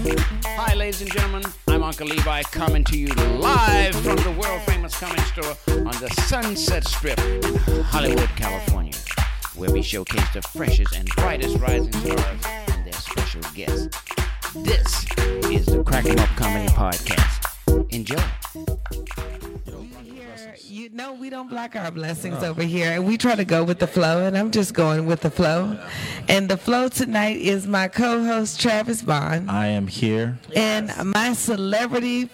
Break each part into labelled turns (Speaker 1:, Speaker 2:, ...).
Speaker 1: Hi, ladies and gentlemen. I'm Uncle Levi coming to you live from the world famous Cummings store on the Sunset Strip in Hollywood, California, where we showcase the freshest and brightest rising stars and their special guests. This is the Crack 'Em Up Comedy Podcast. Enjoy.
Speaker 2: Here, You know, we don't block our blessings over here, and we try to go with the flow. And I'm just going with the flow. And the flow tonight is my co-host Travis Bond
Speaker 3: I am here.
Speaker 2: and my celebrity,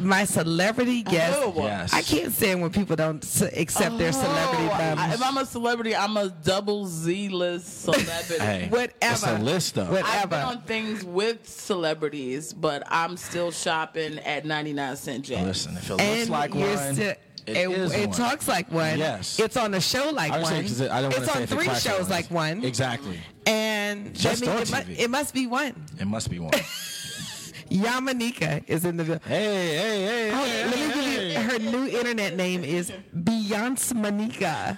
Speaker 2: my celebrity
Speaker 3: Oh.
Speaker 2: guest.
Speaker 3: Yes.
Speaker 2: I can't stand when people don't s- accept their celebrity.
Speaker 4: Oh, I-
Speaker 2: bums.
Speaker 4: if I'm a celebrity, I'm a double Z list celebrity.
Speaker 3: Hey, It's
Speaker 2: whatever.
Speaker 3: a list though.
Speaker 2: What-
Speaker 4: I've been
Speaker 2: ever.
Speaker 4: on things with celebrities, but I'm still shopping at 99 Cent Jack.
Speaker 3: Listen, if it looks
Speaker 2: and
Speaker 3: like
Speaker 2: you're
Speaker 3: one,
Speaker 2: still-
Speaker 3: it
Speaker 2: it,
Speaker 3: is
Speaker 2: it
Speaker 3: one.
Speaker 2: talks like one.
Speaker 3: Yes.
Speaker 2: It's on a show like
Speaker 3: I was saying,
Speaker 2: one.
Speaker 3: 'cause I don't wanna
Speaker 2: it's
Speaker 3: say
Speaker 2: on
Speaker 3: if it
Speaker 2: three
Speaker 3: classifies.
Speaker 2: shows like one.
Speaker 3: Exactly.
Speaker 2: And
Speaker 3: Just
Speaker 2: that
Speaker 3: on
Speaker 2: means it, mu-
Speaker 3: TV.
Speaker 2: it must be one.
Speaker 3: It must be one.
Speaker 2: Yamanika is in the building.
Speaker 3: hey, hey, hey.
Speaker 2: Oh,
Speaker 3: hey,
Speaker 2: let me
Speaker 3: hey,
Speaker 2: give you her new internet name is Beyonce Manika.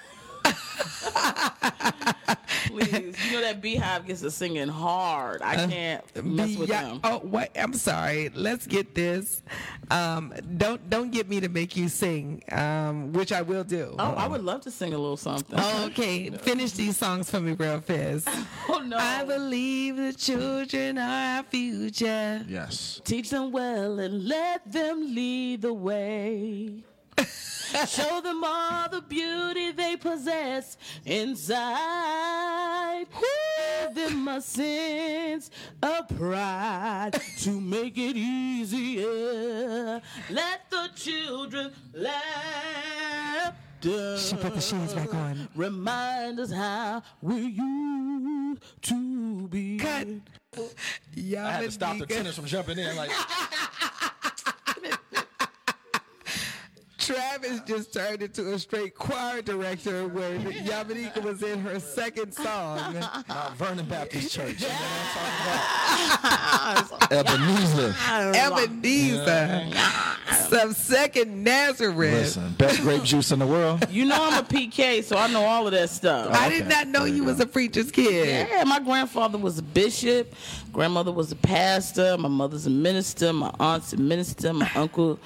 Speaker 4: Please, you know that Beehive gets to singing hard. I can't mess with
Speaker 2: Beyon-
Speaker 4: them.
Speaker 2: oh, what? I'm sorry. Let's get this. Um, don't don't get me to make you sing, um, which I will do.
Speaker 4: Oh, I would love to sing a little something.
Speaker 2: Oh, okay. Finish these songs for me real fast.
Speaker 4: Oh, no.
Speaker 2: I believe the children are our future.
Speaker 3: Yes.
Speaker 4: Teach them well and let them lead the way. Show them all the beauty they possess inside. Give them a sense of pride to make it easier. Let the children laugh.
Speaker 2: She put the shades back on.
Speaker 4: Remind us how we used to be.
Speaker 2: Cut.
Speaker 3: I had to stop the
Speaker 2: Yamanika.
Speaker 3: tennis from jumping in. Like,
Speaker 2: Travis just turned into a straight choir director when Yamanika was in her second song.
Speaker 3: Mount Vernon Baptist Church. You know what I'm talking about? Ebenezer.
Speaker 2: Ebenezer, some second Nazareth.
Speaker 3: Listen, best grape juice in the world.
Speaker 4: You know I'm a PK, so I know all of that stuff.
Speaker 2: I did
Speaker 3: okay.
Speaker 2: not know
Speaker 3: There
Speaker 2: you,
Speaker 3: you
Speaker 2: was a preacher's kid.
Speaker 4: Yeah, my grandfather was a bishop, grandmother was a pastor, my mother's a minister, my aunt's a minister, my uncle.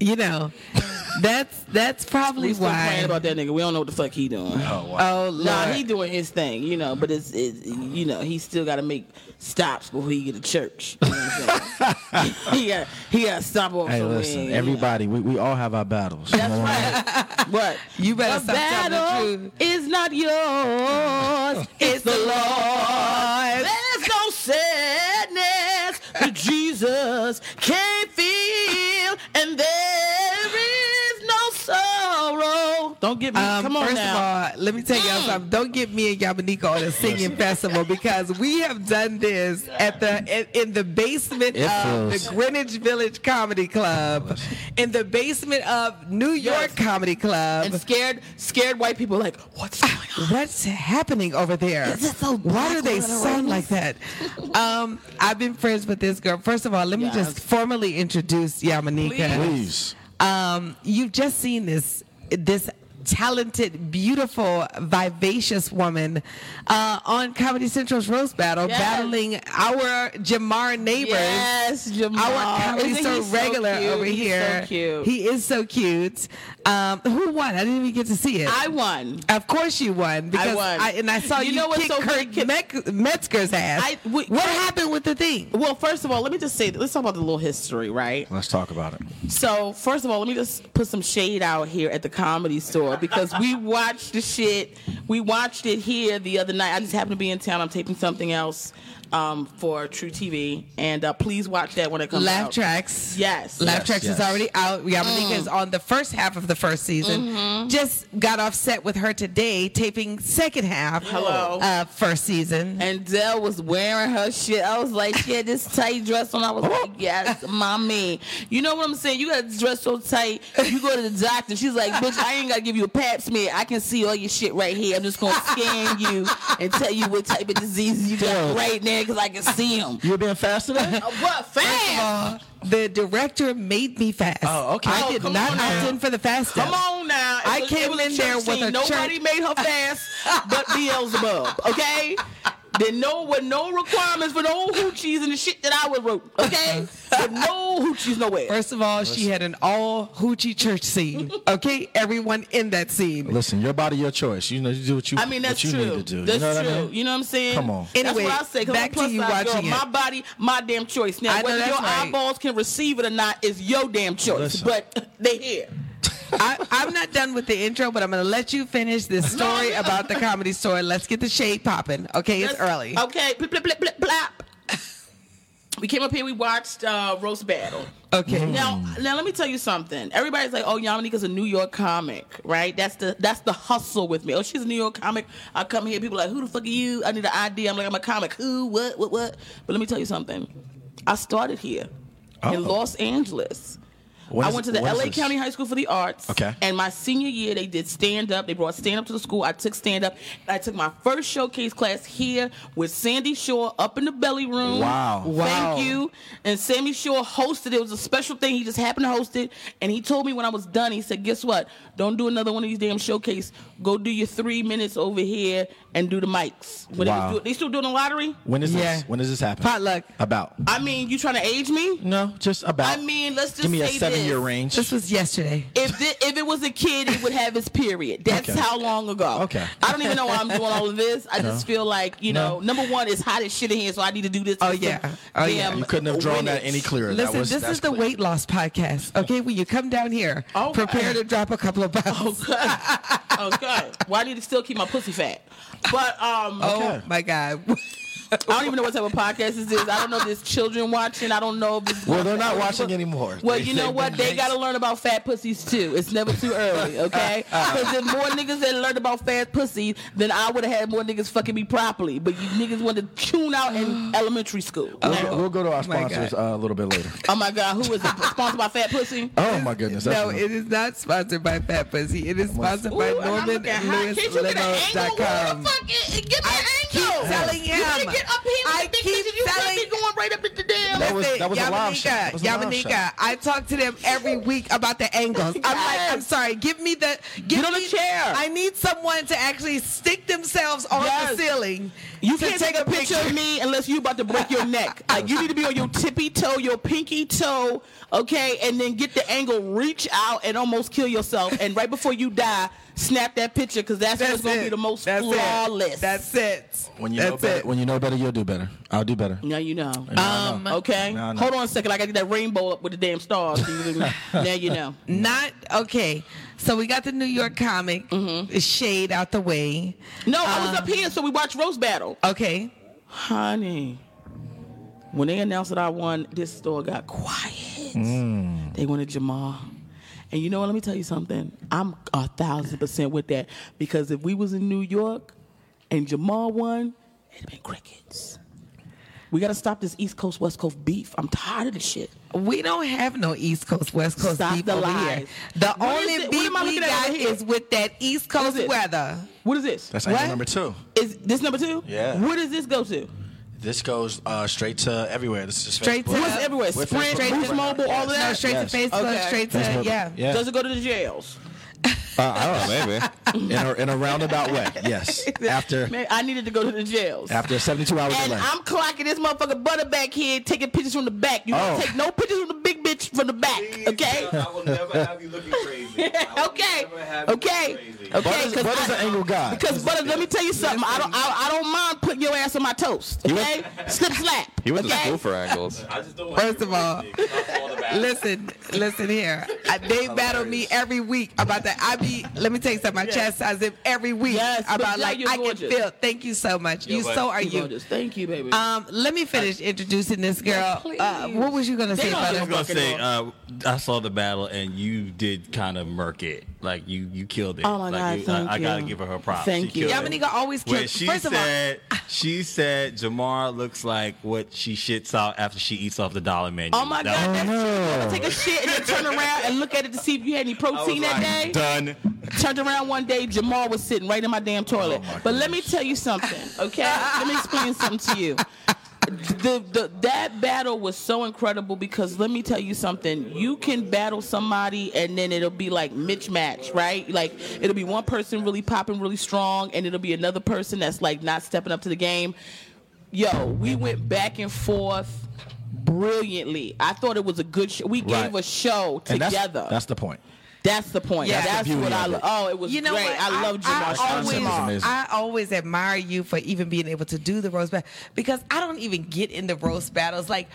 Speaker 2: You know, that's that's probably
Speaker 4: We still
Speaker 2: why.
Speaker 4: praying about that nigga. We don't know what the fuck he doing.
Speaker 3: Oh, wow.
Speaker 2: oh Lord,
Speaker 4: Nah, he doing his thing, you know, but it's, it, you know, he still got to make stops before he get to church. You know what I'm saying? he got he got to stop off
Speaker 3: Hey,
Speaker 4: somewhere.
Speaker 3: listen,
Speaker 4: you know.
Speaker 3: everybody, we, we all have our battles. You know what I mean?
Speaker 4: That's right. What?
Speaker 2: you better
Speaker 4: The
Speaker 2: stop telling
Speaker 4: battle
Speaker 2: the truth.
Speaker 4: is not yours, it's the Lord. There's no sadness that Jesus can't feel, and there is no sorrow. Don't get me.
Speaker 2: Um,
Speaker 4: Come on
Speaker 2: first
Speaker 4: now. Mm,
Speaker 2: of all, let me tell y'all something. Don't get me and Yamanika on a singing festival because we have done this at the in, in the basement
Speaker 3: It
Speaker 2: of
Speaker 3: feels-
Speaker 2: the
Speaker 3: Oh,
Speaker 2: Greenwich Village Comedy Club, in the basement of New York
Speaker 4: Yes.
Speaker 2: Comedy Club.
Speaker 4: and scared, scared white people like, what's going on?
Speaker 2: What's happening over there?
Speaker 4: Is it so
Speaker 2: Why do
Speaker 4: black
Speaker 2: they
Speaker 4: women are
Speaker 2: sound like that? Um, I've been friends with this girl. First of all, let me
Speaker 4: Yes.
Speaker 2: just formally introduce Yamanika.
Speaker 3: Please.
Speaker 2: Um, you've just seen this this talented, beautiful, vivacious woman uh, on Comedy Central's Roast Battle,
Speaker 4: Yes.
Speaker 2: battling our Jamar neighbors.
Speaker 4: Yes, Jamal.
Speaker 2: Our comedy's
Speaker 4: Isn't
Speaker 2: so
Speaker 4: he
Speaker 2: regular
Speaker 4: cute?
Speaker 2: over
Speaker 4: He's
Speaker 2: here.
Speaker 4: So cute.
Speaker 2: He is so cute. Um, who won? I didn't even get to see it.
Speaker 4: I won.
Speaker 2: Of course you won because I,
Speaker 4: won.
Speaker 2: and I saw you,
Speaker 4: You know what's
Speaker 2: kick
Speaker 4: so
Speaker 2: Kurt
Speaker 4: funny, Kim?
Speaker 2: Met- Metzger's ass.
Speaker 4: I- we-
Speaker 2: what happened with the thing?
Speaker 4: Well, first of all, let me just say, let's talk about the little history, right?
Speaker 3: Let's talk about it.
Speaker 4: So first of all, let me just put some shade out here at the comedy store because we watched the shit. We watched it here the other night. I just happened to be in town. I'm taping something else um, for True TV, and uh, please watch that when it comes
Speaker 2: Laugh
Speaker 4: out.
Speaker 2: tracks.
Speaker 4: Yes. Mm.
Speaker 2: Laugh
Speaker 3: Yes,
Speaker 2: tracks is
Speaker 3: yes.
Speaker 2: already out. Yamanika is on the first half of the first season.
Speaker 4: Mm-hmm.
Speaker 2: Just got off set with her today, taping second half.
Speaker 4: Hello.
Speaker 2: Uh, first season.
Speaker 4: And Dell was wearing her shit. I was like, yeah, this tight dress on. I was like, yes, mommy. You know what I'm saying? You got to dress so tight. You go to the doctor. She's like, bitch, I ain't got to give you a pap smear. I can see all your shit right here. I'm just going to scan you and tell you what type of diseases you
Speaker 3: Dell.
Speaker 4: got right now because I can see them.
Speaker 3: You were being fast today?
Speaker 4: What? Fast?
Speaker 2: Uh, the director made me fast.
Speaker 3: Oh, okay.
Speaker 2: I
Speaker 4: Oh,
Speaker 2: did
Speaker 4: come
Speaker 2: not
Speaker 4: on
Speaker 2: opt
Speaker 4: now.
Speaker 2: in for the fast. step.
Speaker 4: Come on now. It
Speaker 2: I
Speaker 4: was-
Speaker 2: came
Speaker 4: it was
Speaker 2: in there
Speaker 4: church
Speaker 2: with
Speaker 4: scene.
Speaker 2: a
Speaker 4: Nobody
Speaker 2: church-
Speaker 4: made her fast but Beelzebub, okay? There no with no requirements for no hoochies and the shit that I would wrote. Okay, with no hoochies nowhere.
Speaker 2: First of all, she had an all hoochie church scene. Okay, everyone in that scene.
Speaker 3: Listen, your body, your choice. You know, you do what you.
Speaker 4: I mean, that's
Speaker 3: what you
Speaker 4: true.
Speaker 3: Need to do.
Speaker 4: That's
Speaker 3: you know what
Speaker 4: true.
Speaker 3: I mean?
Speaker 4: You know what I'm saying?
Speaker 3: Come on.
Speaker 2: Anyway,
Speaker 4: that's what I say. 'cause I'm
Speaker 2: back
Speaker 4: a
Speaker 2: to
Speaker 4: plus
Speaker 2: you
Speaker 4: size girl.
Speaker 2: watching it.
Speaker 4: My body, my damn choice. Now,
Speaker 2: I know
Speaker 4: whether
Speaker 2: that's
Speaker 4: your
Speaker 2: right.
Speaker 4: eyeballs can receive it or not is your damn choice.
Speaker 3: Listen.
Speaker 4: But they here.
Speaker 2: I, I'm not done with the intro, but I'm going to let you finish this story about the comedy store. Let's get the shade popping. Okay, it's
Speaker 4: That's-
Speaker 2: early.
Speaker 4: Okay. Plip, plip, plip, plip, plap. We came up here. We watched uh, roast battle.
Speaker 3: Mm.
Speaker 2: Okay.
Speaker 4: Mm-hmm. Now, now let me tell you something. Everybody's like, "Oh, Yamanica's a New York comic, right?" That's the that's the hustle with me. Oh, she's a New York comic. I come here, people are like, "Who the fuck are you?" I need an ID. I'm like, "I'm a comic." Who? What? What? What? But let me tell you something. I started here in
Speaker 3: Oh.
Speaker 4: Los Angeles.
Speaker 3: What
Speaker 4: I
Speaker 3: is-
Speaker 4: went to the
Speaker 3: what is
Speaker 4: LA
Speaker 3: this?
Speaker 4: County High School for the Arts.
Speaker 3: Okay.
Speaker 4: And my senior year, they did stand up. They brought stand up to the school. I took stand up. I took my first showcase class here with Sandy Shore up in the belly room.
Speaker 3: Wow.
Speaker 2: Wow.
Speaker 4: Thank you. And Sammy Shore hosted. It was a special thing. He just happened to host it. And he told me when I was done, he said, Guess what? Don't do another one of these damn showcase. Go do your three minutes over here and do the mics. When
Speaker 3: Wow.
Speaker 4: they, was do- they still doing the lottery?
Speaker 3: When is
Speaker 2: Yeah.
Speaker 3: this? When does this happen?
Speaker 2: Potluck.
Speaker 3: About.
Speaker 4: I mean, you trying to age me?
Speaker 3: No, just about.
Speaker 4: I mean, let's just
Speaker 3: give me a
Speaker 4: say
Speaker 3: seven-year
Speaker 4: this.
Speaker 3: range.
Speaker 2: This was yesterday.
Speaker 4: If it, if it was a kid, it would have its period. That's
Speaker 3: Okay.
Speaker 4: how long ago.
Speaker 3: Okay.
Speaker 4: I don't even know why I'm doing all of this. I just feel like you know,
Speaker 3: No.
Speaker 4: number one, it's hot as shit in here, so I need to do this.
Speaker 2: Oh, yeah. Oh, yeah.
Speaker 4: Damn
Speaker 3: you couldn't have drawn that
Speaker 4: minutes.
Speaker 3: any clearer. That
Speaker 2: Listen,
Speaker 3: was-
Speaker 2: this
Speaker 3: that's
Speaker 2: is the
Speaker 3: clear.
Speaker 2: weight loss podcast. Okay, when you come down here,
Speaker 4: All
Speaker 2: prepare
Speaker 4: right.
Speaker 2: to drop a couple of pounds.
Speaker 4: Okay. okay. Well, I need to still keep my pussy fat. But um,
Speaker 2: Oh
Speaker 3: Okay.
Speaker 2: my God.
Speaker 4: I don't even know what type of podcast this is. I don't know if there's children watching. I don't know if it's
Speaker 3: Well, they're not watching anymore.
Speaker 4: Well,
Speaker 3: They-
Speaker 4: you know
Speaker 3: they've
Speaker 4: what?
Speaker 3: been
Speaker 4: They
Speaker 3: yanked.
Speaker 4: got to learn about fat pussies too. It's never too early, okay?
Speaker 3: Uh-huh.
Speaker 4: Because there's more niggas that learned about fat pussies than I would have had more niggas fucking me properly. But you niggas want to tune out in elementary school.
Speaker 3: We'll go, we'll go to our
Speaker 2: Oh my God.
Speaker 3: sponsors uh, a little bit later.
Speaker 4: Oh my God, who is it? sponsored by Fat Pussy?
Speaker 3: Oh my goodness! That's
Speaker 2: no, it is not sponsored by Fat Pussy. It is sponsored by
Speaker 4: Ooh, and I'm looking hot. Can't you get an angle? What
Speaker 2: NormanLewisLemos.com.
Speaker 4: the fuck? is- Get me an
Speaker 2: keep
Speaker 4: angle.
Speaker 2: telling
Speaker 4: You gotta
Speaker 2: him.
Speaker 4: get up here with
Speaker 2: I
Speaker 4: the big
Speaker 2: keep
Speaker 4: picture. You
Speaker 2: telling-
Speaker 4: might be going right up at the damn.
Speaker 3: That was-
Speaker 2: Listen,
Speaker 3: that was a live show. That was a live
Speaker 2: Yamanika,
Speaker 3: show.
Speaker 2: I talk to them every week about the angles. I'm like,
Speaker 4: Yes.
Speaker 2: I'm sorry, give me the give
Speaker 4: Get on
Speaker 2: me,
Speaker 4: the chair.
Speaker 2: I need someone to actually stick themselves on
Speaker 4: Yes.
Speaker 2: the ceiling.
Speaker 4: You
Speaker 2: to
Speaker 4: can't take a picture of me unless you about to break your neck. Like you need to be on your tippy toe, your pinky toe, okay, and then get the angle, reach out, and almost kill yourself. And right before you die, snap that picture because that's,
Speaker 2: That's
Speaker 4: what's gonna
Speaker 2: it.
Speaker 4: be the most
Speaker 2: That's it.
Speaker 4: flawless.
Speaker 2: That's it.
Speaker 3: when you
Speaker 2: That's
Speaker 3: know better.
Speaker 2: it.
Speaker 3: When you know better, you'll do better. I'll do better.
Speaker 4: now you know. Um,
Speaker 3: Now I know.
Speaker 4: Okay.
Speaker 3: Now I know.
Speaker 4: Hold on a second. I got to get that rainbow up with the damn stars. now you know.
Speaker 2: Not okay. So we got the New York comic shade out the way.
Speaker 4: Mm-hmm.
Speaker 2: Um,
Speaker 4: No, I was up here, so we watched roast battle.
Speaker 2: Okay.
Speaker 4: Honey, when they announced that I won, this store got quiet. They wanted Jamal. And you know what? Let me tell you something. I'm a thousand percent with that because if we was in New York and Jamal won, it'd have been crickets. We gotta stop this East Coast West Coast beef. I'm tired of this shit.
Speaker 2: We don't have no East Coast, West Coast
Speaker 4: Stop
Speaker 2: beef
Speaker 4: the
Speaker 2: over
Speaker 4: lies.
Speaker 2: here. The
Speaker 4: What is
Speaker 2: only
Speaker 4: it- what
Speaker 2: beef
Speaker 4: am I
Speaker 2: we
Speaker 4: looking at
Speaker 2: got
Speaker 4: over here?
Speaker 2: is with that East
Speaker 4: is
Speaker 2: Coast
Speaker 4: it?
Speaker 2: weather.
Speaker 4: What is this?
Speaker 3: That's angle
Speaker 2: What?
Speaker 3: number two.
Speaker 4: is this number two?
Speaker 3: Yeah.
Speaker 4: Where does this go to?
Speaker 3: This goes uh, straight to everywhere. This is
Speaker 2: Straight to-
Speaker 3: Facebook.
Speaker 4: What's everywhere?
Speaker 3: With
Speaker 4: Sprint,
Speaker 3: Facebook
Speaker 4: Boost
Speaker 3: right now,
Speaker 4: Mobile, all of
Speaker 2: No,
Speaker 4: that.
Speaker 2: straight
Speaker 3: Yes.
Speaker 2: to Facebook,
Speaker 4: Okay.
Speaker 2: straight to
Speaker 3: Facebook.
Speaker 2: yeah.
Speaker 3: Yeah.
Speaker 4: Does it go to the jails?
Speaker 3: Uh, I don't know, maybe in a, in a roundabout way. Yes. After
Speaker 4: Man, I needed to go to the jails.
Speaker 3: after a 72 hour
Speaker 4: And
Speaker 3: delay.
Speaker 4: I'm clocking this motherfucker butter back here, taking pictures from the back. You don't
Speaker 3: Oh.
Speaker 4: take no pictures from the big bitch from the back, okay?
Speaker 5: I will never have you looking crazy.
Speaker 4: okay, okay, okay.
Speaker 3: Butter's,
Speaker 4: because
Speaker 3: Butter's
Speaker 4: I-
Speaker 3: an angle guy.
Speaker 4: Because butter, let me tell you something. I don't, I, I don't mind putting your ass on my toast. Okay, slip slap.
Speaker 6: He went to
Speaker 4: okay?
Speaker 6: school for angles.
Speaker 5: I just don't
Speaker 2: First of all, listen, listen here. I, they battle me every week about that. I be, let me tell you something. I chastise them every week
Speaker 4: Yes, but
Speaker 2: about
Speaker 4: now
Speaker 2: like
Speaker 4: you're
Speaker 2: I can
Speaker 4: gorgeous.
Speaker 2: feel. Thank you so much. you
Speaker 5: but
Speaker 2: so are
Speaker 4: You
Speaker 2: you.
Speaker 4: gorgeous. Thank you, baby.
Speaker 2: Um, let me finish introducing this girl. Uh, what was you gonna
Speaker 4: They
Speaker 2: say
Speaker 4: don't
Speaker 2: about
Speaker 4: give
Speaker 2: her?
Speaker 4: a
Speaker 5: I'm gonna say uh, I saw the battle and you did kind of murk it. Like you, you killed it.
Speaker 4: Oh my
Speaker 5: like
Speaker 4: God,
Speaker 5: You,
Speaker 4: thank
Speaker 5: I, I gotta
Speaker 4: you.
Speaker 5: give her her props.
Speaker 4: Thank
Speaker 5: she
Speaker 4: you.
Speaker 5: killed it.
Speaker 2: Yamanika always
Speaker 5: When
Speaker 2: kills.
Speaker 5: she
Speaker 2: First of all,
Speaker 5: said,
Speaker 4: ah.
Speaker 5: she said Jamar looks like what she shits out after she eats off the dollar menu.
Speaker 4: oh my God,
Speaker 5: That
Speaker 4: that's you. Take a shit and then turn around and look at it to see if you had any
Speaker 5: was- I
Speaker 4: protein
Speaker 5: was
Speaker 4: that day.
Speaker 5: like, Done.
Speaker 4: Turned around one day, Jamal was
Speaker 3: Oh
Speaker 4: sitting right in my damn toilet. but let me tell you something, okay? let me explain something to you. the, the that battle was so incredible because let me tell you something. You can battle somebody and then it'll be like Mitch match, right? Like it'll be one person really popping really strong and it'll be another person that's like not stepping up to the game. Yo, we went back and forth brilliantly. I thought it was a good show. We gave
Speaker 5: Right.
Speaker 4: a show
Speaker 3: And that's,
Speaker 4: together.
Speaker 3: that's the point.
Speaker 4: That's the point.
Speaker 2: Yeah.
Speaker 4: that's
Speaker 3: the beauty
Speaker 4: what I
Speaker 3: of
Speaker 4: love.
Speaker 3: it.
Speaker 4: Oh, it was
Speaker 2: You know
Speaker 4: great.
Speaker 2: what?
Speaker 4: I, loved
Speaker 2: I,
Speaker 4: Jamal.
Speaker 2: always,
Speaker 3: Johnson was amazing.
Speaker 2: I always admire you for even being able to do the roast battle because I don't even get into roast battles. Like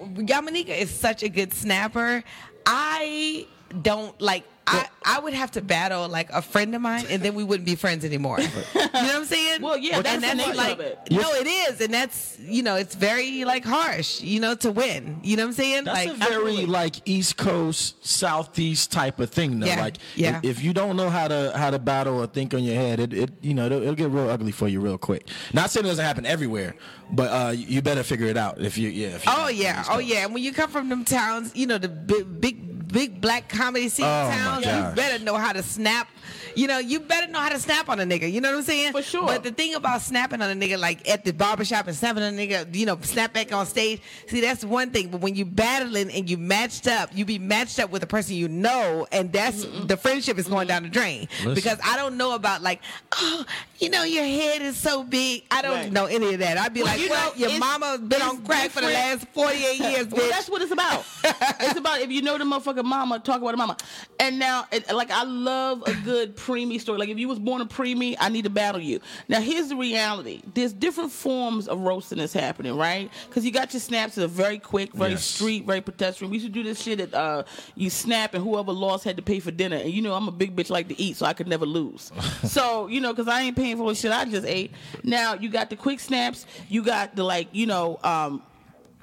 Speaker 2: Yamanika is such a good snapper. I don't like. I, I would have to battle like a friend of mine, and then we wouldn't be friends anymore. you know what I'm saying?
Speaker 4: Well, yeah, that's
Speaker 2: and
Speaker 4: the nature
Speaker 2: like
Speaker 4: of it.
Speaker 2: no, it is, and that's you know, it's very like harsh, you know, to win. You know what I'm saying?
Speaker 3: That's
Speaker 2: like
Speaker 3: a very like East Coast, Southeast type of thing. Though,
Speaker 2: Yeah,
Speaker 3: like
Speaker 2: yeah.
Speaker 3: If, if you don't know how to how to battle or think on your head, it, it you know it'll, it'll get real ugly for you real quick. Not saying it doesn't happen everywhere, but uh, you better figure it out if you yeah. If you're
Speaker 2: Oh
Speaker 3: not from
Speaker 2: yeah,
Speaker 3: East
Speaker 2: oh
Speaker 3: Coast.
Speaker 2: yeah. And when you come from them towns, you know the big, big, big black comedy scene
Speaker 3: Oh, my
Speaker 2: towns, you
Speaker 3: gosh.
Speaker 2: better know how to snap. You know, you better know how to snap on a nigga. You know what I'm saying?
Speaker 4: For sure.
Speaker 2: But the thing about snapping on a nigga, like at the barbershop and snapping on a nigga, you know, snap back on stage. See, that's one thing. But when you battling and you matched up, you be matched up with a person you know, and that's the friendship is going down the drain. Because I don't know about like, oh, you know, your head is so big. I don't
Speaker 4: Right.
Speaker 2: know any of that. I'd be
Speaker 4: Well,
Speaker 2: like,
Speaker 4: you
Speaker 2: well,
Speaker 4: know,
Speaker 2: your
Speaker 4: it's-
Speaker 2: mama's been
Speaker 4: it's
Speaker 2: on crack for the
Speaker 4: different.
Speaker 2: last 48 years,
Speaker 4: Well,
Speaker 2: bitch.
Speaker 4: that's what it's about. it's about if you know the motherfucking mama, talk about the mama. And now, it, like, I love a good preemie story. Like, if you was born a preemie, I need to battle you. Now, here's the reality: there's different forms of roasting that's happening, right? Because you got your snaps that are very quick, very
Speaker 3: Yes.
Speaker 4: street, very pedestrian. We should do this shit that uh, you snap and whoever lost had to pay for dinner. And you know, I'm a big bitch like to eat, so I could never lose. so you know, because I ain't paying for the shit I just ate. Now you got the quick snaps. You got the like, you know. um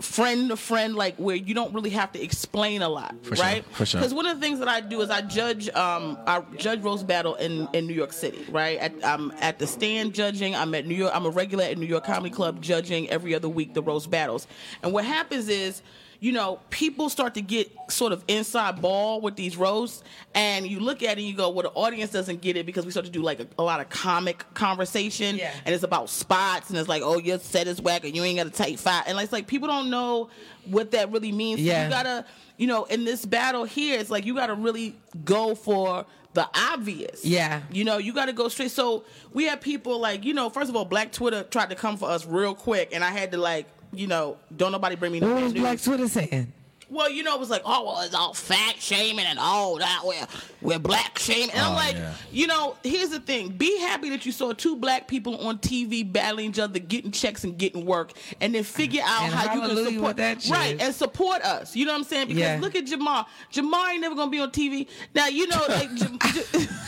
Speaker 4: friend to friend, like where you don't really have to explain a lot,
Speaker 3: For sure,
Speaker 4: right?
Speaker 3: for sure.
Speaker 4: Because one of the things that I do is I judge, um, I judge roast battle in, in New York City, right? At, I'm at the stand judging. I'm at New York. I'm a regular at New York Comedy Club judging every other week the roast battles. And what happens is. You know, people start to get sort of inside ball with these roasts, and you look at it and you go, "Well, the audience doesn't get it because we start to do like a, a lot of comic conversation,
Speaker 2: Yeah.
Speaker 4: and it's about spots, and it's like, oh, your set is whack, and you ain't got a tight five, and it's like people don't know what that really means. So
Speaker 2: Yeah.
Speaker 4: you gotta, you know, in this battle here, it's like you gotta really go for the obvious.
Speaker 2: Yeah.
Speaker 4: You know, you gotta go straight. So we had people like, you know, first of all, Black Twitter tried to come for us real quick, and I had to like, you know, don't nobody bring me no
Speaker 2: what
Speaker 4: bad
Speaker 2: was
Speaker 4: news.
Speaker 2: Black Twitter saying?
Speaker 4: Well, you know, it was like, oh, well, it's all fat shaming and all that. We're, we're black shaming. And I'm
Speaker 3: Oh,
Speaker 4: like,
Speaker 3: yeah.
Speaker 4: you know, here's the thing. Be happy that you saw two black people on TV battling each other, getting checks and getting work, and then figure out
Speaker 2: And
Speaker 4: how you can
Speaker 2: hallelujah
Speaker 4: support.
Speaker 2: with that shit.
Speaker 4: right, and support us. You know what I'm saying? Because
Speaker 2: Yeah.
Speaker 4: look at Jamar. Jamar ain't never going to be on TV. Now, you know, like, Jam-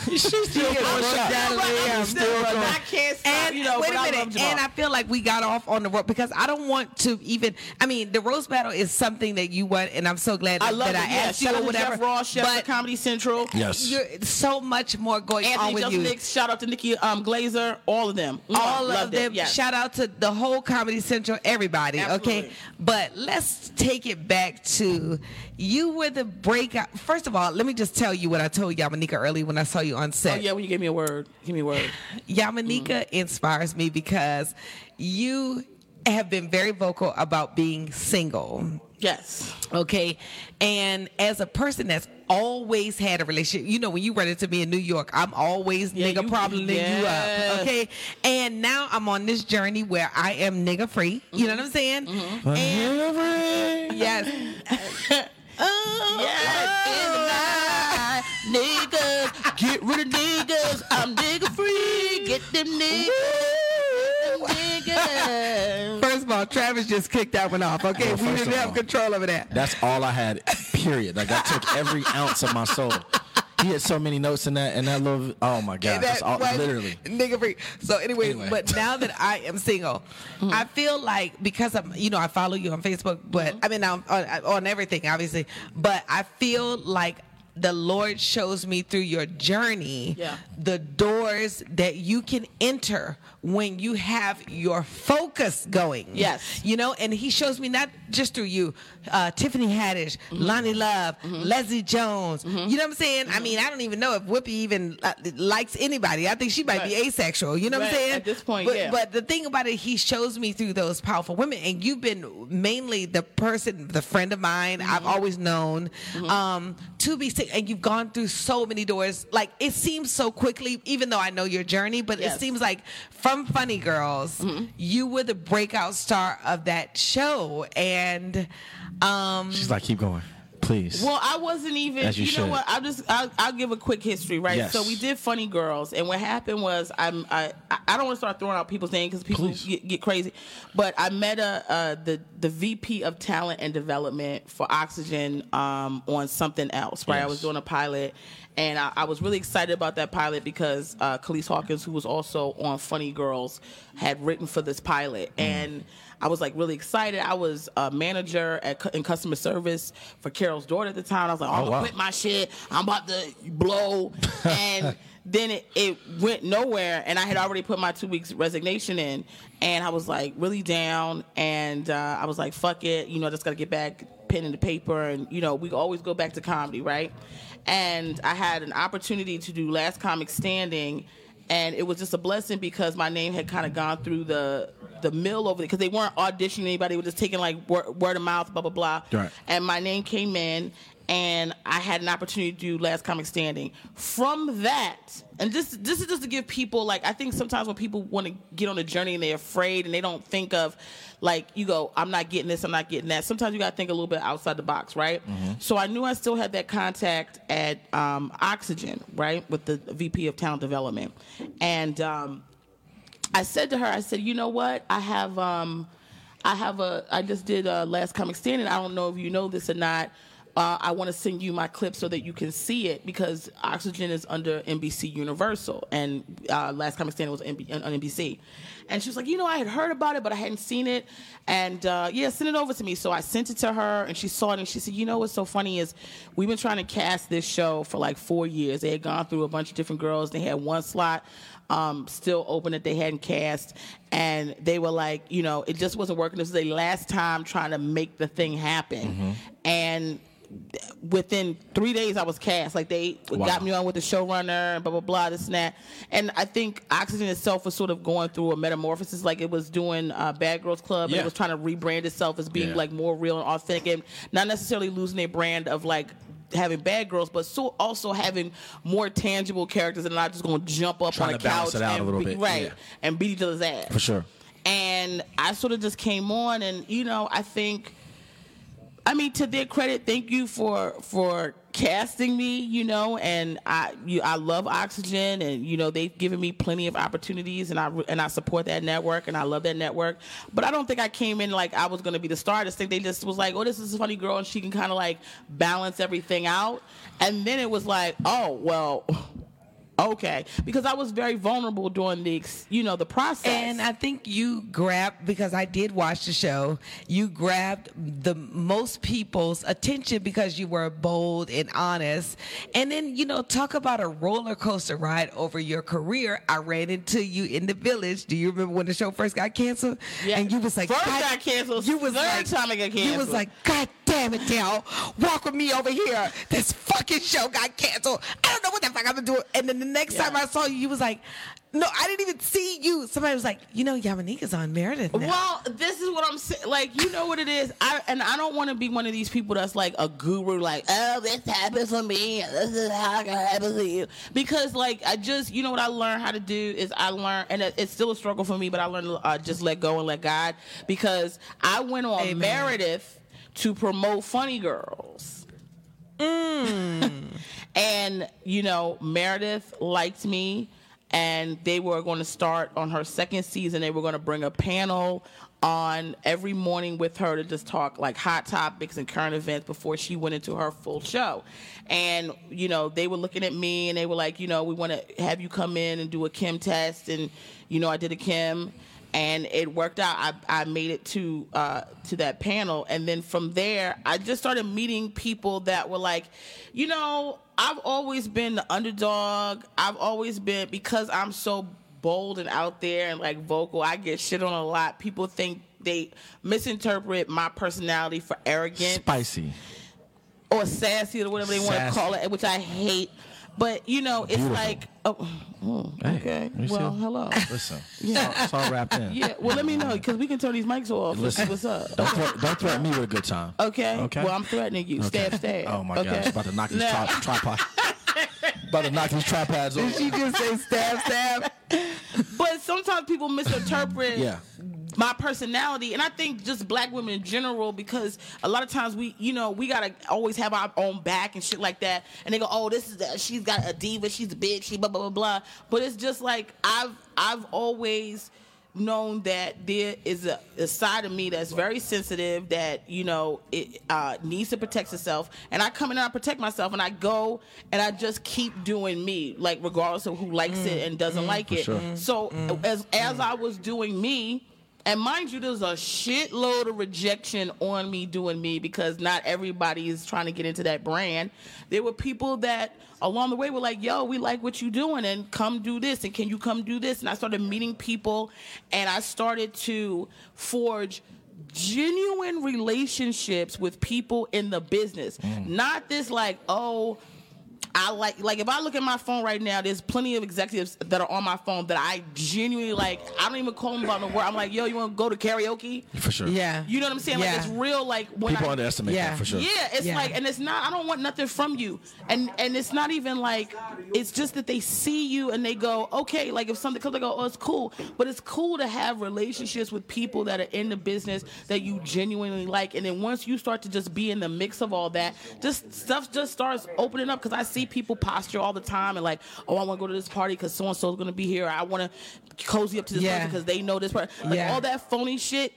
Speaker 4: she's still
Speaker 2: worked out of there.
Speaker 4: I,
Speaker 2: Still
Speaker 4: but I can't stop,
Speaker 2: And
Speaker 4: you know,
Speaker 2: wait
Speaker 4: but
Speaker 2: a
Speaker 4: I love
Speaker 2: minute,
Speaker 4: Jamar.
Speaker 2: and I feel like we got off on the road because I don't want to even. I mean, the roast battle is something that you want, and I'm so glad that
Speaker 4: I
Speaker 2: I,
Speaker 4: love
Speaker 2: that
Speaker 4: it.
Speaker 2: I
Speaker 4: yeah,
Speaker 2: asked
Speaker 4: shout
Speaker 2: you
Speaker 4: out
Speaker 2: or
Speaker 4: to
Speaker 2: whatever.
Speaker 4: Jeff Ross, chef at
Speaker 2: but
Speaker 4: Comedy Central.
Speaker 3: Yes.
Speaker 2: you're so much more going on
Speaker 4: Anthony
Speaker 2: with
Speaker 4: Justin
Speaker 2: you.
Speaker 4: Nix, shout out to Nikki um, Glazer, all of them. Mwah,
Speaker 2: all of
Speaker 4: Mm-hmm. loved it,
Speaker 2: them.
Speaker 4: yes.
Speaker 2: Shout out to the whole Comedy Central, everybody. Okay,
Speaker 4: Absolutely.
Speaker 2: but let's take it back to you were the breakout. First of all, let me just tell you what I told Yamanika early when I saw you on
Speaker 4: Oh
Speaker 2: set.
Speaker 4: yeah, when you gave me a word, give me a word. Mm.
Speaker 2: Yamanika inspires me because you have been very vocal about being single.
Speaker 4: Yes.
Speaker 2: Okay. And as a person that's always had a relationship, you know, when you run into me in New York, I'm always
Speaker 4: Yeah,
Speaker 2: nigga
Speaker 4: you-
Speaker 2: probleming you
Speaker 4: yes.
Speaker 2: up. Okay. And now I'm on this journey where I am nigga free.
Speaker 4: Mm-hmm.
Speaker 2: You know what I'm saying? And yes.
Speaker 4: Yes. In the night, niggas, get rid of niggas. I'm nigga free. Get them niggas. Get them niggas.
Speaker 2: First of all, Travis just kicked that one off. Oh, Okay.
Speaker 3: Well,
Speaker 2: we
Speaker 3: first
Speaker 2: didn't
Speaker 3: of
Speaker 2: have
Speaker 3: all.
Speaker 2: control over that.
Speaker 3: That's all I had. Period. Like I took every ounce of my soul. He had so many notes in that and that little. Oh my god! That's all,
Speaker 2: was
Speaker 3: literally.
Speaker 2: nigga free. So anyway,
Speaker 3: Anyway.
Speaker 2: but now that I am single, I feel like because I'm, you know, I follow you on Facebook, but I mean, I'm on, on everything, obviously, but I feel like the Lord shows me through your journey
Speaker 4: Yeah.
Speaker 2: the doors that you can enter when you have your focus going.
Speaker 4: Yes.
Speaker 2: You know, and he shows me not just through you, uh, Tiffany Haddish,
Speaker 4: Mm-hmm.
Speaker 2: Lonnie Love, Leslie Jones. You know what I'm saying? I mean, I don't even know if Whoopi even uh, likes anybody. I think she might be asexual. You know what I'm
Speaker 4: Right,
Speaker 2: saying?
Speaker 4: at this point,
Speaker 2: But-
Speaker 4: yeah.
Speaker 2: But the thing about it, he shows me through those powerful women, and you've been mainly the person, the friend of mine I've always known um, to be sick, and you've gone through so many doors. Like it seems so quickly, even though I know your journey, but it
Speaker 4: Yes.
Speaker 2: seems like from Funny Girls, you were the breakout star of that show, and um,
Speaker 3: She's like, keep going, please.
Speaker 4: Well, I wasn't even.
Speaker 3: As you
Speaker 4: you know
Speaker 3: should.
Speaker 4: what? I'll just I'll, I'll give a quick history, right?
Speaker 3: Yes.
Speaker 4: So we did Funny Girls, and what happened was I'm I I I don't want to start throwing out people's names because people
Speaker 3: Please.
Speaker 4: get, get crazy, but I met a uh, the the VP of Talent and Development for Oxygen um, on something else, right? I was
Speaker 3: Yes.
Speaker 4: doing a pilot. And I, I was really excited about that pilot because uh, Khalees Hawkins, who was also on Funny Girls, had written for this pilot. And I was like really excited. I was a manager at, cu- in customer service for Carol's daughter at the time. I was like, I'm gonna
Speaker 3: wow.
Speaker 4: quit my shit. I'm about to blow. and then it, it went nowhere. And I had already put my two weeks resignation in. And I was like really down. And uh, I was like, fuck it. You know, I just gotta get back, pen in the paper. And, you know, we always go back to comedy, right? And I had an opportunity to do Last Comic Standing and it was just a blessing because my name had kind of gone through the the mill over there because they weren't auditioning anybody. They were just taking like word, word of mouth, blah blah blah.
Speaker 3: Right.
Speaker 4: And my name came in, and I had an opportunity to do Last Comic Standing. From that, and this this is just to give people like I think sometimes when people want to get on a journey and they're afraid and they don't think of like you go I'm not getting this I'm not getting that. Sometimes you got to think a little bit outside the box, right? So I knew I still had that contact at um, Oxygen, right, with the VP of Talent Development, and. Um, I said to her, I said, you know what? I have um, I have a I just did a last comic standing. I don't know if you know this or not. Uh, I want to send you my clip so that you can see it because Oxygen is under NBC Universal and uh, Last Comic Standing was NB- on NBC. And she was like, you know, I had heard about it, but I hadn't seen it. And uh, yeah, send it over to me. So I sent it to her and she saw it and she said, you know what's so funny is we've been trying to cast this show for like four years. They had gone through a bunch of different girls. They had one slot um, still open that they hadn't cast. And they were like, you know, it just wasn't working. This is their last time trying to make the thing happen.
Speaker 2: Mm-hmm.
Speaker 4: And th- within three days, I was cast. Like they got me on with the showrunner and blah, blah, blah, this and that. And I think Oxygen itself was sort of going through a metamorphosis. Like it was doing uh, Bad Girls Club and
Speaker 3: Yeah.
Speaker 4: it was trying to rebrand itself as being
Speaker 3: Yeah.
Speaker 4: like more real and authentic and not necessarily losing their brand of like having bad girls, but so also having more tangible characters and not just gonna jump up
Speaker 3: Trying
Speaker 4: on a
Speaker 3: to balance
Speaker 4: couch
Speaker 3: it out
Speaker 4: and
Speaker 3: a little
Speaker 4: be-
Speaker 3: bit,
Speaker 4: right,
Speaker 3: yeah.
Speaker 4: and beat each other's ass
Speaker 3: For sure.
Speaker 4: And I sort of just came on, and you know, I think, I mean, to their credit, thank you for for casting me, you know, and I you I love Oxygen, and you know they've given me plenty of opportunities, and I re- and I support that network, and I love that network, but I don't think I came in like I was gonna be the star. I just think they just was like, oh, this is a funny girl, and she can kind of like balance everything out, and then it was like, oh well. Okay, because I was very vulnerable during the, ex- you know, the process.
Speaker 2: And I think you grabbed because I did watch the show. You grabbed the most people's attention because you were bold and honest. And then you know, talk about a roller coaster ride over your career. I ran into you in the village. Do you remember when the show first got canceled?
Speaker 4: Yeah.
Speaker 2: And you was like,
Speaker 4: First
Speaker 2: "God-"
Speaker 4: got canceled,
Speaker 2: You was
Speaker 4: third
Speaker 2: like,
Speaker 4: time it got
Speaker 2: You was
Speaker 4: canceled.
Speaker 2: like, God damn it, Dale, walk with me over here. This fucking show got canceled. I don't know what the fuck I'm gonna do. And then the next
Speaker 4: Yeah.
Speaker 2: time I saw you, you was like, no, I didn't even see you. Somebody was like, you know, Yamanika's on Meredith now.
Speaker 4: Well, this is what I'm saying. Like, you know what it is. I and I don't want to be one of these people that's like a guru. Like, oh, this happens to me. And this is how it happens to you. Because like, I just, you know what I learned how to do is I learned, and it- it's still a struggle for me. But I learned to uh, just let go and let God. Because I went on
Speaker 2: Amen.
Speaker 4: Meredith to promote Funny Girls. And you know, Meredith liked me, and they were going to start on her second season. They were going to bring a panel on every morning with her to just talk like hot topics and current events before she went into her full show. And you know, they were looking at me and they were like, you know, we want to have you come in and do a chem test, and you know, I did a chem. and it worked out. I, I made it to uh, to that panel, and then from there, I just started meeting people that were like, you know, I've always been the underdog. I've always been because I'm so bold and out there and like vocal. I get shit on a lot. People think they misinterpret my personality for arrogance
Speaker 5: Spicy.
Speaker 4: or sassy or whatever they want to
Speaker 5: Sassy.
Speaker 4: call it, which I hate. But you know, it's like, oh,
Speaker 2: Hmm,
Speaker 4: oh,
Speaker 5: Hey,
Speaker 4: okay,
Speaker 5: you see
Speaker 4: well,
Speaker 5: it?
Speaker 4: hello.
Speaker 5: Listen, it's, all, it's all wrapped in.
Speaker 4: Yeah, well, let me know because we can turn these mics off. and see
Speaker 5: Listen,
Speaker 4: what's up?
Speaker 5: Don't, thre- don't threaten me with a good time.
Speaker 4: Okay.
Speaker 5: Okay.
Speaker 4: Well, I'm threatening you. Stab, stab.
Speaker 3: Oh my
Speaker 4: okay?
Speaker 3: gosh, about to knock these
Speaker 4: Now-
Speaker 3: tri- tripod. about to knock these tripods over.
Speaker 2: She just say stab, stab.
Speaker 4: But sometimes people misinterpret
Speaker 3: Yeah.
Speaker 4: my personality, and I think just black women in general, because a lot of times we, you know, we gotta always have our own back and shit like that. And they go, "Oh, this is a, she's got a diva, she's a bitch, she blah blah blah blah." But it's just like I've I've always known that there is a, a side of me that's very sensitive that you know it uh, needs to protect itself and i come in and i protect myself and i go and i just keep doing me like regardless of who likes it and doesn't like it so as as i was doing me and mind you, there's a shitload of rejection on me doing me because not everybody is trying to get into that brand. There were people that along the way were like, yo, we like what you doing and come do this and can you come do this? And I started meeting people and I started to forge genuine relationships with people in the business. Not this like, oh, I like like if I look at my phone right now, there's plenty of executives that are on my phone that I genuinely like. I don't even call them about the word. I'm like, yo, you want to go to karaoke?
Speaker 3: For sure.
Speaker 2: Yeah.
Speaker 4: You know what I'm saying?
Speaker 2: Yeah.
Speaker 4: Like it's real. Like when
Speaker 3: People
Speaker 4: I,
Speaker 3: underestimate
Speaker 2: Yeah.
Speaker 3: that for sure.
Speaker 4: yeah, it's
Speaker 2: Yeah.
Speaker 4: like, and it's not. I don't want nothing from you, and and it's not even like. It's just that they see you and they go, okay. Like if something comes, they go, oh, it's cool. But it's cool to have relationships with people that are in the business that you genuinely like, and then once you start to just be in the mix of all that, just stuff just starts opening up. Because I see people posture all the time and like, oh, I want to go to this party because so and so's going to be here. I want to cozy up to this
Speaker 2: Yeah.
Speaker 4: person because they know this person. Like
Speaker 2: Yeah.
Speaker 4: all that phony shit,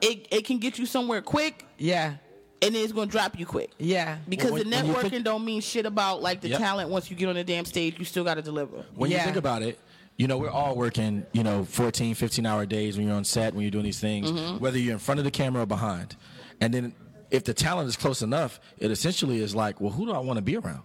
Speaker 4: it it can get you somewhere quick
Speaker 2: Yeah.
Speaker 4: and then it's gonna drop you quick.
Speaker 2: Yeah.
Speaker 4: Because
Speaker 3: Well,
Speaker 4: the
Speaker 3: when- when you
Speaker 4: networking
Speaker 3: think-
Speaker 4: don't mean shit about like the
Speaker 3: Yep.
Speaker 4: talent. Once you get on the damn stage, you still got to deliver.
Speaker 3: when you
Speaker 2: Yeah.
Speaker 3: think about it you know we're all working you know 14 15 hour days when you're on set when you're doing these things
Speaker 2: Mm-hmm.
Speaker 3: whether you're in front of the camera or behind and then if the talent is close enough it essentially is like well who do i want to be around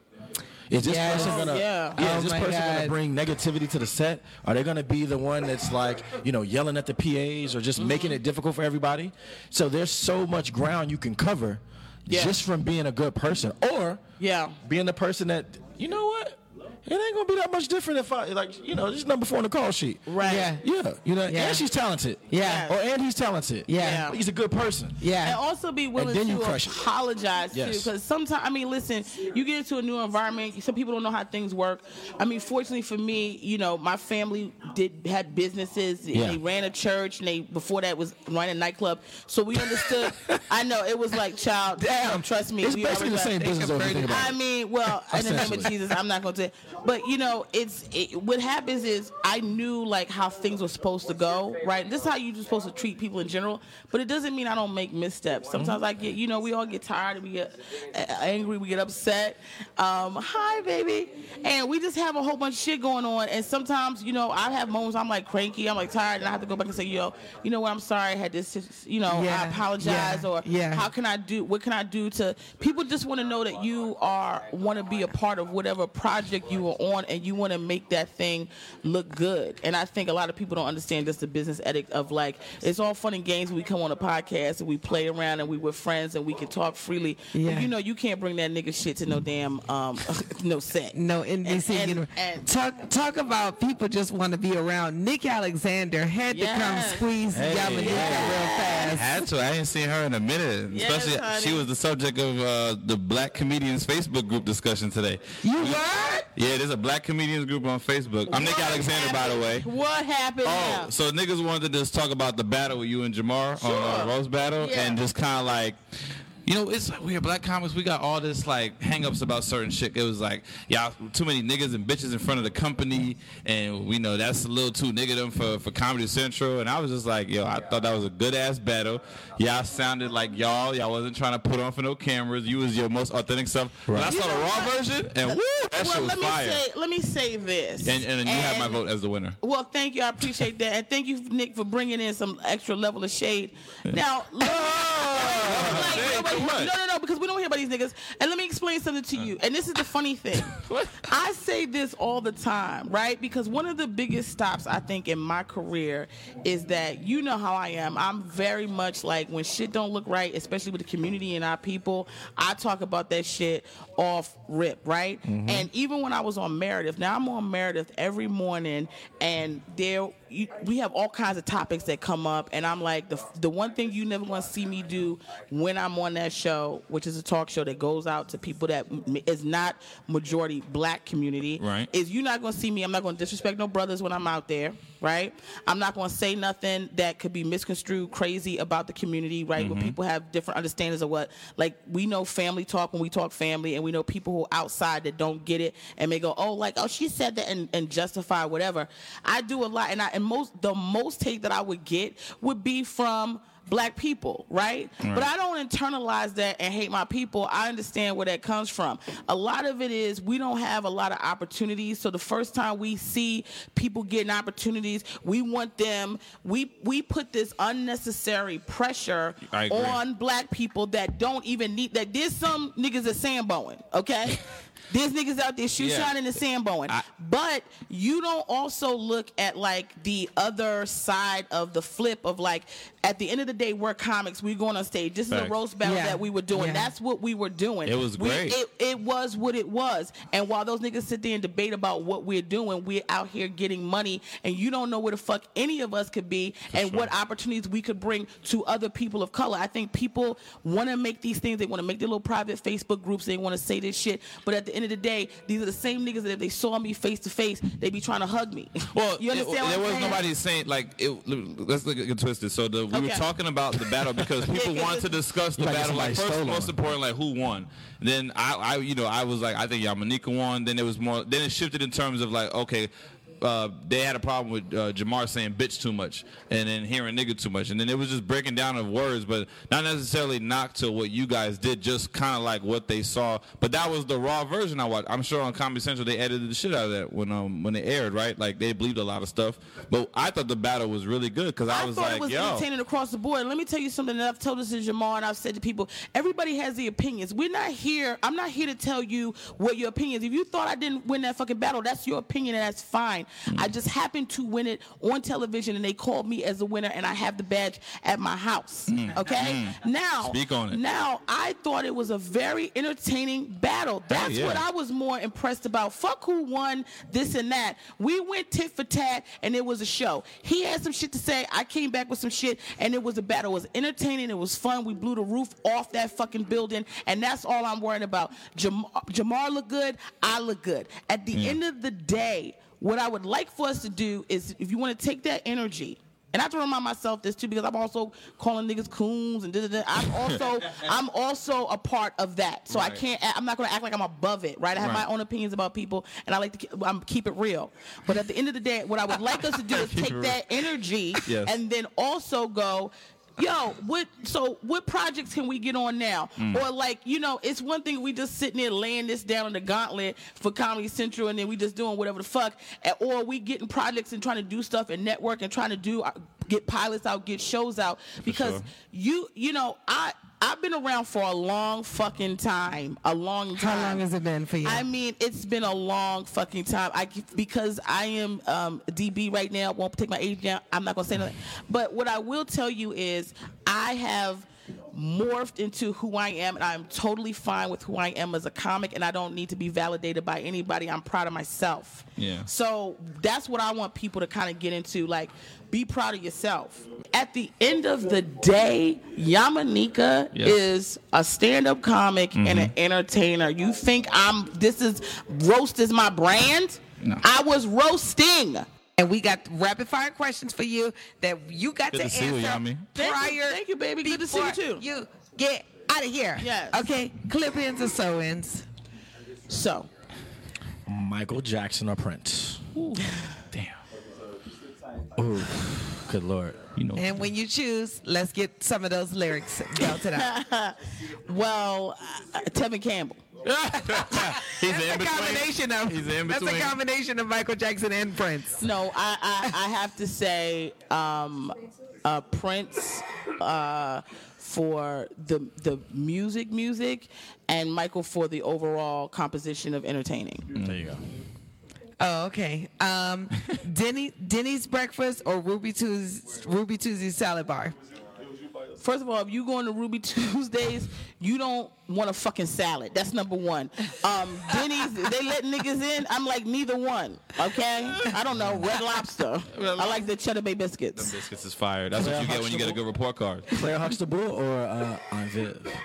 Speaker 3: is this
Speaker 2: Yes.
Speaker 3: person gonna
Speaker 4: Yeah.
Speaker 3: is
Speaker 2: Oh
Speaker 3: this
Speaker 2: my
Speaker 3: person
Speaker 2: God.
Speaker 3: gonna bring negativity to the set? Are they gonna be the one that's like, you know, yelling at the PAs or just
Speaker 2: Mm-hmm.
Speaker 3: making it difficult for everybody? So there's so much ground you can cover
Speaker 4: Yeah.
Speaker 3: just from being a good person. Or
Speaker 4: Yeah.
Speaker 3: being the person that you know what it ain't gonna be that much different if I like you know just number four on the call sheet.
Speaker 4: Right.
Speaker 2: Yeah.
Speaker 3: Yeah, you know,
Speaker 2: Yeah.
Speaker 3: and she's talented.
Speaker 2: Yeah.
Speaker 3: or and he's talented.
Speaker 2: Yeah.
Speaker 3: But he's a good person.
Speaker 4: And
Speaker 2: Yeah.
Speaker 4: also be willing
Speaker 3: And then you
Speaker 4: to
Speaker 3: crush it.
Speaker 4: apologize too,
Speaker 3: Yes.
Speaker 4: because sometimes I mean, listen, you get into a new environment. Some people don't know how things work. I mean, fortunately for me, you know, my family did had businesses. and
Speaker 3: Yeah.
Speaker 4: They ran a church, and they before that was running a nightclub. So we understood. I know it was like child.
Speaker 3: Damn.
Speaker 4: trust me,
Speaker 3: It's
Speaker 4: we
Speaker 3: basically the
Speaker 4: always-
Speaker 3: same business. Over think about
Speaker 4: I
Speaker 3: it.
Speaker 4: mean, well, in the name of
Speaker 3: Essentially.
Speaker 4: Jesus, I'm not going to. But you know, it's it, what happens is I knew like how things were supposed to go, right? This is how you're just supposed to treat people in general. But it doesn't mean I don't make
Speaker 2: Mm-hmm.
Speaker 4: missteps. Sometimes I get, you know, we all get tired and we get uh, angry, we get upset. Um, Hi, baby, and we just have a whole bunch of shit going on. And sometimes, you know, I have moments I'm like cranky, I'm like tired, and I have to go back and say, yo, you know what? I'm sorry, I had this. You know, I
Speaker 2: Yeah,
Speaker 4: apologize,
Speaker 2: yeah,
Speaker 4: or
Speaker 2: yeah.
Speaker 4: how can I do? What can I do to? People just want to know that you are want to be a part of whatever project you are on, and you want to make that thing look good. And I think a lot of people don't understand just the business ethic of like it's all fun and games. We come on a podcast and we play around and we with friends and we can talk freely.
Speaker 2: Yeah.
Speaker 4: But you know, you can't bring that nigga shit to no damn um no set.
Speaker 2: No NBC.
Speaker 4: And-
Speaker 2: universe.
Speaker 4: and-
Speaker 2: talk talk about people just want to be around. Nick Alexander had to
Speaker 4: Yes.
Speaker 2: come squeeze
Speaker 5: Hey,
Speaker 2: Yamanika real fast.
Speaker 6: Had to. I ain't seen her in a minute.
Speaker 4: Yes,
Speaker 6: Especially,
Speaker 4: honey.
Speaker 6: she was the subject of uh, the Black Comedians Facebook group discussion today.
Speaker 2: You what?
Speaker 6: Yeah, there's a Black Comedians group on Facebook. I'm Nick
Speaker 4: What
Speaker 6: Alexander, by the way.
Speaker 4: happened? What happened?
Speaker 6: Oh,
Speaker 4: now?
Speaker 6: so niggas wanted to just talk about the battle with you and Jamar on uh,
Speaker 4: Sure.
Speaker 6: Roast Battle
Speaker 4: Yeah.
Speaker 6: and just kind of like. you know, it's like weird. Black comics, we got all this like hangups about certain shit. It was like, y'all too many niggas and bitches in front of the company, and we know that's a little too nigga them for, for Comedy Central. And I was just like, yo, I thought that was a good ass battle. Y'all sounded like y'all. Y'all wasn't trying to put on for no cameras. You was your most authentic self. But I
Speaker 4: You
Speaker 6: saw the
Speaker 4: know
Speaker 6: raw
Speaker 4: what?
Speaker 6: version, and woo, that
Speaker 4: well,
Speaker 6: shit was
Speaker 4: let me
Speaker 6: fire.
Speaker 4: say let me say this.
Speaker 6: and, and you have my vote as the winner.
Speaker 4: Well, thank you. I appreciate that, and thank you, Nick, for bringing in some extra level of shade. Now, let- like,
Speaker 6: Shade,
Speaker 4: nobody-
Speaker 6: too much.
Speaker 4: no, no, no, because we don't hear about these niggas. And let me explain something to you. And this is the funny thing. I say this all the time, right? Because one of the biggest stops I think in my career is that you know how I am. I'm very much like when shit don't look right, especially with the community and our people. I talk about that shit off rip, right? And even when I was on Meredith, now I'm on Meredith every morning, and there you, we have all kinds of topics that come up, and I'm like the the one thing you never gonna see me do when I'm on that show, which is a talk show that goes out to people that m- is not majority black community,
Speaker 6: Right.
Speaker 4: Is you're not gonna see me. I'm not gonna disrespect no brothers when I'm out there, right? I'm not gonna say nothing that could be misconstrued crazy about the community, right? When people have different understandings of what, like we know family talk when we talk family, and we know people who are outside that don't get it and may go, oh, like oh she said that and, and justify whatever. I do a lot, and I and most the most take that I would get would be from black people, right? But I don't internalize that and hate my people. I understand where that comes from. A lot of it is we don't have a lot of opportunities. So the first time we see people getting opportunities, we want them we we put this unnecessary pressure
Speaker 6: I agree.
Speaker 4: on black people that don't even need that there's some niggas that sandbowing, okay? There's niggas out there shoe
Speaker 6: Yeah.
Speaker 4: shining and sandbowing.
Speaker 6: I-
Speaker 4: But you don't also look at like the other side of the flip of like at the end of the day we're comics. We're going on stage. This is a
Speaker 6: Facts.
Speaker 4: roast battle
Speaker 2: Yeah.
Speaker 4: that we were doing.
Speaker 2: Yeah.
Speaker 4: That's what we were doing.
Speaker 6: It was
Speaker 4: We-
Speaker 6: great.
Speaker 4: it, it was what it was. And while those niggas sit there and debate about what we're doing, we're out here getting money, and you don't know where the fuck any of us could be and what opportunities we could bring to other people of color. I think people want to make these things. They want to make their little private Facebook groups. They want to say this shit. But at the end of the day, these are the same niggas that if they saw me face to face, they'd be trying to hug me.
Speaker 6: Well,
Speaker 4: you understand
Speaker 6: it-
Speaker 4: what
Speaker 6: there
Speaker 4: I'm
Speaker 6: was
Speaker 4: saying?
Speaker 6: nobody saying like. It, let's look at it twisted. So the, we were
Speaker 4: Okay.
Speaker 6: talking about the battle because people
Speaker 4: Yeah, 'cause
Speaker 6: want to
Speaker 4: it's-
Speaker 6: discuss the
Speaker 3: Like
Speaker 6: battle. Like
Speaker 3: somebody
Speaker 6: first,
Speaker 3: stole
Speaker 6: most
Speaker 3: them.
Speaker 6: important, like who won. Then I, I, you know, I was like, I think Yamanika won. Then it was more. Then it shifted in terms of like, okay. Uh, they had a problem with uh, Jamar saying bitch too much and then hearing nigga too much. And then it was just breaking down of words, but not necessarily knock to what you guys did, just kind of like what they saw. But that was the raw version I watched. I'm sure on Comedy Central they edited the shit out of that when um when it aired, right? Like they believed a lot of stuff. But I thought the battle was really good because I,
Speaker 4: I
Speaker 6: was
Speaker 4: thought
Speaker 6: like,
Speaker 4: it was
Speaker 6: yo.
Speaker 4: entertaining across the board. Let me tell you something that I've told this to Jamal and I've said to people. Everybody has the opinions. We're not here. I'm not here to tell you what your opinions. If you thought I didn't win that fucking battle, that's your opinion and that's fine. I just happened to win it on television and they called me as the winner and I have the badge at my house. Okay. Now
Speaker 6: Mm. Speak on it.
Speaker 4: Now I thought it was a very entertaining battle. That's
Speaker 6: yeah.
Speaker 4: what I was more impressed about. Fuck who won this and that. We went tit for tat, and it was a show. He had some shit to say. I came back with some shit, and it was a battle. It was entertaining. It was fun. We blew the roof off that fucking building, and that's all I'm worrying about. Jam- Jamar looked good. I look good. At the end of the day, what I would like for us to do is, if you want to take that energy. And I have to remind myself this too because I'm also calling niggas coons and da da da. I'm also I'm also a part of that, so I
Speaker 6: Right.
Speaker 4: can't. eh, I'm not gonna act like I'm above it, right? I have
Speaker 6: Right.
Speaker 4: my own opinions about people, and I like to keep, um, keep it real. But at the end of the day, what I would like us to do is
Speaker 6: Keep it
Speaker 4: take
Speaker 6: real.
Speaker 4: that energy
Speaker 6: Yes.
Speaker 4: and then also go. Yo, what? So, what projects can we get on now?
Speaker 6: Mm.
Speaker 4: Or like, you know, it's one thing we just sitting there laying this down in the gauntlet for Comedy Central, and then we just doing whatever the fuck. And- Or we getting projects and trying to do stuff and network and trying to do uh, get pilots out, get shows out. Because
Speaker 6: sure.
Speaker 4: you, you know, I I've been around for a long fucking time, a long
Speaker 2: How
Speaker 4: time.
Speaker 2: long has it been for you?
Speaker 4: I mean, it's been a long fucking time. I because I am um, DB right now. Won't take my age down. I'm not gonna say nothing. But what I will tell you is, I have morphed into who I am, and I'm totally fine with who I am as a comic, and I don't need to be validated by anybody. I'm proud of myself.
Speaker 6: Yeah.
Speaker 4: So that's what I want people to kind of get into. Like, be proud of yourself. At the end of the day, Yamanika
Speaker 6: Yes. Mm-hmm.
Speaker 4: is a stand-up comic and an entertainer. You think I'm this is roast is my brand?
Speaker 6: No.
Speaker 4: I was roasting.
Speaker 2: and we got rapid fire questions for you that you got
Speaker 6: Good
Speaker 2: to,
Speaker 6: to see you,
Speaker 2: answer
Speaker 6: Yami.
Speaker 4: Thank you-
Speaker 2: prior.
Speaker 4: thank you, baby. Good to see you,
Speaker 2: before
Speaker 4: too.
Speaker 2: You get out of here.
Speaker 4: Yes.
Speaker 2: Okay. Clip ins or sew ins.
Speaker 4: So,
Speaker 3: Michael Jackson or Prince? Damn. Ooh, good lord.
Speaker 6: You know.
Speaker 2: And when you choose, let's get some of those lyrics belted out.
Speaker 4: well, uh, Tevin Campble.
Speaker 6: He's in
Speaker 2: That's a
Speaker 6: between.
Speaker 2: combination of
Speaker 6: He's in
Speaker 2: that's a
Speaker 6: between.
Speaker 2: combination of Michael Jackson and Prince.
Speaker 4: No, I, I, I have to say um, uh, Prince uh, for the the music, music, and Michael for the overall composition of entertaining.
Speaker 6: Mm.
Speaker 3: There you go.
Speaker 2: Oh, okay. Um, Denny Denny's breakfast or Ruby Tuesday Ruby Tuesday salad bar.
Speaker 4: First of all, if you go on to Ruby Tuesdays, you don't want a fucking salad. That's number one. Um, Denny's, they let niggas in. I'm like neither one. Okay, I don't know. Red Lobster. I like the Cheddar Bay biscuits.
Speaker 6: Biscuits is fired. That's what you get when you get a good report card.
Speaker 3: Claire Huxtable or uh, Aunt Viv?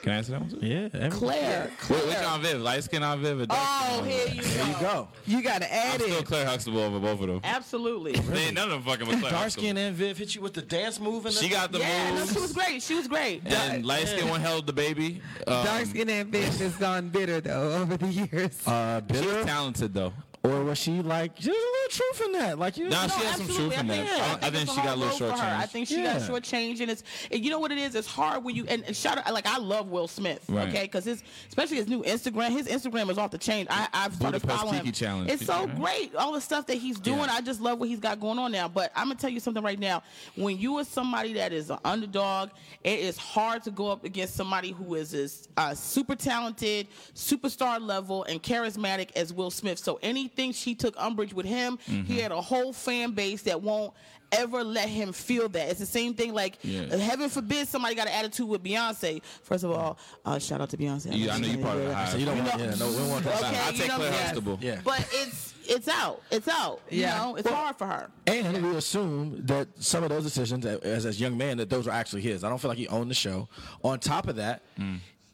Speaker 6: Can I answer that one? too?
Speaker 3: Yeah, everyone.
Speaker 4: Claire.
Speaker 6: Wait, which on Viv? Light skin on Viv? Or dark
Speaker 4: Oh,
Speaker 6: skin on Viv?
Speaker 4: here you
Speaker 3: There
Speaker 4: go.
Speaker 3: you go.
Speaker 2: You gotta
Speaker 6: I'm
Speaker 2: add
Speaker 6: still
Speaker 2: it.
Speaker 6: Claire Huxtable over both of them.
Speaker 4: Absolutely.
Speaker 6: They ain't none of them fucking with Claire
Speaker 3: Dark
Speaker 6: Huxtable.
Speaker 3: skin and Viv hit you with the dance move and
Speaker 6: She
Speaker 3: the-
Speaker 6: got the
Speaker 4: Yeah, no,
Speaker 6: moves.
Speaker 4: she was great. She was great.
Speaker 6: and light skin one held the baby. Um,
Speaker 2: Dark skin and bitch has gone bitter though over the years.
Speaker 3: uh,
Speaker 6: She was
Speaker 3: bitter,
Speaker 6: talented though.
Speaker 3: or was she like? There's a little truth in that. Like you.
Speaker 6: Nah,
Speaker 4: No,
Speaker 6: she had some
Speaker 4: absolutely.
Speaker 6: truth in that. I- I think
Speaker 4: it's
Speaker 6: she got a
Speaker 4: hard
Speaker 6: little
Speaker 4: road for her.
Speaker 6: shortchanged.
Speaker 4: I think she
Speaker 3: Yeah.
Speaker 4: got shortchanged, and it's and you know what it is. It's hard when you and, and shout out like I love Will Smith,
Speaker 6: Right.
Speaker 4: okay? Because his especially his new Instagram, his Instagram is off the chain. I, I've started
Speaker 6: Budapest
Speaker 4: following
Speaker 6: Tiki
Speaker 4: him.
Speaker 6: Challenge.
Speaker 4: It's so
Speaker 6: Yeah.
Speaker 4: great, all the stuff that he's doing.
Speaker 6: Yeah.
Speaker 4: I just love what he's got going on now. But I'm gonna tell you something right now. When you are somebody that is an underdog, it is hard to go up against somebody who is as uh, super talented, superstar level, and charismatic as Will Smith. So anything she took umbrage with him, he had a whole fan base that won't ever let him feel that. It's the same thing like uh,
Speaker 6: Yeah.
Speaker 4: heaven forbid somebody got an attitude with Beyonce. First of all, uh, shout out to Beyonce.
Speaker 6: You- I know you part of the
Speaker 3: So you
Speaker 6: high.
Speaker 3: don't want. Yeah, no, we don't want that.
Speaker 4: Okay,
Speaker 6: I
Speaker 4: you
Speaker 6: take
Speaker 4: know-
Speaker 6: Claire
Speaker 4: yes.
Speaker 6: Huxtable.
Speaker 3: Yeah.
Speaker 4: But it's it's out. It's out.
Speaker 2: Yeah.
Speaker 4: You know, it's hard for her.
Speaker 3: And we assume that some of those decisions, as as young man, that those were actually his. I don't feel like he owned the show. On top of that,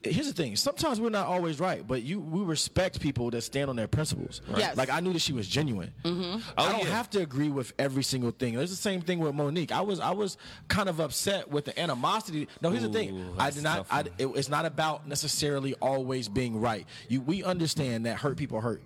Speaker 3: here's the thing: sometimes we're not always right, but you we respect people that stand on their principles.
Speaker 4: Yes.
Speaker 3: Like I knew that she was genuine. Mm-hmm. I don't
Speaker 6: Oh, yeah.
Speaker 3: have to agree with every single thing. There's the same thing with Monique. I was I was kind of upset with the animosity. No, here's the
Speaker 6: Ooh,
Speaker 3: thing: I
Speaker 6: that's
Speaker 3: did
Speaker 6: tough
Speaker 3: not. I,
Speaker 6: one.
Speaker 3: it, it's not about necessarily always being right. You, we understand that hurt people hurt.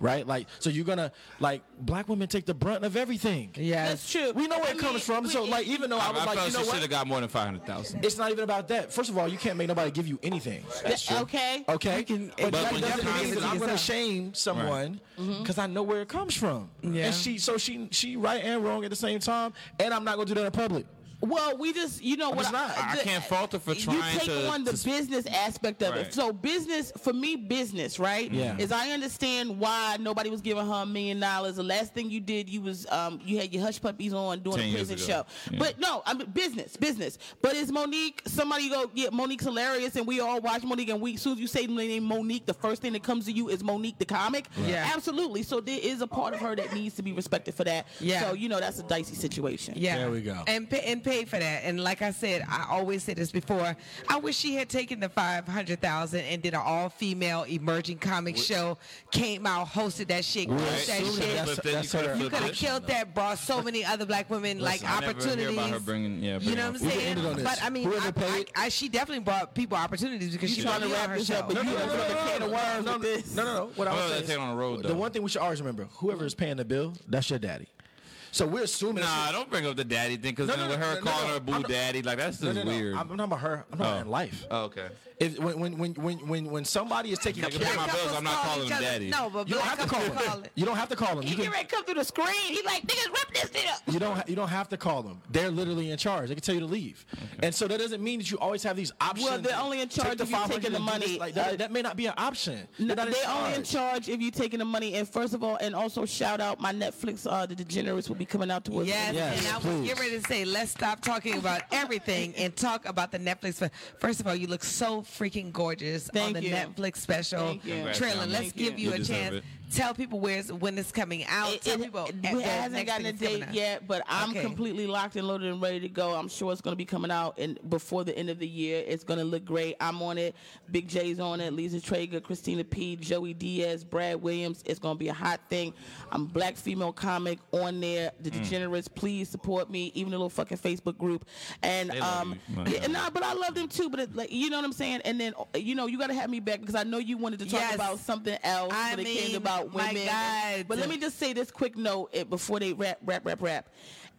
Speaker 3: Right, like so, you're gonna like black women take the brunt of everything.
Speaker 2: yes.
Speaker 4: That's true.
Speaker 3: We know where
Speaker 4: I
Speaker 3: it comes
Speaker 4: mean,
Speaker 3: from.
Speaker 4: we-
Speaker 3: So, like, even though I,
Speaker 6: I,
Speaker 3: was
Speaker 6: I
Speaker 3: like,
Speaker 6: felt
Speaker 3: you know
Speaker 6: she should
Speaker 3: what?
Speaker 6: have got more than five hundred thousand.
Speaker 3: It's not even about that. First of all, you can't make nobody give you anything.
Speaker 4: Okay.
Speaker 3: Okay,
Speaker 2: You can-
Speaker 3: but,
Speaker 6: But
Speaker 3: that
Speaker 6: when you're
Speaker 3: doesn't mean that
Speaker 6: constantly-
Speaker 3: I'm gonna shame someone because I know where it comes from.
Speaker 2: Yeah.
Speaker 3: And she, so she, she right and wrong at the same time, and I'm not gonna do that in public.
Speaker 4: Well, we just, you know what?
Speaker 3: just not.
Speaker 6: I can't fault her for trying
Speaker 4: You take
Speaker 6: to-
Speaker 4: on the
Speaker 6: to-
Speaker 4: business aspect of
Speaker 6: Right.
Speaker 4: it. So business, for me, business, right?
Speaker 3: Yeah.
Speaker 4: Is I understand why nobody was giving her a million dollars. The last thing you did, you was um, you had your hush puppies on doing
Speaker 6: Ten
Speaker 4: a
Speaker 6: years
Speaker 4: prison
Speaker 6: ago.
Speaker 4: show.
Speaker 6: Yeah.
Speaker 4: But no, I mean business, business. But is Monique somebody you go? Yeah, Monique's hilarious, and we all watch Monique. And we, as soon as you say the name Monique, the first thing that comes to you is Monique the comic.
Speaker 2: Yeah.
Speaker 4: Absolutely. So there is a part of her that needs to be respected for that.
Speaker 2: Yeah.
Speaker 4: So you know that's a dicey situation.
Speaker 2: Yeah.
Speaker 3: There we go.
Speaker 2: And pay, and pay for that. And like I said, I always said this before. I wish she had taken the five hundred thousand and did an all female emerging comic show. Came out, hosted that shit, crushed that
Speaker 3: Absolutely.
Speaker 2: shit.
Speaker 3: That's- that's her-
Speaker 2: You could have killed that, brought so many other black women like
Speaker 6: I never hear
Speaker 2: opportunities.
Speaker 6: about her bringing- yeah,
Speaker 2: you
Speaker 6: bringing
Speaker 2: know
Speaker 6: up-
Speaker 2: what
Speaker 6: We
Speaker 2: I'm
Speaker 3: can
Speaker 2: saying?
Speaker 3: end it on this.
Speaker 2: But I mean,
Speaker 3: Whoever
Speaker 2: I,
Speaker 3: paid-
Speaker 2: I, I, she definitely brought people opportunities because she
Speaker 4: trying
Speaker 2: was
Speaker 4: to
Speaker 2: on
Speaker 4: wrap
Speaker 2: her
Speaker 4: this
Speaker 2: show.
Speaker 4: up, but
Speaker 3: No,
Speaker 4: you
Speaker 3: no, no,
Speaker 4: don't
Speaker 3: no,
Speaker 4: put
Speaker 3: no,
Speaker 4: the can of worms
Speaker 3: no,
Speaker 4: with this.
Speaker 3: No, no, no. What I
Speaker 6: I'm gonna
Speaker 3: would say
Speaker 6: let
Speaker 3: is
Speaker 6: that on the road,
Speaker 3: The
Speaker 6: though.
Speaker 3: one thing we should always remember: whoever is paying the bill, that's your daddy. So we're assuming. that's your-
Speaker 6: Nah, don't bring up the daddy thing because
Speaker 3: No,
Speaker 6: then
Speaker 3: no,
Speaker 6: with
Speaker 3: no,
Speaker 6: her
Speaker 3: no,
Speaker 6: calling
Speaker 3: no.
Speaker 6: her boo
Speaker 3: I'm not-
Speaker 6: daddy, like that's
Speaker 3: No,
Speaker 6: just
Speaker 3: no, no.
Speaker 6: weird.
Speaker 3: I'm I'm talking about her. I'm talking about in life.
Speaker 6: Oh, okay.
Speaker 3: If when when when when when when somebody is taking
Speaker 6: Nigga, pay my
Speaker 2: Black
Speaker 6: bills.
Speaker 2: couples
Speaker 6: I'm not
Speaker 2: call
Speaker 6: calling
Speaker 2: each
Speaker 6: him
Speaker 2: other-
Speaker 6: daddy.
Speaker 2: No, but
Speaker 3: You don't
Speaker 2: black
Speaker 3: have to call
Speaker 2: couples
Speaker 3: him. You don't have to call him. You,
Speaker 4: He
Speaker 3: can,
Speaker 4: ready to come through the screen. He like, niggas, rip this shit up.
Speaker 3: you don't. Ha- you don't have to call them. They're literally in charge. They can tell you to leave. And so that doesn't mean that you always have these options.
Speaker 4: Well, they're only in
Speaker 3: Take
Speaker 4: charge
Speaker 3: the
Speaker 4: if you're
Speaker 3: 500
Speaker 4: taking the
Speaker 3: and do this.
Speaker 4: money.
Speaker 3: Like, that,
Speaker 4: Uh,
Speaker 3: that may not be an option.
Speaker 4: No,
Speaker 3: They're not in
Speaker 4: they only in
Speaker 3: charge.
Speaker 4: charge if you taking the money. And first of all, and also shout out my Netflix, uh, The Degenerates will be coming out towards.
Speaker 2: Yes,
Speaker 3: Yes,
Speaker 2: and I was
Speaker 3: please.
Speaker 2: getting ready to say, let's stop talking about everything and talk about the Netflix. spe- First of all, you look so freaking gorgeous
Speaker 4: Thank
Speaker 2: on the
Speaker 4: you.
Speaker 2: Netflix special
Speaker 4: Thank you.
Speaker 2: trailer. Let's
Speaker 4: Thank you.
Speaker 2: give you,
Speaker 6: You
Speaker 2: a
Speaker 6: deserve
Speaker 2: chance
Speaker 6: it.
Speaker 2: Tell people where it's, when it's coming out.
Speaker 4: It,
Speaker 2: Tell
Speaker 4: it-
Speaker 2: people.
Speaker 4: it-
Speaker 2: at
Speaker 4: we
Speaker 2: the
Speaker 4: hasn't
Speaker 2: next
Speaker 4: gotten
Speaker 2: thing
Speaker 4: a
Speaker 2: that's coming
Speaker 4: date
Speaker 2: out.
Speaker 4: yet, but I'm
Speaker 2: Okay.
Speaker 4: completely locked and loaded and ready to go. I'm sure it's going to be coming out in before the end of the year. It's going to look great. I'm on it. Big J's on it. Lisa Traeger, Christina P, Joey Diaz, Brad Williams. It's going to be a hot thing. I'm black female comic on there. The
Speaker 6: Mm.
Speaker 4: Degenerates, please support me. Even the little fucking Facebook group. And
Speaker 6: They love
Speaker 4: um,
Speaker 6: you. No,
Speaker 4: yeah,
Speaker 6: yeah.
Speaker 4: nah, but I love them too. But it, like, you know what I'm saying. And then uh, you know you got to have me back because I know you wanted to talk
Speaker 2: Yes.
Speaker 4: about something else
Speaker 2: I
Speaker 4: when it came
Speaker 2: mean,
Speaker 4: about
Speaker 2: my
Speaker 4: women.
Speaker 2: God.
Speaker 4: But let me just say this quick note eh, before they rap, rap, rap, rap.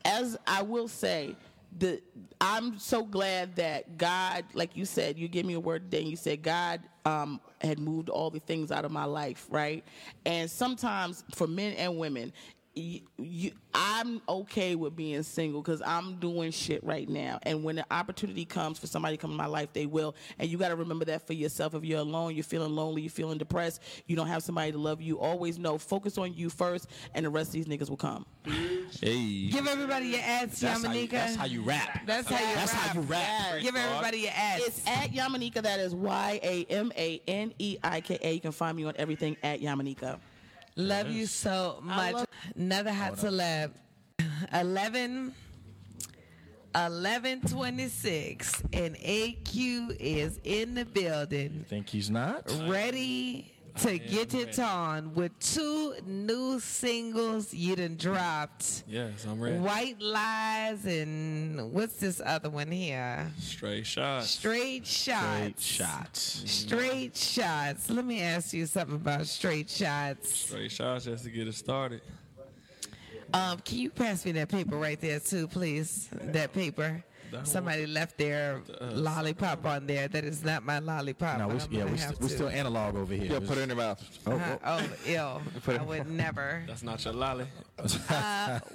Speaker 4: As I will say, the I'm so glad that God, like you said, you gave me a word today, and you said God um, had moved all the things out of my life, right? And sometimes for men and women. You, you, I'm okay with being single because I'm doing shit right now. And when the opportunity comes for somebody to come in my life, they will. And you got to remember that for yourself. If you're alone, you're feeling lonely, you're feeling depressed, you don't have somebody to love you, always know focus on you first, and the rest of these niggas will come.
Speaker 6: Hey.
Speaker 2: Give everybody your ads,
Speaker 3: That's how, you,
Speaker 2: Yamanika.
Speaker 3: that's how you rap.
Speaker 2: That's how you
Speaker 3: That's how you
Speaker 2: rap.
Speaker 3: rap.
Speaker 2: Give everybody your ads.
Speaker 4: It's at Yamanika. That is Y A M A N E I K A. You can find me on everything at Yamanika.
Speaker 2: Love you so much.
Speaker 4: love-
Speaker 2: Another hot celeb. 11 1126 and AQ is in the building
Speaker 3: Think he's not?
Speaker 2: ready to get it on with two new singles you done dropped.
Speaker 7: Yes, I'm ready.
Speaker 2: White Lies and what's this other one here?
Speaker 7: Straight shot.
Speaker 2: Straight
Speaker 3: Eight
Speaker 2: Shots.
Speaker 3: shots.
Speaker 2: Straight Shots. Let me ask you something about Straight Shots.
Speaker 7: Straight shots just to get it started.
Speaker 2: Um, can you pass me that paper right there too, please? That paper.
Speaker 7: That
Speaker 2: Somebody left their lollipop on there. That is not my lollipop.
Speaker 3: No,
Speaker 2: but
Speaker 3: we,
Speaker 2: I'm
Speaker 3: yeah,
Speaker 2: gonna
Speaker 3: we
Speaker 2: have
Speaker 3: st- we
Speaker 2: to.
Speaker 3: still analog over here.
Speaker 8: Yeah, put it in your mouth.
Speaker 2: Uh-huh. Oh, ill. I would never. Uh,
Speaker 7: That's not your lolly.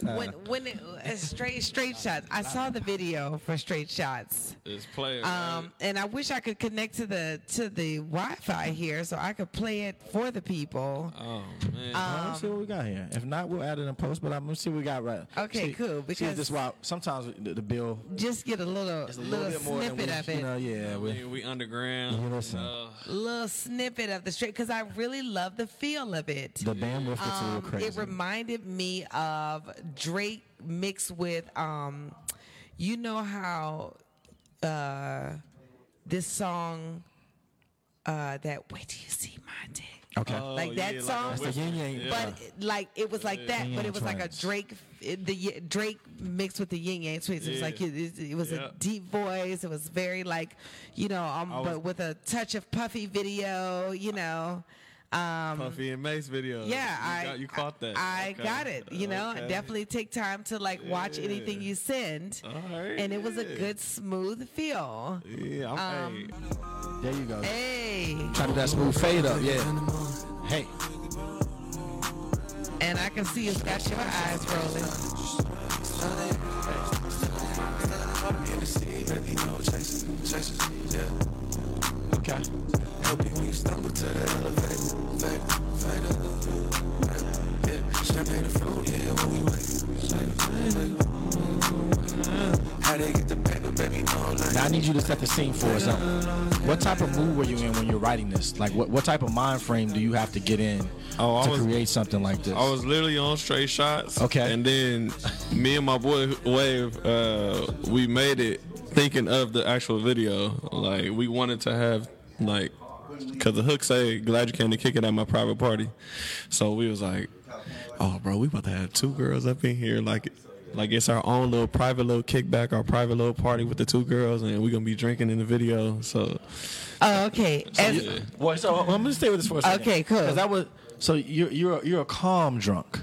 Speaker 2: When when it, uh, straight straight shots. I saw the video for straight shots.
Speaker 7: It's player.
Speaker 2: Um, and I wish I could connect to the to the Wi-Fi here so I could play it for the people.
Speaker 7: right? Oh man.
Speaker 4: Um,
Speaker 3: Let me see what we got here. If not, we'll add it in post. But I'm gonna see what we got right.
Speaker 2: Okay,
Speaker 3: see,
Speaker 2: cool,
Speaker 3: see if
Speaker 2: because-
Speaker 3: this why sometimes the, the bill
Speaker 2: Just get a little
Speaker 3: is a
Speaker 2: little,
Speaker 3: little, bit more than
Speaker 2: snippet
Speaker 3: we,
Speaker 2: of it.
Speaker 3: you know. Yeah,
Speaker 7: I
Speaker 3: we,
Speaker 7: mean, we underground.
Speaker 3: Yeah, listen.
Speaker 7: Uh,
Speaker 2: little snippet of the straight because I really love the feel of it.
Speaker 3: the bandwidth gets a little
Speaker 2: Um,
Speaker 3: crazy.
Speaker 2: it reminded me of Drake mixed with, um, you know how uh, this song uh, that "Wait Till You See My Dick,"
Speaker 3: okay,
Speaker 2: like that
Speaker 7: Oh, yeah, like
Speaker 2: song,
Speaker 3: that's the yin yang.
Speaker 2: but it- like it was like that,
Speaker 3: Yin
Speaker 2: but
Speaker 3: Yang
Speaker 2: it was like a
Speaker 3: Twins.
Speaker 2: Drake, it- the y- Drake mixed with the Yin Yang Twins. It was
Speaker 7: Yeah.
Speaker 2: like it, it- it was
Speaker 7: Yeah.
Speaker 2: a deep voice. It was very like, you know, um, but with a touch of puffy video, you know. Um,
Speaker 7: Puffy and Mace video.
Speaker 2: yeah,
Speaker 7: you
Speaker 2: I
Speaker 7: got, you caught that.
Speaker 2: I
Speaker 7: Okay.
Speaker 2: got it. You know,
Speaker 7: Okay.
Speaker 2: definitely take time to like watch
Speaker 7: Yeah.
Speaker 2: anything you send,
Speaker 7: All right.
Speaker 2: and it was a
Speaker 7: yeah.
Speaker 2: good smooth feel. Um,
Speaker 7: Yeah, I'm, hey.
Speaker 3: there you go.
Speaker 2: Hey,
Speaker 3: Try to do that smooth fade up. Yeah. Hey,
Speaker 2: and I can see it's got your eyes rolling.
Speaker 3: okay. Now I need you to set the scene for us. Now, What type of mood were you in when you're writing this? Like, what, what type of mind frame do you have to get in
Speaker 7: Oh, I
Speaker 3: to
Speaker 7: was-
Speaker 3: create something like this?
Speaker 7: I was literally on straight shots.
Speaker 3: Okay.
Speaker 7: And then me and my boy Wave, uh, we made it thinking of the actual video. Like we wanted to have like, cause the hook say, "Glad you came to kick it at my private party." So we was like, "Oh, bro, we about to have two girls up in here like." Like it's our own little private little kickback, our private little party with the two girls, and we're gonna be drinking in the video. So
Speaker 2: Oh, okay. And-
Speaker 3: Well, so I'm gonna stay with this for a second.
Speaker 2: Okay, cool.
Speaker 3: 'Cause that was so you're you're a- you're a calm drunk.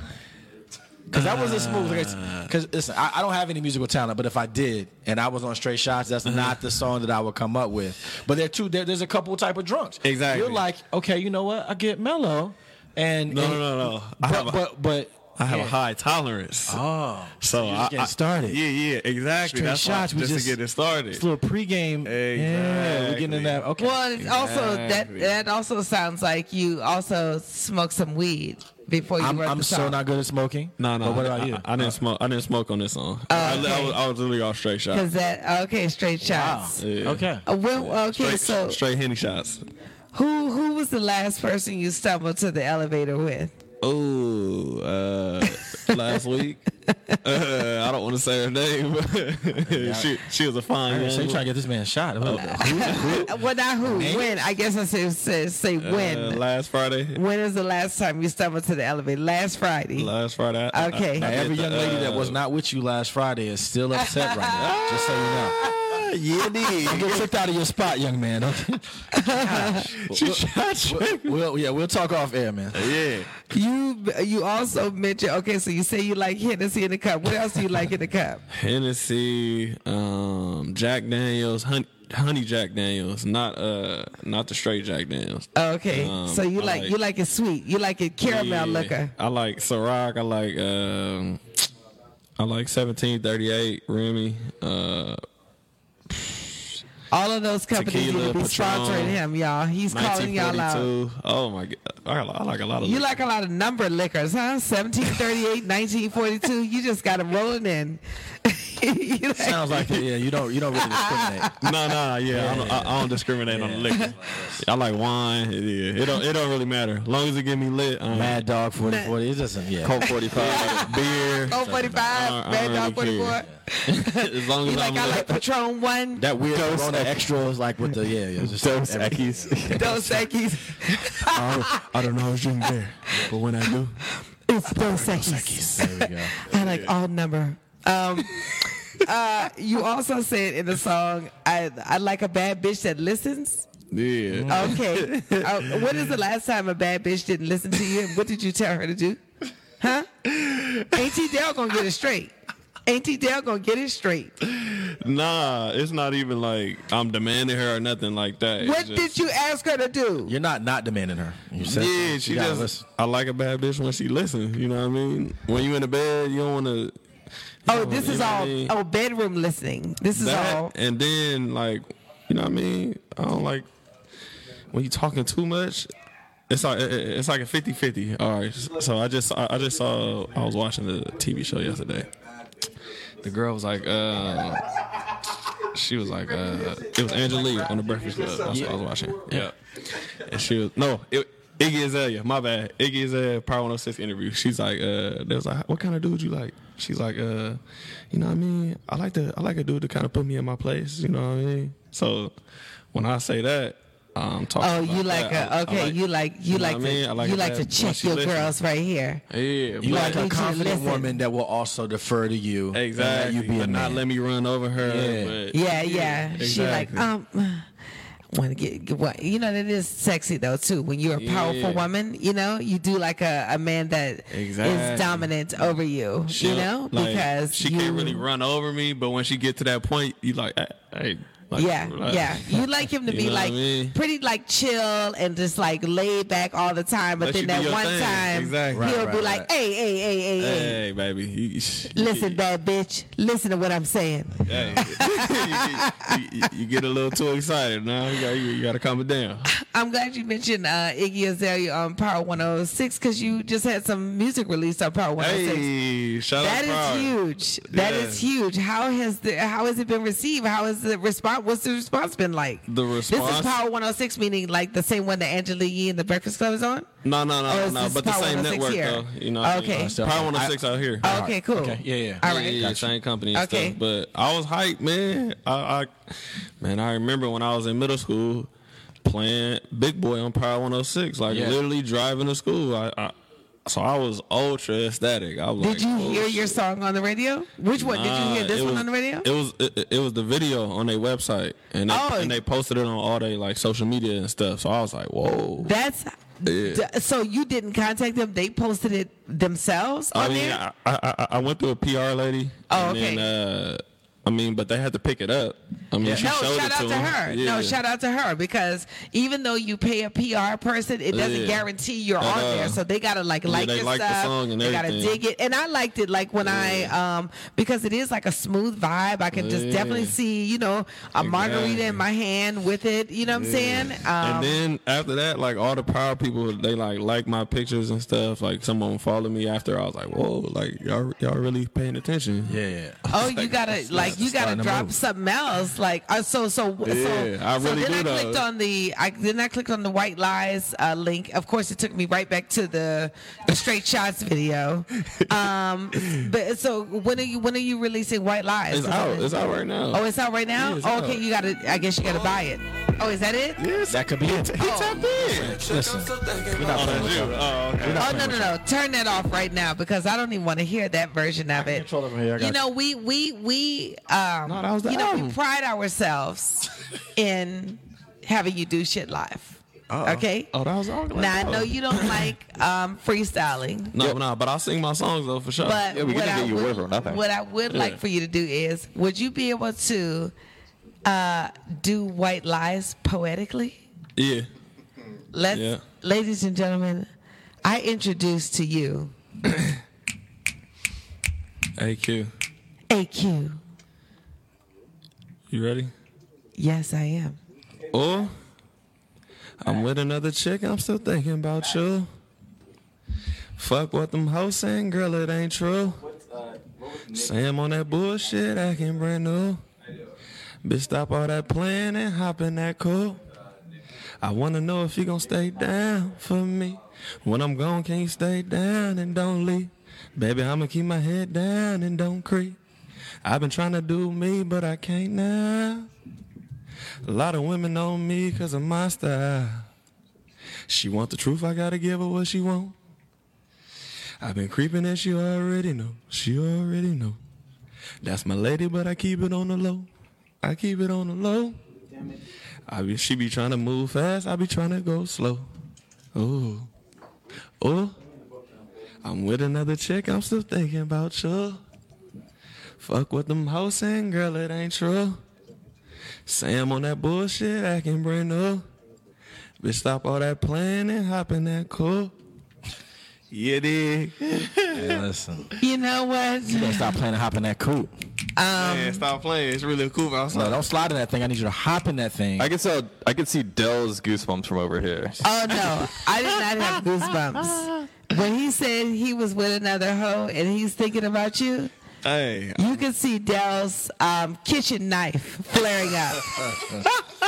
Speaker 3: Cause that wasn't smooth. Like, it's- Cause listen, I, I don't have any musical talent, but if I did and I was on Straight Shots, that's not the song that I would come up with. But there are two. There, there's a couple type of drunks.
Speaker 7: Exactly.
Speaker 3: You're like, okay, you know what? I get mellow, and
Speaker 7: no,
Speaker 3: and-
Speaker 7: no, no, no. I
Speaker 3: But
Speaker 7: have a-
Speaker 3: but, but
Speaker 7: I have
Speaker 3: yeah.
Speaker 7: a high tolerance.
Speaker 3: Oh,
Speaker 7: So
Speaker 3: you're just
Speaker 7: I,
Speaker 3: getting
Speaker 7: I-
Speaker 3: started.
Speaker 7: Yeah, yeah, exactly.
Speaker 3: Straight
Speaker 7: That's
Speaker 3: shots,
Speaker 7: why,
Speaker 3: we
Speaker 7: just,
Speaker 3: just-
Speaker 7: to get it started.
Speaker 3: It's a little pregame. Yeah, we're getting in
Speaker 7: Exactly.
Speaker 3: that. Okay.
Speaker 2: well, it's also that
Speaker 7: Exactly.
Speaker 2: that also sounds like you also smoked some weed before you
Speaker 3: I'm,
Speaker 2: wrote
Speaker 3: I'm
Speaker 2: the
Speaker 3: so
Speaker 2: song.
Speaker 3: not good at smoking.
Speaker 7: No, no.
Speaker 3: But what
Speaker 7: I-
Speaker 3: about you?
Speaker 7: I, I didn't smoke. I didn't smoke on this song. I, li- I
Speaker 2: okay.
Speaker 7: was, I was literally all straight shots.
Speaker 2: Cause that okay, straight
Speaker 3: Wow.
Speaker 2: shots.
Speaker 7: Yeah.
Speaker 3: Okay.
Speaker 2: Uh, well, okay,
Speaker 7: Straight,
Speaker 2: so
Speaker 7: straight henny shots.
Speaker 2: who who was the last person you stumbled to the elevator with?
Speaker 7: Oh, uh, last week. Uh, I don't want to say her name. But she she was a fine.
Speaker 3: So you
Speaker 7: young-
Speaker 3: trying to get this man shot?
Speaker 2: Well, not who, when. I guess I say, say, say
Speaker 7: uh,
Speaker 2: when.
Speaker 7: last Friday.
Speaker 2: When is the last time you stumbled to the elevator? Last Friday.
Speaker 7: Last Friday. I- I-
Speaker 2: Okay.
Speaker 7: I-
Speaker 3: Now,
Speaker 7: I
Speaker 3: every
Speaker 7: did
Speaker 3: young
Speaker 7: the,
Speaker 3: lady that was
Speaker 7: uh,
Speaker 3: not with you last Friday is still upset right now. Just so you know.
Speaker 7: Yeah,
Speaker 3: You get tricked out of your spot, young man.
Speaker 7: she shot you.
Speaker 3: we'll, yeah, we'll talk off air, man.
Speaker 7: Yeah.
Speaker 2: You you also mentioned okay, so you say you like Hennessy in the cup. What else do you like in the cup?
Speaker 7: Hennessy, um, Jack Daniels, honey, honey Jack Daniels, not uh, not the straight Jack Daniels.
Speaker 2: Okay,
Speaker 7: Um,
Speaker 2: so you
Speaker 7: I
Speaker 2: like,
Speaker 7: like-
Speaker 2: you like it sweet. You like it caramel
Speaker 7: Yeah.
Speaker 2: liquor.
Speaker 7: I like Ciroc. I like um, I like seventeen thirty eight Remy. Uh,
Speaker 2: All of those companies
Speaker 7: Tequila,
Speaker 2: need to be
Speaker 7: Patron,
Speaker 2: sponsoring him, y'all. He's calling
Speaker 7: nineteen
Speaker 2: y'all
Speaker 7: forty
Speaker 2: out.
Speaker 7: two. Oh my god, I, I like a lot of.
Speaker 2: You
Speaker 7: liquor.
Speaker 2: like a lot of number liquors, huh? 1738, 1942. You just got them rolling in. You like-
Speaker 3: Sounds like it. Yeah, you don't you don't really discriminate.
Speaker 7: No, no, yeah, I, don't, I, I don't discriminate on the liquor. I like wine. Yeah, it don't, it don't really matter. As long as it get me lit. Um,
Speaker 3: Mad Dog 4040. It doesn't. Yeah.
Speaker 7: Coke forty five, beer.
Speaker 2: Oh, 45,
Speaker 3: Uh,
Speaker 7: I
Speaker 2: Bad Dog
Speaker 7: really
Speaker 2: 44.
Speaker 7: As long as
Speaker 2: You like,
Speaker 7: I'm
Speaker 2: I
Speaker 7: lit.
Speaker 2: like Patron 1,
Speaker 3: That weird Corona extras, like with the yeah, yeah. Just
Speaker 7: Dos
Speaker 3: everything.
Speaker 7: Equis.
Speaker 2: Dos Equis.
Speaker 7: I don't- I don't know how to drink beer, but when I do,
Speaker 2: It's Dos Equis.
Speaker 3: There we go.
Speaker 2: I like all number. Um, uh, you also said in the song, I, I like a bad bitch that listens.
Speaker 7: yeah,
Speaker 2: Okay. Uh, when is the last time a bad bitch didn't listen to you? And what did you tell her to do? Huh? Ain't T Dell gonna get it straight? Ain't T Dell gonna get it straight?
Speaker 7: Oh, nah, it's not even like I'm demanding her or nothing like that. It's
Speaker 2: What
Speaker 7: just-
Speaker 2: did you ask her to do?
Speaker 3: You're not not demanding her. You said
Speaker 7: Yeah,
Speaker 3: you
Speaker 7: she
Speaker 3: gotta
Speaker 7: just.
Speaker 3: listen.
Speaker 7: I like a bad bitch when she listens. You know what I mean? When you in the bed, you don't want to.
Speaker 2: Oh, this is all
Speaker 7: mean?
Speaker 2: oh bedroom listening. This is
Speaker 7: that,
Speaker 2: all.
Speaker 7: and then like you know what I mean. I don't like when you talking too much. It's like it- it- it's like a 50-50. All right, so I just I I just saw I was watching the TV show yesterday. The girl was like, uh, she was like, uh, it was Angelina on the Breakfast Club. That's what I was watching. Yeah, and she was no. It, Iggy Azalea, my bad. Iggy Azalea, Power 106 interview. She's like, uh, they was like, what kind of dude you like? She's like, uh, you know what I mean? I like to, I like a dude to kind of put me in my place. You know what I mean? So when I say that, I'm talking.
Speaker 2: Oh, you
Speaker 7: about
Speaker 2: like
Speaker 7: that. I- I
Speaker 2: a okay? You like you
Speaker 7: know
Speaker 2: like
Speaker 7: what I mean? I
Speaker 2: to
Speaker 7: like
Speaker 2: you
Speaker 7: a
Speaker 2: like
Speaker 7: bad-
Speaker 2: to
Speaker 7: when
Speaker 2: check
Speaker 7: she
Speaker 2: your
Speaker 7: listen.
Speaker 2: girls right here.
Speaker 7: Yeah,
Speaker 3: You
Speaker 7: but-
Speaker 3: like a
Speaker 2: need you to
Speaker 3: confident
Speaker 2: listen.
Speaker 3: woman that will also defer to you. and let
Speaker 7: exactly,
Speaker 3: You be a
Speaker 7: but not
Speaker 3: man.
Speaker 7: let me run over her.
Speaker 3: Yeah.
Speaker 7: but-
Speaker 2: Yeah, yeah. She like
Speaker 7: exactly.
Speaker 2: um. Want to get, get what you know? That is sexy though too. When you're a powerful
Speaker 7: Yeah.
Speaker 2: woman, you know you do like a, a man that is
Speaker 7: Exactly.
Speaker 2: dominant over you.
Speaker 7: She-
Speaker 2: you know
Speaker 7: like,
Speaker 2: because
Speaker 7: she
Speaker 2: you,
Speaker 7: can't really run over me, but when she get to that point, you like, hey, hey, like,
Speaker 2: yeah,
Speaker 7: relax.
Speaker 2: yeah. You like him to
Speaker 7: You
Speaker 2: be
Speaker 7: know what I
Speaker 2: like
Speaker 7: mean?
Speaker 2: pretty, like chill and just like laid back all the time. But
Speaker 7: Let
Speaker 2: then
Speaker 7: you do
Speaker 2: that
Speaker 7: your
Speaker 2: one
Speaker 7: thing.
Speaker 2: time,
Speaker 7: Exactly.
Speaker 2: he'll
Speaker 3: Right,
Speaker 2: be
Speaker 3: right,
Speaker 2: like,
Speaker 3: right.
Speaker 2: "Hey, hey, hey, hey, hey."
Speaker 7: Hey, baby. You-
Speaker 2: Listen, bad bitch. Listen to what I'm saying.
Speaker 7: Hey. you, you- you get a little too excited. Now you got you, got to calm it down.
Speaker 2: I'm glad you mentioned uh, Iggy Azalea on Power 106 because you just had some music released on Power 106.
Speaker 7: Hey, shout
Speaker 2: That
Speaker 7: out.
Speaker 2: is
Speaker 7: Pryor.
Speaker 2: huge. That
Speaker 7: Yeah.
Speaker 2: is huge. How has the how has it been received? How has the response? What's the response been like?
Speaker 7: The
Speaker 2: This is
Speaker 7: response-
Speaker 2: Power 106, meaning like the same one that Angela Yee and the Breakfast Club is on.
Speaker 7: No, no, no,
Speaker 2: Oh,
Speaker 7: no,
Speaker 2: is
Speaker 7: no.
Speaker 2: this
Speaker 7: But the
Speaker 2: Power
Speaker 7: same
Speaker 2: 106
Speaker 7: network,
Speaker 2: here?
Speaker 7: though. You know, what I
Speaker 2: Okay.
Speaker 7: mean? Power 106 out here.
Speaker 2: okay, cool.
Speaker 3: Okay. Yeah. Yeah.
Speaker 2: All right.
Speaker 7: Yeah, same company and
Speaker 2: Okay.
Speaker 7: stuff. But I was hyped, man. I, I man, I remember when I was in middle school playing Big Boy on Power 106, like
Speaker 3: Yeah.
Speaker 7: literally driving to school. I, I so I was ultra ecstatic. I was
Speaker 2: Did
Speaker 7: like,
Speaker 2: you
Speaker 7: oh,
Speaker 2: hear your song on the radio? Which one? Did you hear
Speaker 7: Nah,
Speaker 2: this
Speaker 7: it
Speaker 2: one
Speaker 7: was-
Speaker 2: on the radio?
Speaker 7: It was it, it was the video on their website, and they,
Speaker 2: Oh.
Speaker 7: and they posted it on all their like social media and stuff. So I was like, whoa.
Speaker 2: That's d- so you didn't contact them. They posted it themselves on
Speaker 7: I mean,
Speaker 2: there.
Speaker 7: I, I I- I went through a PR lady.
Speaker 2: Oh,
Speaker 7: and
Speaker 2: okay.
Speaker 7: Then, uh, I mean, but they had to pick it up. I mean, she
Speaker 2: No,
Speaker 7: showed
Speaker 2: shout
Speaker 7: it
Speaker 2: out to,
Speaker 7: to 'em.
Speaker 2: her.
Speaker 7: Yeah.
Speaker 2: No, shout out to her because even though you pay a PR person, it doesn't
Speaker 7: Yeah.
Speaker 2: guarantee you're
Speaker 7: At
Speaker 2: on there.
Speaker 7: all.
Speaker 2: So they gotta like like
Speaker 7: they
Speaker 2: your
Speaker 7: like the
Speaker 2: stuff.
Speaker 7: song and
Speaker 2: they gotta
Speaker 7: everything.
Speaker 2: dig it. And I liked it like when I um because it is like a smooth vibe. I can just
Speaker 7: Yeah.
Speaker 2: definitely see you know a margarita in my hand with it. You know what I'm saying? Um,
Speaker 7: and then after that, like all the power people, they like like my pictures and stuff. Like someone followed me after. I was like, whoa, like y'all y'all really paying attention?
Speaker 3: Yeah. yeah.
Speaker 2: oh, you gotta like like you gotta
Speaker 3: Starting to
Speaker 2: drop
Speaker 3: move.
Speaker 2: something else. Like uh, so so so.
Speaker 7: Yeah, I
Speaker 2: so
Speaker 7: really
Speaker 2: then
Speaker 7: do,
Speaker 2: I
Speaker 7: though.
Speaker 2: clicked on the I then I clicked on the white lies uh, link. Of course, it took me right back to the, the straight shots video. Um, but so when are you when are you releasing white lies?
Speaker 7: It's out. It's out right now.
Speaker 2: Oh, it's out right now.
Speaker 7: Yeah, it's
Speaker 2: oh, okay,
Speaker 7: out.
Speaker 2: you gotta. I guess you gotta buy it. Oh, is that it? Oh.
Speaker 3: That could be it.
Speaker 7: He tapped in.
Speaker 3: Listen, we're not playing with y'all.
Speaker 7: Oh, okay.
Speaker 3: We're not
Speaker 2: Oh
Speaker 3: playing
Speaker 2: no no no!
Speaker 3: with
Speaker 2: Turn that off right now because I don't even want to hear that version of it.
Speaker 3: y'all. Control over here. I
Speaker 2: You
Speaker 3: got
Speaker 2: know, we we we um,
Speaker 7: No, that was the
Speaker 2: you know we
Speaker 7: album.
Speaker 2: pride ourselves in having you do shit live.
Speaker 3: Uh-uh.
Speaker 2: Okay.
Speaker 7: Oh, that was all. Like,
Speaker 2: now I
Speaker 7: oh.
Speaker 2: know you don't like um, freestyling,
Speaker 7: No, no, but I'll sing my songs though for sure.
Speaker 2: but
Speaker 8: Yeah, we
Speaker 2: what,
Speaker 8: gotta
Speaker 2: I
Speaker 8: get you
Speaker 2: would,
Speaker 8: worth or nothing.
Speaker 2: what I would like for you to do is, would you be able to uh, do white lies poetically?
Speaker 7: yeah,
Speaker 2: Let's,
Speaker 7: Yeah.
Speaker 2: ladies and gentlemen, I introduce to you
Speaker 7: AQ,
Speaker 2: AQ.
Speaker 7: you ready?
Speaker 2: Yes, I am.
Speaker 7: Or Oh, I'm with another chick, I'm still thinking about you. Fuck what them hoes saying, girl, it ain't true. Sam on that bullshit, acting brand new. Bitch, stop all that playing and hop in that cool. I wanna know if you gon' stay down for me. When I'm gone, can you stay down and don't leave? Baby, I'ma keep my head down and don't creep. I've been trying to do me, but I can't now. A lot of women on me 'cause of my style. She want the truth, I gotta give her what she want. I've been creeping and she already know. She already know. That's my lady, but I keep it on the low. I keep it on the low. I be, she be trying to move fast, I be trying to go slow. Oh, oh, I'm with another chick, I'm still thinking about you. Fuck with them hoes and girl, it ain't true. Sam on that bullshit, acting brand new. Bitch, stop all that playing and hop in that cool. Yeah, dig.
Speaker 3: it. Listen,
Speaker 2: You know what? Um,
Speaker 3: you better stop playing and hop in that coop.
Speaker 7: Man, stop playing. It's really cool
Speaker 3: No,
Speaker 7: outside.
Speaker 3: don't slide in that thing. I need you to hop in that thing.
Speaker 8: I can tell. I can see Dell's goosebumps from over here.
Speaker 2: Oh no, I did not have goosebumps. When he said he was with another hoe and he's thinking about you,
Speaker 7: Hey,
Speaker 2: you could see Dell's um, kitchen knife flaring up.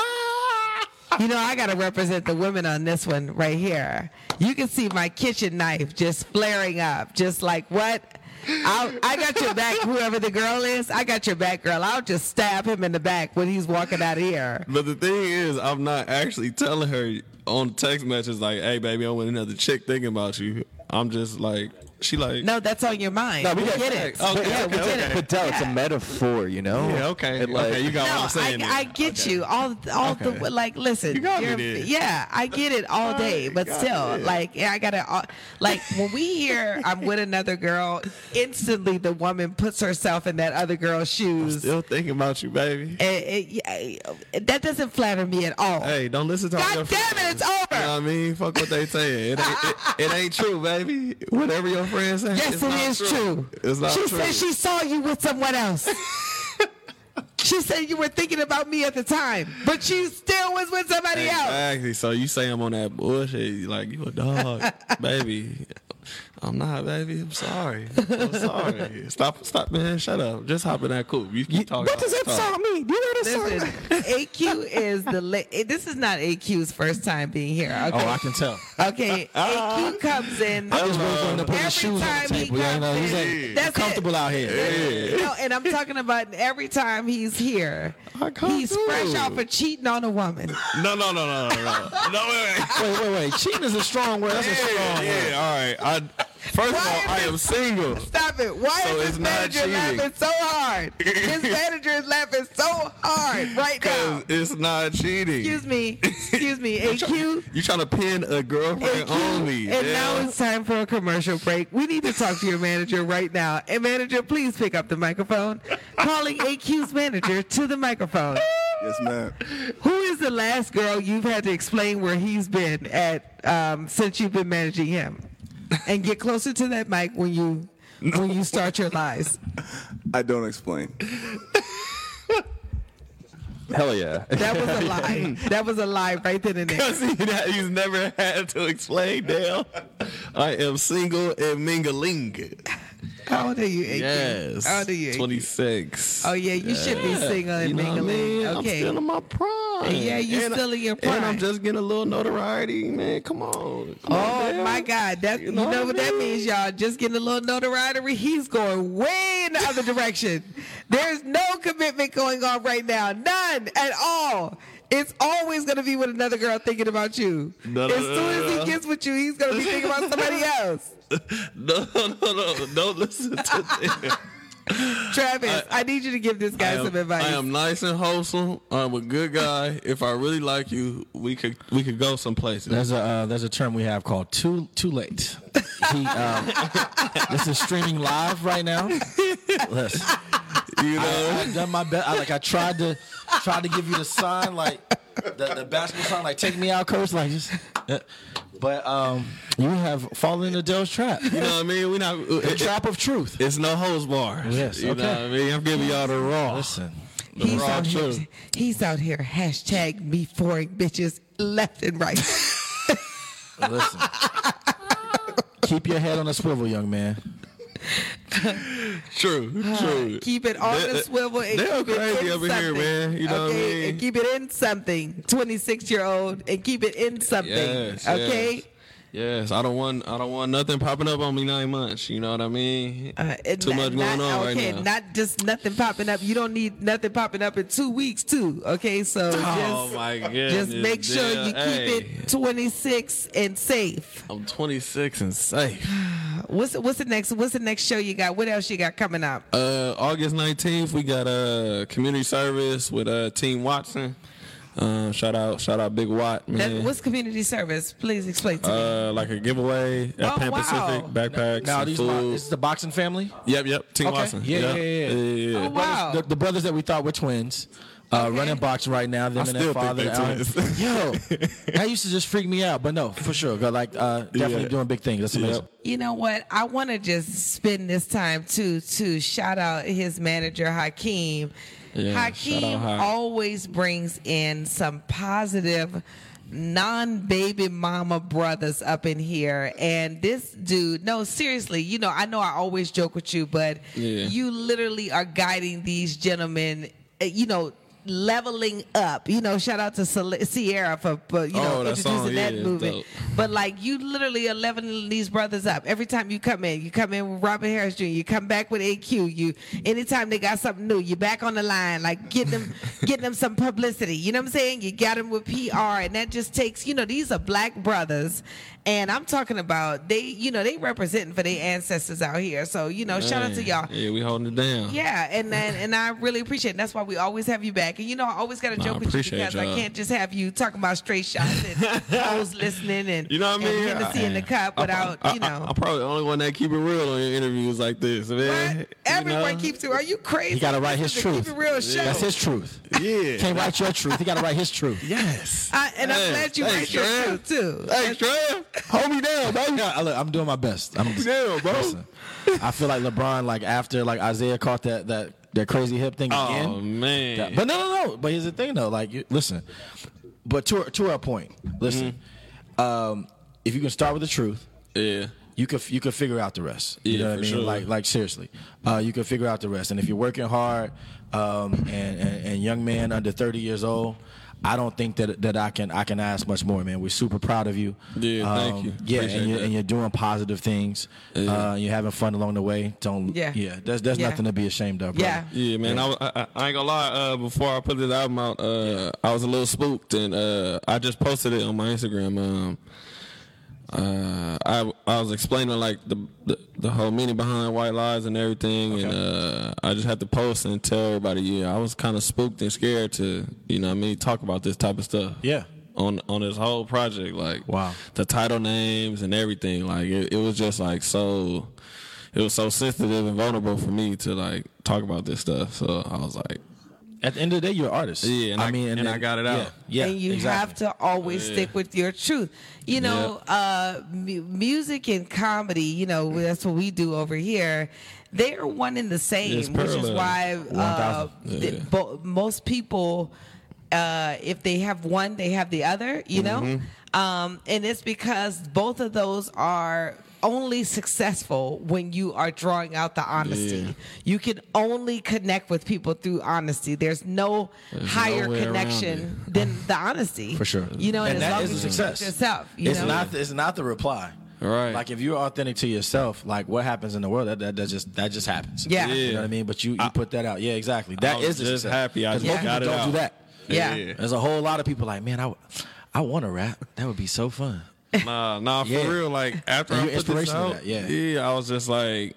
Speaker 2: you know, I gotta represent the women on this one right here. You can see my kitchen knife just flaring up, just like what? I'll, I got your back, whoever the girl is. I got your back, girl. I'll just stab him in the back when he's walking out of here.
Speaker 7: but the thing is, I'm not actually telling her on text messages like, "Hey, baby, I'm with another chick thinking about you." I'm just like, she like, Oh,
Speaker 2: No, that's on your mind.
Speaker 8: No,
Speaker 2: we
Speaker 8: we got-
Speaker 2: get it.
Speaker 7: okay,
Speaker 2: yeah, we
Speaker 7: okay,
Speaker 2: get
Speaker 7: okay.
Speaker 2: it.
Speaker 8: But Dell, it's a
Speaker 2: Yeah.
Speaker 8: metaphor, you know.
Speaker 7: yeah, okay,
Speaker 8: It, like-
Speaker 7: okay, you got what I'm saying.
Speaker 2: I,
Speaker 7: then.
Speaker 2: I get you all, all the like. Listen,
Speaker 7: You got me
Speaker 2: you're-
Speaker 7: there.
Speaker 2: yeah, I get it all day, but still, like, yeah, I gotta, all- like, when we hear I'm with another girl, instantly the woman puts herself in that other girl's shoes.
Speaker 7: Still thinking about you, baby.
Speaker 2: And it- yeah, it- that doesn't flatter me at all.
Speaker 7: Hey, don't listen to all your
Speaker 2: God damn it, it's
Speaker 7: friends.
Speaker 2: over.
Speaker 7: You know what I mean? Fuck what they saying. It ain't, it, it ain't true, baby. Whatever your friends say.
Speaker 2: Yes,
Speaker 7: it's
Speaker 2: it
Speaker 7: not
Speaker 2: is true.
Speaker 7: It's not
Speaker 2: she
Speaker 7: true.
Speaker 2: said she saw you with someone else. she said you were thinking about me at the time, but she still was with somebody else.
Speaker 7: Exactly. So you say I'm on that bullshit. you Like you a dog, baby. I'm not, baby. I'm sorry. I'm sorry. Stop, stop, man. Shut up. Just hop in that coupe. You keep talking. What does that song mean?
Speaker 2: Listen, AQ is the la- this is not AQ's first time being here.
Speaker 3: oh,
Speaker 2: Okay,
Speaker 3: I can tell.
Speaker 2: okay. AQ comes in.
Speaker 3: I was really going to put
Speaker 2: Every
Speaker 3: his shoes on
Speaker 2: time
Speaker 3: the
Speaker 2: he
Speaker 3: table. Yeah, you know,
Speaker 2: comes
Speaker 3: he's
Speaker 2: in,
Speaker 3: like,
Speaker 2: that's it.
Speaker 3: comfortable out here.
Speaker 2: No, and I'm talking about every time he's here,
Speaker 7: I come
Speaker 2: he's
Speaker 7: through.
Speaker 2: fresh off of cheating on a woman.
Speaker 7: No, no, no, no, no, no. No, wait, wait.
Speaker 3: Wait, wait, wait. Cheating is a strong word. That's a
Speaker 7: Yeah,
Speaker 3: strong word.
Speaker 7: yeah. All right. I, first of all, I am single.
Speaker 2: Stop it! Why is
Speaker 7: So it's
Speaker 2: this
Speaker 7: not
Speaker 2: manager
Speaker 7: cheating.
Speaker 2: laughing so hard? This manager is laughing so hard right now.
Speaker 7: Cause it's not cheating.
Speaker 2: Excuse me, excuse me, AQ.
Speaker 7: You trying to pin a girlfriend
Speaker 2: Thank you.
Speaker 7: only?
Speaker 2: And
Speaker 7: yeah.
Speaker 2: now it's time for a commercial break. We need to talk to your manager right now. And manager, please pick up the microphone. Calling AQ's manager to the microphone.
Speaker 9: Yes, ma'am.
Speaker 2: Who is the last girl you've had to explain where he's been at um, since you've been managing him? And get closer to that mic when you when you start your lies.
Speaker 9: I don't explain.
Speaker 8: Hell yeah.
Speaker 2: That was a lie. That was a lie right then and there.
Speaker 7: he's never had to explain, Dale. I am single and mingling.
Speaker 2: How old are you? 18?
Speaker 7: Yes.
Speaker 2: How old are you? 18?
Speaker 7: 26.
Speaker 2: Oh yeah, you should be single and
Speaker 7: You know what I
Speaker 2: mingling.
Speaker 7: mean? I'm
Speaker 2: Okay.
Speaker 7: still in my prime.
Speaker 2: Yeah, you
Speaker 7: And I-
Speaker 2: still in your
Speaker 7: And
Speaker 2: prime.
Speaker 7: I'm just getting a little notoriety, man. Come on. Come
Speaker 2: Oh
Speaker 7: on, man.
Speaker 2: my God! That you know,
Speaker 7: know
Speaker 2: what
Speaker 7: what I
Speaker 2: that
Speaker 7: mean?
Speaker 2: means, y'all. Just getting a little notoriety. He's going way in the other direction. There's no commitment going on right now, none at all. It's always going to be with another girl thinking about you.
Speaker 7: No, no,
Speaker 2: as
Speaker 7: no,
Speaker 2: soon as
Speaker 7: no.
Speaker 2: he gets with you, he's going to be thinking about somebody else.
Speaker 7: No, no, no. Don't listen to this.
Speaker 2: Travis, I, need you to give this guy
Speaker 7: I am-
Speaker 2: some advice.
Speaker 7: I am nice and wholesome. I'm a good guy. If I really like you, we could we could go some places.
Speaker 3: There's a uh, there's a term we have called too too late. He, um, this is streaming live right now. Listen,
Speaker 7: You know,
Speaker 3: I, I done my best. I, like I tried to tried to give you the sign, like the, the basketball sign, like take me out, coach. Like just, but um, you have fallen into Dell's trap,
Speaker 7: you know what I mean. We not.
Speaker 3: the
Speaker 7: It,
Speaker 3: trap of truth. Oh,
Speaker 7: it's no hose bar.
Speaker 3: Yes,
Speaker 7: you
Speaker 3: okay.
Speaker 7: know what I mean. I'm giving y'all the raw.
Speaker 3: Listen,
Speaker 2: he's
Speaker 7: raw
Speaker 2: out here.
Speaker 7: truth.
Speaker 2: He's out here. Hashtag me foring bitches left and right.
Speaker 3: listen. Keep your head on a swivel, young man.
Speaker 7: True, true.
Speaker 2: keep it on
Speaker 7: They-
Speaker 2: the
Speaker 7: they-
Speaker 2: swivel. And
Speaker 7: they're
Speaker 2: keep it
Speaker 7: crazy
Speaker 2: in
Speaker 7: over here,
Speaker 2: something,
Speaker 7: man. You know what I
Speaker 2: okay?
Speaker 7: mean?
Speaker 2: And keep it in something. Twenty six year old and keep it in something.
Speaker 7: Yes,
Speaker 2: okay.
Speaker 7: yes. Yes, I don't want I don't want nothing popping up on me nine months. You know what I mean?
Speaker 2: Uh, and
Speaker 7: Too
Speaker 2: not-
Speaker 7: much going
Speaker 2: not-
Speaker 7: on
Speaker 2: okay,
Speaker 7: right now.
Speaker 2: Not just nothing popping up. You don't need nothing popping up in two weeks too. Okay, so
Speaker 7: oh
Speaker 2: just
Speaker 7: my goodness!
Speaker 2: just make sure
Speaker 7: yeah,
Speaker 2: you keep
Speaker 7: hey,
Speaker 2: it twenty six and safe.
Speaker 7: I'm 26 and safe.
Speaker 2: What's what's the next what's the next show you got? What else you got coming up?
Speaker 7: Uh, August 19th, we got uh, community service with uh, Team Watson. Uh, shout out, shout out, Big Watt,
Speaker 2: That-
Speaker 7: man.
Speaker 2: what's community service? Please explain to me.
Speaker 7: uh, like a giveaway at
Speaker 2: Oh,
Speaker 7: Pan
Speaker 2: wow.
Speaker 7: Pacific backpacks,
Speaker 3: Now
Speaker 7: and
Speaker 3: these
Speaker 7: food.
Speaker 3: bo- this is the boxing family.
Speaker 7: yep, yep. Team
Speaker 3: Okay.
Speaker 7: Watson.
Speaker 3: Yeah,
Speaker 7: yep.
Speaker 3: yeah, yeah, yeah.
Speaker 7: yeah, yeah.
Speaker 2: Oh, wow.
Speaker 3: the, the brothers that we thought were twins uh, running boxing right now. Them
Speaker 7: I
Speaker 3: and
Speaker 7: still
Speaker 3: their
Speaker 7: think
Speaker 3: father.
Speaker 7: they're
Speaker 3: and
Speaker 7: twins.
Speaker 3: Yo, that used to just freak me out, but no, for sure. Got like uh, definitely
Speaker 7: Yeah.
Speaker 3: doing big things. That's amazing.
Speaker 7: Yep.
Speaker 2: You know what? I want to just spend this time too to shout out his manager Hakeem.
Speaker 7: Yeah,
Speaker 2: Hakeem
Speaker 7: shout out Hak.
Speaker 2: always brings in some positive non-baby mama brothers up in here and this dude no seriously you know i know i always joke with you but
Speaker 7: Yeah.
Speaker 2: you literally are guiding these gentlemen uh, you know leveling up you know shout out to Sol- sierra for for, you know
Speaker 7: Oh, that
Speaker 2: introducing
Speaker 7: song,
Speaker 2: that
Speaker 7: yeah,
Speaker 2: movement
Speaker 7: dope.
Speaker 2: but like you literally are leveling these brothers up. Every time you come in, you come in with Robert Harris Jr., you come back with AQ, you anytime they got something new, you back on the line, like getting them getting them some publicity. You know what I'm saying? You got them with PR and that just takes, you know, these are black brothers. And I'm talking about they, you know, they representing for their ancestors out here. So, you know, shout out to
Speaker 7: Man.
Speaker 2: y'all.
Speaker 7: Yeah, we holding it down.
Speaker 2: Yeah, and and, and I really appreciate it. That's why we always have you back. And you know, I always got to
Speaker 7: Nah,
Speaker 2: joke
Speaker 7: I
Speaker 2: with you
Speaker 7: appreciate
Speaker 2: because I
Speaker 7: y'all.
Speaker 2: can't just have you talking about straight shots and hoes listening and
Speaker 7: You know what I mean?
Speaker 2: and Hennessy in the cup without
Speaker 7: I,
Speaker 2: you know.
Speaker 7: am probably the only one that keep it real on your interviews like this, man.
Speaker 2: But everyone
Speaker 7: you know?
Speaker 2: keeps it. Are you crazy?
Speaker 3: He got to write his
Speaker 2: This is a
Speaker 3: truth.
Speaker 2: Keep it real show.
Speaker 3: That's his truth.
Speaker 7: Yeah.
Speaker 3: Can't write your truth. He got to write his truth.
Speaker 7: Yes.
Speaker 2: I, Uh, and I'm
Speaker 7: Hey,
Speaker 2: glad you
Speaker 7: hey,
Speaker 2: write your
Speaker 7: Trev.
Speaker 2: truth too.
Speaker 7: Hey, Trev, hold me down, bro.
Speaker 3: Yeah, I- look, I'm doing my best. I'm
Speaker 7: Yeah, bro.
Speaker 3: listen, I feel like LeBron, like after like Isaiah caught that that that crazy hip thing again.
Speaker 7: Oh man.
Speaker 3: Yeah, But no, no, no. But here's the thing, though. Like, you, listen. But to to our point, listen.
Speaker 7: Mm-hmm.
Speaker 3: Um, if you can start with the truth,
Speaker 7: yeah.
Speaker 3: you could you could figure out the rest. You
Speaker 7: Yeah,
Speaker 3: know what I
Speaker 7: for
Speaker 3: mean?
Speaker 7: sure.
Speaker 3: Like like seriously, uh, you can figure out the rest. And if you're working hard, um, and, and and young man under 30 years old, I don't think that that I can I can ask much more, man. We're super proud of you. Um,
Speaker 7: Yeah, thank you.
Speaker 3: Yeah,
Speaker 7: Appreciate
Speaker 3: and you're,
Speaker 7: that.
Speaker 3: and you're doing positive things. Uh, you're having fun along the way. Don't.
Speaker 2: Yeah.
Speaker 3: Yeah, yeah. There's there's
Speaker 2: Yeah.
Speaker 3: nothing to be ashamed of.
Speaker 2: Yeah.
Speaker 3: brother.
Speaker 7: Yeah, man. I, I, I ain't gonna lie. Uh, before I put this album out, uh, I was a little spooked, and uh, I just posted it on my Instagram. Um, uh, I I was explaining like the, the the whole meaning behind white lies and everything, and uh, I just had to post and tell everybody. Yeah, I was kind of spooked and scared to you know what I mean talk about this type of stuff.
Speaker 3: Yeah.
Speaker 7: On on this whole project, like
Speaker 3: Wow.
Speaker 7: the title names and everything, like it, it was just like so it was so sensitive and vulnerable for me to like talk about this stuff. So I was like,
Speaker 3: At the end of the day, you're an artist.
Speaker 7: Yeah, and I- and I got it out.
Speaker 3: Yeah, yeah,
Speaker 2: and you
Speaker 3: exactly.
Speaker 2: have to always stick with your truth. You know, uh, mu- music and comedy. You know, that's what we do over here. They are one and the
Speaker 7: It's
Speaker 2: same, which is
Speaker 7: parallel.
Speaker 2: why uh,
Speaker 3: 1000.
Speaker 2: th- bo- most people, uh, if they have one, they have the other. You know, um, and it's because both of those are. only successful when you are drawing out the honesty. You can only connect with people through honesty. There's no higher
Speaker 7: no way around
Speaker 2: connection than the honesty. For
Speaker 3: sure.
Speaker 2: You know, and,
Speaker 3: And
Speaker 2: as
Speaker 3: that
Speaker 2: long
Speaker 3: is
Speaker 2: as
Speaker 3: a
Speaker 2: you
Speaker 3: success.
Speaker 2: success. yourself. You
Speaker 3: it's
Speaker 2: know?
Speaker 3: not. It's not the reply.
Speaker 7: Right.
Speaker 3: Like if you're authentic to yourself, like what happens in the world, that that, that just that just happens.
Speaker 2: Yeah.
Speaker 3: You know what I mean? But you, you put that out. Yeah, exactly. That
Speaker 7: I was
Speaker 3: is the
Speaker 7: just
Speaker 3: success.
Speaker 7: happy I
Speaker 3: 'Cause
Speaker 7: just
Speaker 3: most
Speaker 7: got it
Speaker 3: people don't
Speaker 7: out.
Speaker 3: do that.
Speaker 2: yeah.
Speaker 3: There's a whole lot of people like, man, I, I want to rap. That would be so fun.
Speaker 7: Nah, nah, for
Speaker 3: Yeah.
Speaker 7: real. Like after
Speaker 3: And
Speaker 7: I
Speaker 3: you're
Speaker 7: put this
Speaker 3: inspirational to
Speaker 7: out,
Speaker 3: that, yeah.
Speaker 7: I was just like,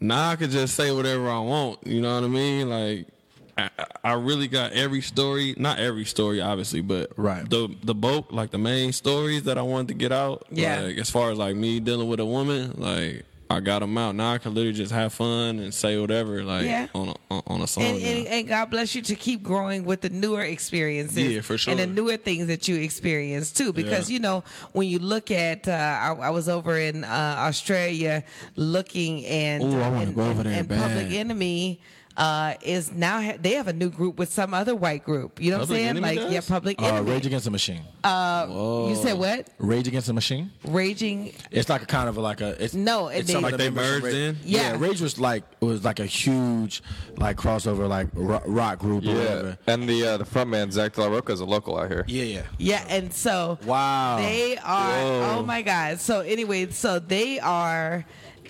Speaker 7: nah, I could just say whatever I want. You know what I mean? Like, I, I really got every story, not every story, obviously, but
Speaker 3: Right.
Speaker 7: the the boat, like the main stories that I wanted to get out.
Speaker 2: Yeah.
Speaker 7: Like, as far as like me dealing with a woman, like. I got them out. Now I can literally just have fun and say whatever, like
Speaker 2: Yeah.
Speaker 7: on a, on- on a song.
Speaker 2: and,
Speaker 3: Oh,
Speaker 7: now.
Speaker 2: and, and God bless you to keep growing with the newer experiences.
Speaker 7: Yeah, for
Speaker 2: And the
Speaker 7: sure.
Speaker 2: newer things that you experience too, because you know when you look at, uh, I, I was over in uh, Australia looking and
Speaker 3: Ooh, I wanna
Speaker 2: and,
Speaker 3: go over there
Speaker 2: and
Speaker 3: bad.
Speaker 2: Public Enemy. Uh, is now ha- they have a new group with some other white group. You know
Speaker 7: Public
Speaker 2: what I'm saying?
Speaker 7: Enemy
Speaker 2: Like
Speaker 7: does?
Speaker 2: yeah, public
Speaker 3: Uh,
Speaker 2: enemy. Uh,
Speaker 3: Rage Against the Machine.
Speaker 2: you said what?
Speaker 3: Rage Against the Machine.
Speaker 2: Raging.
Speaker 3: It's like a kind of like a it's
Speaker 2: No, it
Speaker 3: some
Speaker 2: didn't.
Speaker 3: of
Speaker 2: Like
Speaker 3: the
Speaker 7: they
Speaker 3: members of
Speaker 7: merged
Speaker 3: Rage-
Speaker 7: in?
Speaker 3: Yeah.
Speaker 2: Yeah.
Speaker 3: Rage was like it was like a huge like crossover like rock, rock group or
Speaker 8: Yeah,
Speaker 3: whatever.
Speaker 8: and the uh, the front man Zach De La Roca is a local out here.
Speaker 3: Yeah, yeah.
Speaker 2: Yeah, and so
Speaker 3: Wow.
Speaker 2: They are. Oh my God. So anyway, so they are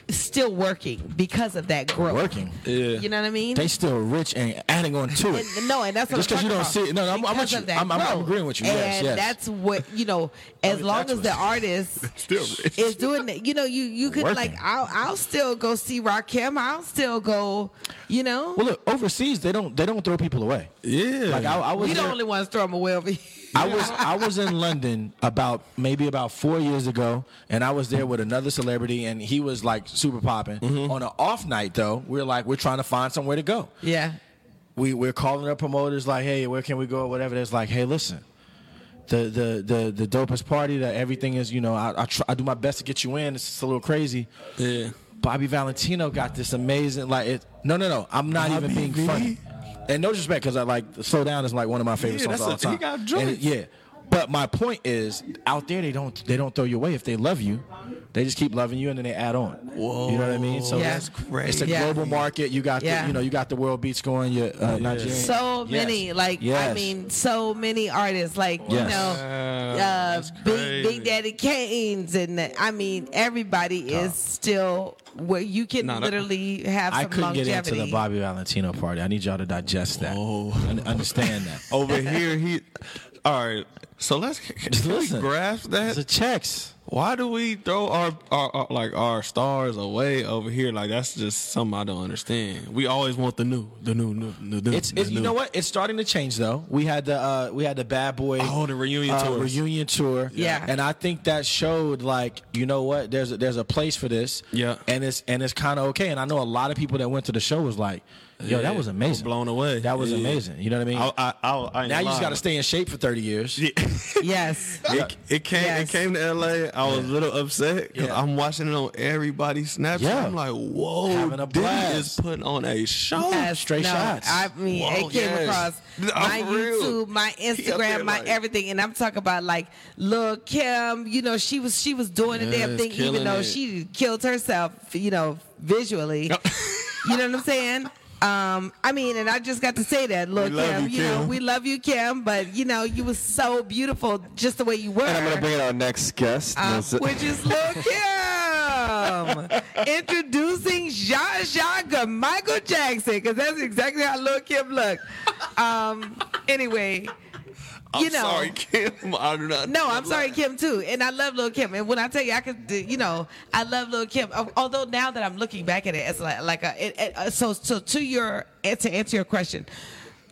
Speaker 2: still working because of that growth.
Speaker 3: Working.
Speaker 2: You know what I mean?
Speaker 3: They still rich and adding on to it.
Speaker 2: and, no, and that's what
Speaker 3: Just
Speaker 2: I'm
Speaker 3: 'cause
Speaker 2: talking
Speaker 3: you don't
Speaker 2: about.
Speaker 3: see it. No, no, I'm- I'm
Speaker 2: Because
Speaker 3: with
Speaker 2: of
Speaker 3: you.
Speaker 2: that
Speaker 3: I'm- I'm- I'm
Speaker 2: growth.
Speaker 3: agreing with you.
Speaker 2: And
Speaker 3: Yes, yes.
Speaker 2: that's what you know. As long as the artist
Speaker 7: Still rich.
Speaker 2: is doing it, you know, you you could
Speaker 3: Working.
Speaker 2: like, I'll I'll still go see Rakim. I'll still go. You know,
Speaker 3: Well, look, overseas they don't they don't throw people away.
Speaker 7: yeah,
Speaker 3: Like I, I was
Speaker 2: we
Speaker 3: there-
Speaker 2: don't only want to throw him away over here.
Speaker 3: I was I was in London about maybe about four years ago, and I was there with another celebrity, and he was like super popping. On an off night though, we are like we're trying to find somewhere to go.
Speaker 2: Yeah.
Speaker 3: We we're calling up promoters like, hey, where can we go or whatever. It's like, hey, listen. The, the the the dopest party that everything is you know I I, try, I do my best to get you in it's just a little crazy
Speaker 7: yeah.
Speaker 3: Bobby Valentino got this amazing like it, no no no I'm not even being funny and no disrespect because I like Slow Down is like one of my favorite
Speaker 7: Yeah,
Speaker 3: songs
Speaker 7: that's
Speaker 3: of all
Speaker 7: a- he
Speaker 3: time
Speaker 7: got joints.
Speaker 3: And- yeah but my point is out there they don't they don't throw you away if they love you they just keep loving you and then they add on Whoa. you know what I mean so
Speaker 2: Yeah.
Speaker 3: that's crazy it's a
Speaker 2: Yeah.
Speaker 3: global market you got
Speaker 2: Yeah.
Speaker 3: the, you know you got the world beats going your uh, Nigerian
Speaker 2: so
Speaker 3: Yes.
Speaker 2: many like i
Speaker 3: Yes.
Speaker 2: mean so many artists like you
Speaker 3: Yes.
Speaker 2: know uh, big, big daddy canes and uh, i mean everybody is still where you can
Speaker 7: Nah, that-
Speaker 2: literally have some
Speaker 3: I couldn't get
Speaker 2: longevity
Speaker 3: into the Bobby Valentino party I need y'all to digest that Un- understand that
Speaker 7: Oh. Over here, he. All right, so let's
Speaker 3: Just
Speaker 7: can we
Speaker 3: listen
Speaker 7: grasp
Speaker 3: it's a
Speaker 7: that.
Speaker 3: checks
Speaker 7: Why do we throw our, our, our like our stars away over here? Like that's just something I don't understand. We always want the new, the new, new, new. new,
Speaker 3: It's, it's
Speaker 7: the new.
Speaker 3: you know what? It's starting to change though. We had the uh, we had the Bad Boy
Speaker 7: Oh, the reunion
Speaker 3: uh,
Speaker 7: tours.
Speaker 3: reunion tour.
Speaker 2: Yeah.
Speaker 3: and I think that showed like you know what? There's a, there's a place for this.
Speaker 7: Yeah.
Speaker 3: and it's and it's kind of okay. And I know a lot of people that went to the show was like, yo,
Speaker 7: Yeah.
Speaker 3: that was amazing.
Speaker 7: Blown away.
Speaker 3: That was
Speaker 7: Yeah.
Speaker 3: amazing. You know what I mean?
Speaker 5: I, I, I, I ain't
Speaker 3: now you just
Speaker 5: lying.
Speaker 3: got to stay in shape for thirty years.
Speaker 2: yes
Speaker 7: It, it came.
Speaker 2: Yes.
Speaker 7: It came to LA. I was a little upset because
Speaker 3: Yeah.
Speaker 7: I'm watching it on everybody's Snapchat.
Speaker 3: Yeah.
Speaker 7: I'm like, whoa,
Speaker 3: Having a
Speaker 7: Diddy
Speaker 3: blast.
Speaker 7: is putting on a show.
Speaker 2: Yes,
Speaker 3: straight
Speaker 2: no,
Speaker 3: shots.
Speaker 2: I mean,
Speaker 7: Whoa,
Speaker 2: it came
Speaker 7: yes.
Speaker 2: across
Speaker 7: No,
Speaker 2: my
Speaker 7: for real.
Speaker 2: YouTube, my
Speaker 7: up
Speaker 2: Instagram,
Speaker 7: there
Speaker 2: my
Speaker 7: like-
Speaker 2: everything, and I'm talking about like Lil Kim. You know, she was she was doing the damn
Speaker 7: Yes,
Speaker 2: thing, even
Speaker 7: killing
Speaker 2: though
Speaker 7: it.
Speaker 2: she killed herself. You know, visually. you know what I'm saying? Um, I mean, and I just got to say that, Lil
Speaker 7: We love
Speaker 2: Kim.
Speaker 7: you,
Speaker 2: know,
Speaker 7: Kim.
Speaker 2: we love you, Kim, but you know, you was so beautiful just the way you were.
Speaker 8: And I'm gonna bring in our next guest.
Speaker 2: Uh,
Speaker 8: That's it.
Speaker 2: which is Lil Kim. Introducing Zsa Zsa to Michael Jackson, because that's exactly how Lil Kim looked. Um, anyway,
Speaker 7: I'm
Speaker 2: you know.
Speaker 7: sorry, Kim. I do not.
Speaker 2: No, I'm sorry, Kim too, and I love Lil Kim. And when I tell you, I could, do- you know, I love Lil Kim. Al- Although now that I'm looking back at it, it's like, like a, it, it, uh, so, so to your, and to answer your question,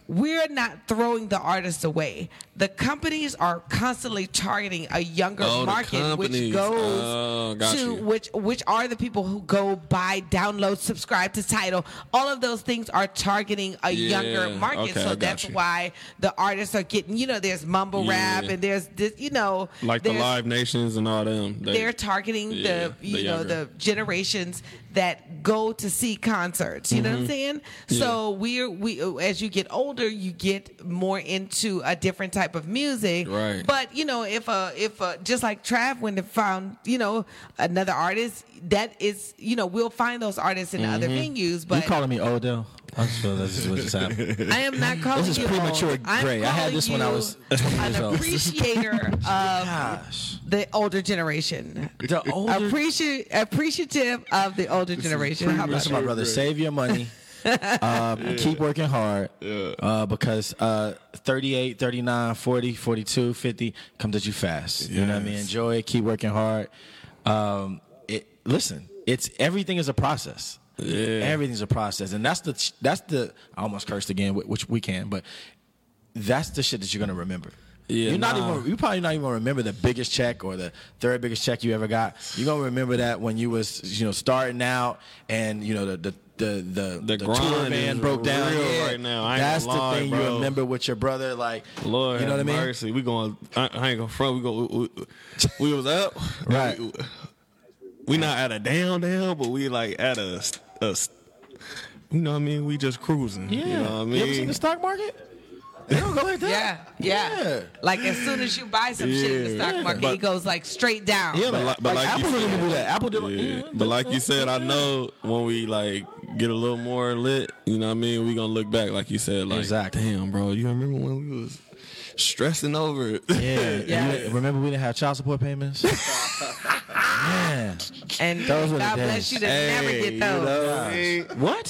Speaker 2: we're not throwing the artists away. The companies are constantly targeting a younger
Speaker 7: Oh, the
Speaker 2: market, which
Speaker 7: companies.
Speaker 2: goes
Speaker 7: Oh, got
Speaker 2: to
Speaker 7: you.
Speaker 2: which which are the people who go buy, download, subscribe to title. All of those things are targeting a
Speaker 7: Yeah,
Speaker 2: younger market,
Speaker 7: okay, I
Speaker 2: so
Speaker 7: got
Speaker 2: that's
Speaker 7: you.
Speaker 2: why the artists are getting. You know, there's mumble rap
Speaker 7: Yeah.
Speaker 2: and there's this. You know,
Speaker 7: Like the
Speaker 2: there's-
Speaker 7: Live Nations and all them. They-
Speaker 2: They're targeting
Speaker 7: Yeah,
Speaker 2: the you
Speaker 7: the
Speaker 2: know
Speaker 7: younger.
Speaker 2: the generations that go to see concerts. You know
Speaker 7: Mm-hmm.
Speaker 2: what I'm saying? So we're we as you get older, you get more into a different type of music.
Speaker 7: Right.
Speaker 2: But you know, if a if a just like Trav when they found you know another artist that is you know we'll find those artists in other
Speaker 7: Mm-hmm.
Speaker 2: venues.
Speaker 3: Mm-hmm. You
Speaker 2: But
Speaker 3: calling me Odell? I just feel this is what just happened.
Speaker 2: I am not calling
Speaker 3: is
Speaker 2: you
Speaker 3: premature
Speaker 2: old. I'm
Speaker 3: gray. I had
Speaker 2: calling
Speaker 3: this when I
Speaker 2: you
Speaker 3: was 20 years
Speaker 2: an
Speaker 3: old.
Speaker 2: appreciator of the older generation.
Speaker 3: The older
Speaker 2: Appreciate appreciative of the older generation. How about
Speaker 3: Listen, my
Speaker 2: that?
Speaker 3: brother, save your money. Uh, Keep working hard uh, because uh, 38, 39, 40, 42, 50 comes at you fast. You know what I mean?
Speaker 7: Yes.
Speaker 3: Enjoy it. Keep working hard. Um, it, listen, it's everything is a process. Everything's a process, and that's the that's the I almost cursed again, wh- which we can, but that's the shit that you're gonna remember.
Speaker 7: Yeah,
Speaker 3: you're not
Speaker 7: nah.
Speaker 3: even you probably not even gonna remember the biggest check or the third biggest check you ever got. You're gonna remember that when you was you know starting out and you know the the the the,
Speaker 7: The
Speaker 3: tour
Speaker 7: grind
Speaker 3: van
Speaker 7: is
Speaker 3: broke down.
Speaker 7: real
Speaker 3: Yeah,
Speaker 7: right now. I ain't
Speaker 3: that's the
Speaker 7: gonna lie,
Speaker 3: thing you
Speaker 7: bro.
Speaker 3: remember with your brother, like
Speaker 7: Lord,
Speaker 3: you know what I mean.
Speaker 7: Mercy, we going. I, I ain't gonna front. We go. We, we- we was up.
Speaker 3: Right.
Speaker 7: We, we not at a down down, but we like at a, s- a s- You know what I mean? We just cruising.
Speaker 3: Yeah,
Speaker 7: You know what I
Speaker 3: You ever seen
Speaker 7: mean?
Speaker 3: the stock market? They don't go like that.
Speaker 2: Yeah, yeah,
Speaker 3: Yeah.
Speaker 2: Like as soon as you buy some shit in the
Speaker 7: Yeah.
Speaker 2: stock market,
Speaker 7: But-
Speaker 2: it goes like straight down.
Speaker 3: Yeah,
Speaker 7: But
Speaker 3: like,
Speaker 7: like- but
Speaker 3: like
Speaker 7: like you
Speaker 3: Apple didn't
Speaker 7: said-
Speaker 3: even do Mm-hmm. that. Apple did.
Speaker 7: Yeah.
Speaker 3: Like,
Speaker 7: But like you said, I know when we like get a little more lit, you know what I mean? We gonna look back, like you said, like
Speaker 3: Exactly.
Speaker 7: damn, bro, you remember when we was stressing over it?
Speaker 3: Yeah.
Speaker 2: Yeah.
Speaker 3: You- remember we didn't have child support payments? Man.
Speaker 2: And
Speaker 3: Those were the
Speaker 2: God bless
Speaker 3: days.
Speaker 2: you to never
Speaker 7: Hey,
Speaker 2: get
Speaker 7: you
Speaker 2: those.
Speaker 3: What?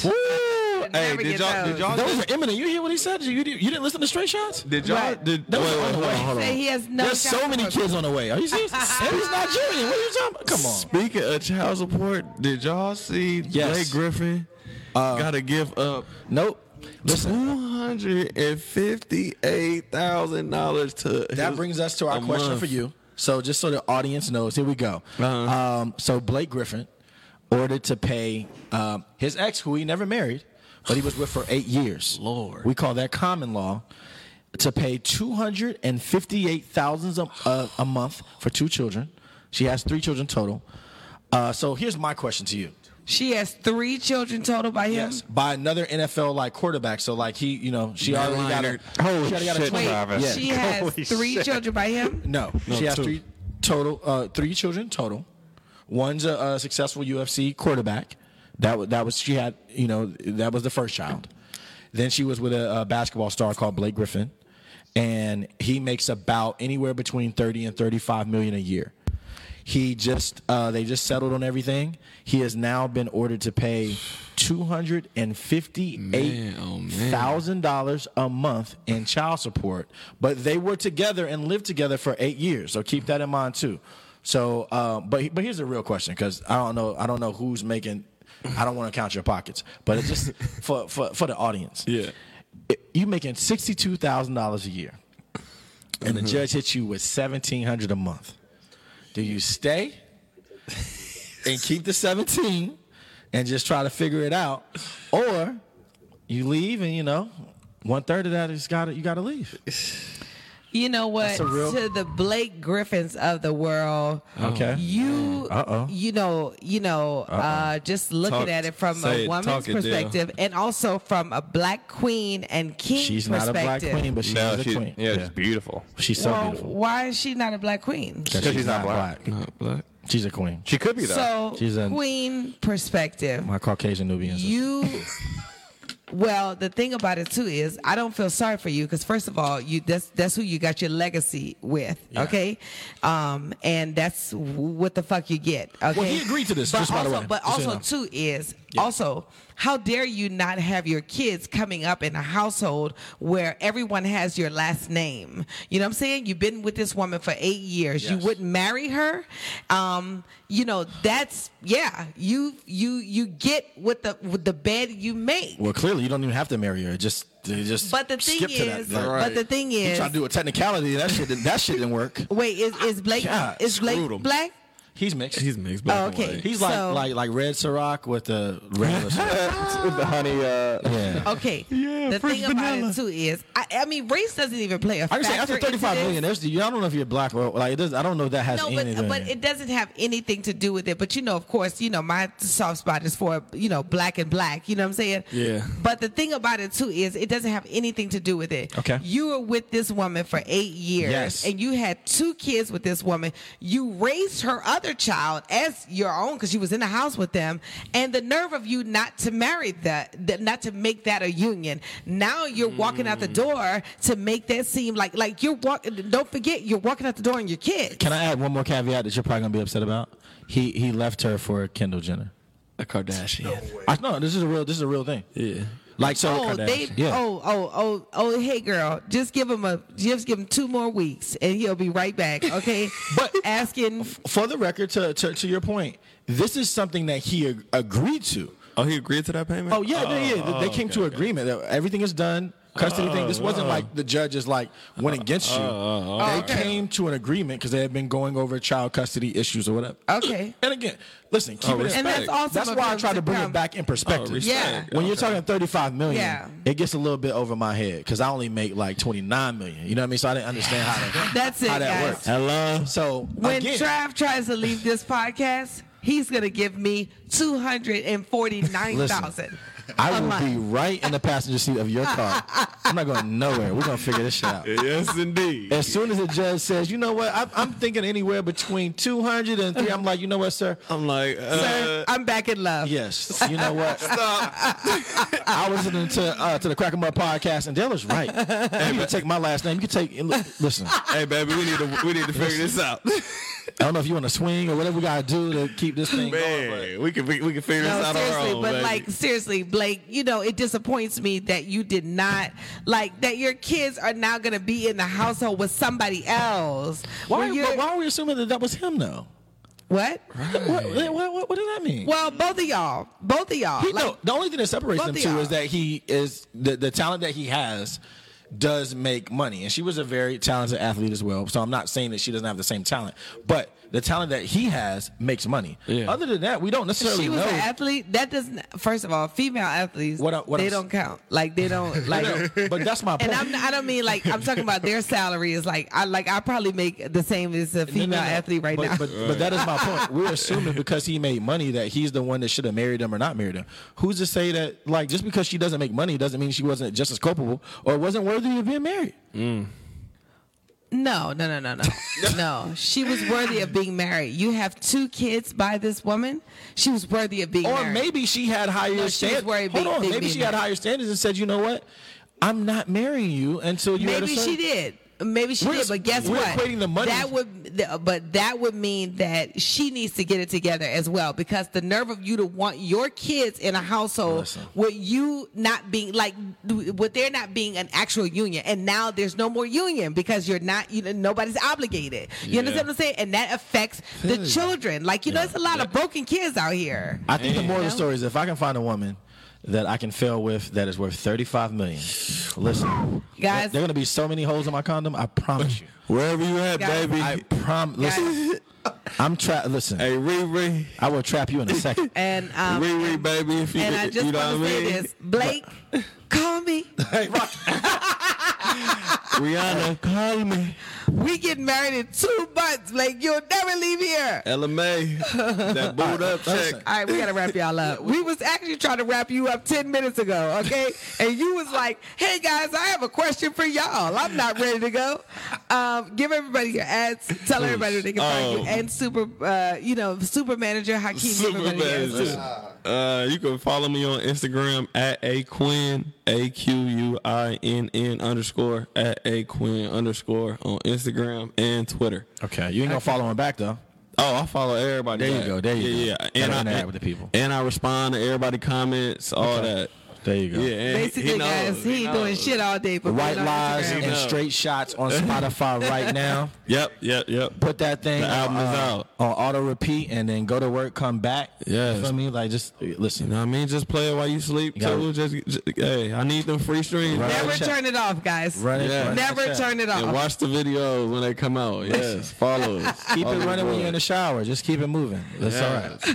Speaker 7: Hey,
Speaker 2: Never
Speaker 7: did
Speaker 2: get
Speaker 7: y'all, did
Speaker 2: those.
Speaker 7: y'all,
Speaker 3: Those are Eminem. You hear what he said? You, you, didn't- you didn't listen to Straight Shots?
Speaker 7: did y'all,
Speaker 2: Right.
Speaker 7: did
Speaker 3: Those
Speaker 7: wait,
Speaker 3: are on
Speaker 7: wait,
Speaker 3: the way. Hold on.
Speaker 2: Say he has no.
Speaker 3: There's so
Speaker 2: child
Speaker 3: many
Speaker 2: support.
Speaker 3: kids on the way. Are you serious? and he's Nigerian. What are you talking about? Come on.
Speaker 7: Speaking of child support, did y'all see
Speaker 3: Yes. Uh,
Speaker 7: Blake Griffin got to give up
Speaker 3: Nope. Listen.
Speaker 7: two hundred and fifty-eight thousand dollars to?
Speaker 3: That
Speaker 7: his-
Speaker 3: brings us to our
Speaker 7: a
Speaker 3: question
Speaker 7: month.
Speaker 3: for you. So just so the audience knows, here we go.
Speaker 7: Uh-huh.
Speaker 3: Um, so Blake Griffin ordered to pay um, his ex, who he never married, but he was with for eight years.
Speaker 7: Lord.
Speaker 3: we call that common law. To pay two hundred and fifty-eight thousands a, a, a month for two children. She has three children total. Uh, so here's my question to you.
Speaker 2: She has three children total by him.
Speaker 3: Yes, by another NFL like quarterback. So like he, you know, she already got a.
Speaker 7: Leonard.
Speaker 3: Holy she already got a
Speaker 8: shit,
Speaker 2: Wait,
Speaker 3: 20
Speaker 8: Travis.
Speaker 3: Yeah.
Speaker 2: she has three children by him.
Speaker 3: No, she has three total, uh, three children total. One's a, a successful UFC quarterback. That was that was she had. You know, that was the first child. Then she was with a, a basketball star called Blake Griffin, and he makes about anywhere between thirty and thirty-five million a year. He just uh, they just settled on everything. He has now been ordered to pay two hundred and fifty-eight
Speaker 7: Man, oh, man.
Speaker 3: thousand dollars a month in child support, but they were together and lived together for eight years. So keep that in mind too. So, uh, but but here's a real question because I don't know I don't know who's making. I don't want to count your pockets, but it's just for for for the audience.
Speaker 7: Yeah.
Speaker 3: you making sixty two thousand dollars a year, and
Speaker 7: Mm-hmm.
Speaker 3: the judge hits you with seventeen hundred a month. Do you stay and keep the seventeen and just try to figure it out, or you leave and you know one third of that is got to you got to leave.
Speaker 2: You know what?
Speaker 3: a real-
Speaker 2: To the Blake Griffins of the world,
Speaker 3: Oh. Okay. Uh-huh.
Speaker 2: you
Speaker 3: Uh-oh.
Speaker 2: you know you know uh, just looking
Speaker 7: Talk-
Speaker 2: at it from
Speaker 7: say
Speaker 2: a
Speaker 7: it,
Speaker 2: woman's
Speaker 7: talk it, Dale.
Speaker 2: perspective and also from a black queen and king
Speaker 3: She's not a
Speaker 2: perspective.
Speaker 3: black queen, but she's
Speaker 8: No,
Speaker 3: a
Speaker 8: she,
Speaker 3: queen.
Speaker 8: yeah, she's beautiful.
Speaker 3: she's so
Speaker 2: well,
Speaker 3: beautiful.
Speaker 2: why is she not a black queen?
Speaker 3: Because
Speaker 8: she's not black.
Speaker 7: Not black.
Speaker 3: She's a queen.
Speaker 8: She could be though.
Speaker 2: So
Speaker 3: She's a-
Speaker 2: queen perspective.
Speaker 3: My Caucasian Nubians. is-
Speaker 2: You. Well, the thing about it too is I don't feel sorry for you because first of all, you that's that's who you got your legacy with, okay, um, and that's what the fuck you get. Okay,
Speaker 3: he agreed to this,
Speaker 2: But
Speaker 3: just by
Speaker 2: also,
Speaker 3: the way,
Speaker 2: but
Speaker 3: just so you
Speaker 2: also
Speaker 3: know.
Speaker 2: too is also how dare you not have your kids coming up in a household where everyone has your last name? You know what I'm saying? You've been with this woman for eight years. You
Speaker 3: Yes.
Speaker 2: wouldn't marry her. Um, you know that's yeah. You you you get with the with the bed you make.
Speaker 3: Well, clearly you don't even have to marry her. Just they just
Speaker 2: But the thing
Speaker 3: skip to that.
Speaker 2: is-
Speaker 3: Like,
Speaker 2: but the thing
Speaker 3: you
Speaker 2: is-
Speaker 3: try to do a technicality. That shit didn't, that shit didn't work.
Speaker 2: Wait, is is Blake
Speaker 3: God,
Speaker 2: is
Speaker 3: screwed 'em.
Speaker 2: Blake black?
Speaker 3: He's mixed.
Speaker 7: He's mixed. Black
Speaker 2: Oh,
Speaker 7: and
Speaker 2: okay.
Speaker 7: white.
Speaker 3: He's like
Speaker 2: So-
Speaker 3: like like red Ciroc with the regular. Ciroc.
Speaker 8: the honey, uh,
Speaker 3: Yeah.
Speaker 2: Okay. the thing about it too is, I, I mean, race doesn't even play a
Speaker 3: I
Speaker 2: factor.
Speaker 3: can say after
Speaker 2: into
Speaker 3: 35
Speaker 2: this.
Speaker 3: million, there's, I don't know if you're black or like it does. I don't know if that has
Speaker 2: No, but uh,
Speaker 3: anything.
Speaker 2: but it doesn't have anything to do with it. But you know, of course, you know my soft spot is for you know black and black. You know what I'm saying?
Speaker 7: Yeah.
Speaker 2: But the thing about it too is it doesn't have anything to do with it.
Speaker 3: Okay.
Speaker 2: You were with this woman for eight years,
Speaker 3: Yes.
Speaker 2: and you had two kids with this woman. You raised her other child as your own because you was in the house with them, and the nerve of you not to marry that, that not to make that a union. Now you're walking out the
Speaker 3: Mm.
Speaker 2: door to make that seem like like you're walking. Don't forget, you're walking out the door and your kids.
Speaker 3: Can I add one more caveat that you're probably gonna be upset about? He he left her for Kendall Jenner.
Speaker 7: a Kardashian.
Speaker 3: I, no, this is a real this is a real thing.
Speaker 7: Yeah.
Speaker 3: Like so,
Speaker 2: Oh, they,
Speaker 3: yeah.
Speaker 2: oh, oh, oh, oh, hey girl, just give him a, just give him two more weeks and he'll be right back, okay?
Speaker 3: But-
Speaker 2: asking,
Speaker 3: For the record, to, to to your point, this is something that he ag- agreed to.
Speaker 7: Oh, he agreed to that payment.
Speaker 3: Oh yeah, they, yeah. They came to agreement. that Everything is done. Custody thing. This wasn't like the judges like went against you. they came to an agreement because they had been going over child custody issues or whatever.
Speaker 2: okay,
Speaker 3: And again, listen, keep it. in-
Speaker 2: and that's
Speaker 7: Oh, respect.
Speaker 2: also
Speaker 3: Oh, That's why I try to bring it back in perspective.
Speaker 7: Oh, respect.
Speaker 2: Yeah.
Speaker 3: When you're talking 35 million,
Speaker 2: Yeah.
Speaker 3: it gets a little bit over my head because I only make like 29 million. You know what I mean? So I didn't understand how that,
Speaker 2: That's it,
Speaker 3: how that
Speaker 2: guys.
Speaker 3: works. Hello. So
Speaker 2: When
Speaker 3: again,
Speaker 2: Trav tries to leave this podcast, he's gonna give me two hundred and forty nine thousand.
Speaker 3: listen, I will be right in the passenger seat of your car. I'm not going nowhere. We're gonna figure this shit out.
Speaker 7: Yes, indeed.
Speaker 3: As soon as the judge says, you know what, I'm, I'm thinking anywhere between 200 and 300, I'm like, you know what, sir?
Speaker 7: I'm like,
Speaker 2: Sir,
Speaker 7: uh,
Speaker 2: I'm back in love.
Speaker 3: Yes. You know what? I was listening to uh, to the Crack 'Em Up podcast, and Dale is right. You can take my last name. You can take. Listen, I
Speaker 7: hey, baby, we need to we need to figure this out.
Speaker 3: don't know if you want to swing or whatever we gotta do to keep this thing going.
Speaker 7: Man, we can we, we can figure this
Speaker 2: No,
Speaker 7: out on
Speaker 2: seriously,
Speaker 7: our own.
Speaker 2: but
Speaker 7: baby.
Speaker 2: like seriously, Blake, you know, it disappoints me that you did not like that your kids are now gonna be in the household with somebody else.
Speaker 3: Why,
Speaker 2: When you're-
Speaker 3: why are we assuming that that was him though?
Speaker 2: what?
Speaker 3: What, what, what, what does that mean?
Speaker 2: Well, both of y'all. Both of y'all.
Speaker 3: He-
Speaker 2: uh, Like,
Speaker 3: no, the only thing that separates
Speaker 2: Both
Speaker 3: them
Speaker 2: of
Speaker 3: two
Speaker 2: y'all.
Speaker 3: is that he is the, the talent that he has does make money, and she was a very talented athlete as well. So I'm not saying that she doesn't have the same talent, but the talent that he has makes money.
Speaker 7: Yeah.
Speaker 3: Other than that, we don't necessarily
Speaker 2: she was
Speaker 3: know.
Speaker 2: an athlete. That doesn't first of all, female athletes
Speaker 3: What I- what
Speaker 2: they
Speaker 3: I'm-
Speaker 2: don't count. Like they don't like
Speaker 3: but that's my point.
Speaker 2: and I'm, I don't mean like I'm talking about their salary is like I like I probably make the same as a
Speaker 3: No,
Speaker 2: female
Speaker 3: no, no.
Speaker 2: athlete right
Speaker 3: uh, but,
Speaker 2: now.
Speaker 3: But, but that is my point. We're assuming because he made money that he's the one that should have married him or not married him. Who's to say that like just because she doesn't make money doesn't mean she wasn't just as culpable or wasn't worthy of being married?
Speaker 2: No, no, no, no, no. no. She was worthy of being married. You have two kids by this woman. She was worthy of being
Speaker 3: Or
Speaker 2: married.
Speaker 3: maybe she had higher
Speaker 2: No, she was
Speaker 3: standards.
Speaker 2: worried
Speaker 3: Hold
Speaker 2: big-
Speaker 3: on,
Speaker 2: big
Speaker 3: maybe she
Speaker 2: being
Speaker 3: had
Speaker 2: married.
Speaker 3: higher standards and said, you know what, I'm not marrying you until you.
Speaker 2: Maybe she did. Maybe she
Speaker 3: We're
Speaker 2: did,
Speaker 3: just-
Speaker 2: but guess
Speaker 3: we're
Speaker 2: what?
Speaker 3: equating the money.
Speaker 2: That would, th- but that would mean that she needs to get it together as well, because the nerve of you to want your kids in a household
Speaker 3: Listen.
Speaker 2: with you not being like, with there not being an actual union, and now there's no more union because you're not, you know, nobody's obligated. You understand what I'm saying? And that affects the children. Like you know, there's a lot of broken kids out here.
Speaker 3: I think the moral of the story is if I can find a woman that I can fail with that is worth 35 million. Listen,
Speaker 2: Guys-
Speaker 3: there are gonna be so many holes in my condom. I promise you.
Speaker 7: wherever you at,
Speaker 2: Guys,
Speaker 7: baby.
Speaker 3: I promise. Listen, I'm trapped. Listen,
Speaker 7: hey, Riri,
Speaker 3: I will trap you in a second.
Speaker 2: And um,
Speaker 7: Riri, baby. If you,
Speaker 2: and I just
Speaker 7: you know what I
Speaker 2: want to say
Speaker 7: mean.
Speaker 2: this, Blake, call me.
Speaker 7: Rihanna, call me.
Speaker 2: We get married in two months. Like you'll never leave here.
Speaker 7: LMA, that boot up check.
Speaker 2: All right, we gotta wrap y'all up. We was actually trying to wrap you up ten minutes ago, okay? And you was like, "Hey guys, I have a question for y'all. I'm not ready to go. Um, give everybody your ads. Tell everybody where they can find you
Speaker 7: Um,
Speaker 2: and super, uh, you know, super manager Hakeem. give
Speaker 7: Super
Speaker 2: everybody your ads, too.
Speaker 7: Uh, you can follow me on Instagram at a quinn a q u i n n underscore at a quinn underscore on Instagram and Twitter.
Speaker 3: Okay, you ain't gonna follow him back though.
Speaker 7: Oh, I follow everybody.
Speaker 3: There you
Speaker 7: back.
Speaker 3: go, there you
Speaker 7: yeah,
Speaker 3: go.
Speaker 7: Yeah,
Speaker 3: Gotta
Speaker 7: and I
Speaker 3: interact with the people.
Speaker 7: and I respond to everybody comments, all that.
Speaker 3: There you go.
Speaker 7: Yeah, and he-
Speaker 2: Basically,
Speaker 7: he knows,
Speaker 2: guys, he ain't doing
Speaker 7: knows.
Speaker 2: shit all day. But
Speaker 3: White
Speaker 2: being on
Speaker 3: Lies
Speaker 2: Instagram.
Speaker 3: and Straight Shots on Spotify right now.
Speaker 7: Yep, yep, yep.
Speaker 3: Put that thing
Speaker 7: The album
Speaker 3: on,
Speaker 7: is
Speaker 3: uh,
Speaker 7: out.
Speaker 3: on auto repeat and then go to work, come back. You
Speaker 7: Yes.
Speaker 3: feel me? Like just uh, listen.
Speaker 7: You know what I mean? Just play it while you sleep.
Speaker 3: You got
Speaker 7: too.
Speaker 3: it.
Speaker 7: Just, just- hey, I need them free streams.
Speaker 3: Right.
Speaker 7: man.
Speaker 2: Never
Speaker 3: Check.
Speaker 2: turn it off, guys.
Speaker 3: Run it.
Speaker 7: Yeah.
Speaker 3: run it,
Speaker 2: Never
Speaker 3: check.
Speaker 2: turn it
Speaker 7: And
Speaker 2: off.
Speaker 7: watch the videos when they come out. Yes, follow us.
Speaker 3: Keep it running when you're in the
Speaker 7: show.
Speaker 3: shower. Just keep it moving. That's all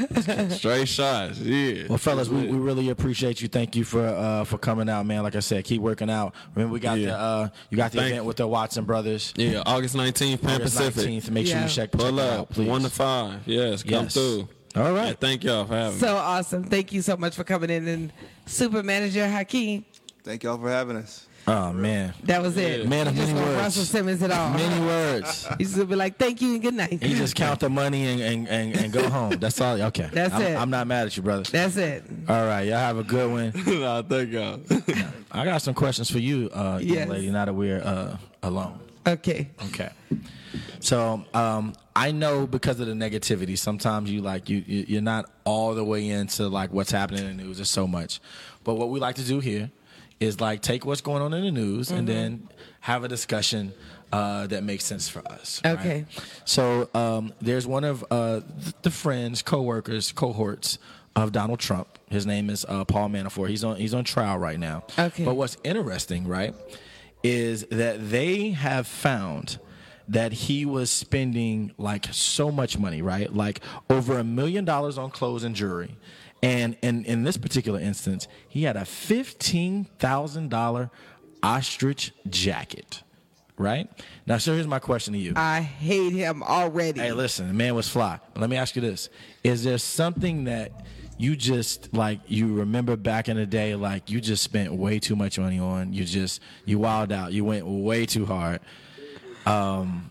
Speaker 3: right.
Speaker 7: Straight shots. Yeah.
Speaker 3: Well, fellas, we, we really appreciate you. Thank you for uh, for coming out, man. Like I said, keep working out. Remember, we got
Speaker 7: Yeah.
Speaker 3: the uh, you got the
Speaker 7: Thank
Speaker 3: event
Speaker 7: you.
Speaker 3: with the Watson brothers.
Speaker 7: yeah, August 19th, Pan
Speaker 3: August
Speaker 7: Pacific.
Speaker 3: 19th. Make sure
Speaker 2: Yeah.
Speaker 3: you check, check
Speaker 7: Pull
Speaker 3: it
Speaker 7: up.
Speaker 3: out, please.
Speaker 7: One to five. Yes, come
Speaker 3: Yes.
Speaker 7: through.
Speaker 3: All right.
Speaker 7: And thank y'all for having me.
Speaker 2: So awesome. Thank you so much for coming in. And super manager Hakeem,
Speaker 9: Thank y'all for having us.
Speaker 3: Oh man,
Speaker 2: that was it.
Speaker 3: Man of
Speaker 2: You just
Speaker 3: many
Speaker 2: gonna
Speaker 3: words.
Speaker 2: Russell Simmons at all.
Speaker 3: many words.
Speaker 2: He's gonna be like, thank you and good night.
Speaker 3: You just count the money and and, and, and go home. That's all. Okay.
Speaker 2: That's
Speaker 3: I'm,
Speaker 2: it.
Speaker 3: I'm not mad at you, brother.
Speaker 2: That's it.
Speaker 3: all right, y'all have a good one.
Speaker 7: nah, thank y'all.
Speaker 3: I got some questions for you, uh,
Speaker 2: Yes.
Speaker 3: young lady. Now that we're uh, alone.
Speaker 2: Okay.
Speaker 3: Okay. So um, I know because of the negativity, sometimes you like you you- you're not all the way into like what's happening in the news. There's so much, but what we like to do here is like take what's going on in the news and
Speaker 2: Mm-hmm.
Speaker 3: then have a discussion uh, that makes sense for us. right?
Speaker 2: Okay.
Speaker 3: So um, there's one of uh, th- the friends, coworkers, cohorts of Donald Trump. His name is uh, Paul Manafort. He's on he's on trial right now.
Speaker 2: Okay.
Speaker 3: But what's interesting, right, is that they have found that he was spending like so much money, right, like over a million dollars on clothes and jewelry. And in, in this particular instance, he had a $15,000 ostrich jacket, right? Now, so here's my question to you.
Speaker 2: I hate him already.
Speaker 3: Hey, listen, the man was fly. But let me ask you this: Is there something that you just like you remember back in the day, like you just spent way too much money on? You just you wilded out. You went way too hard. Um,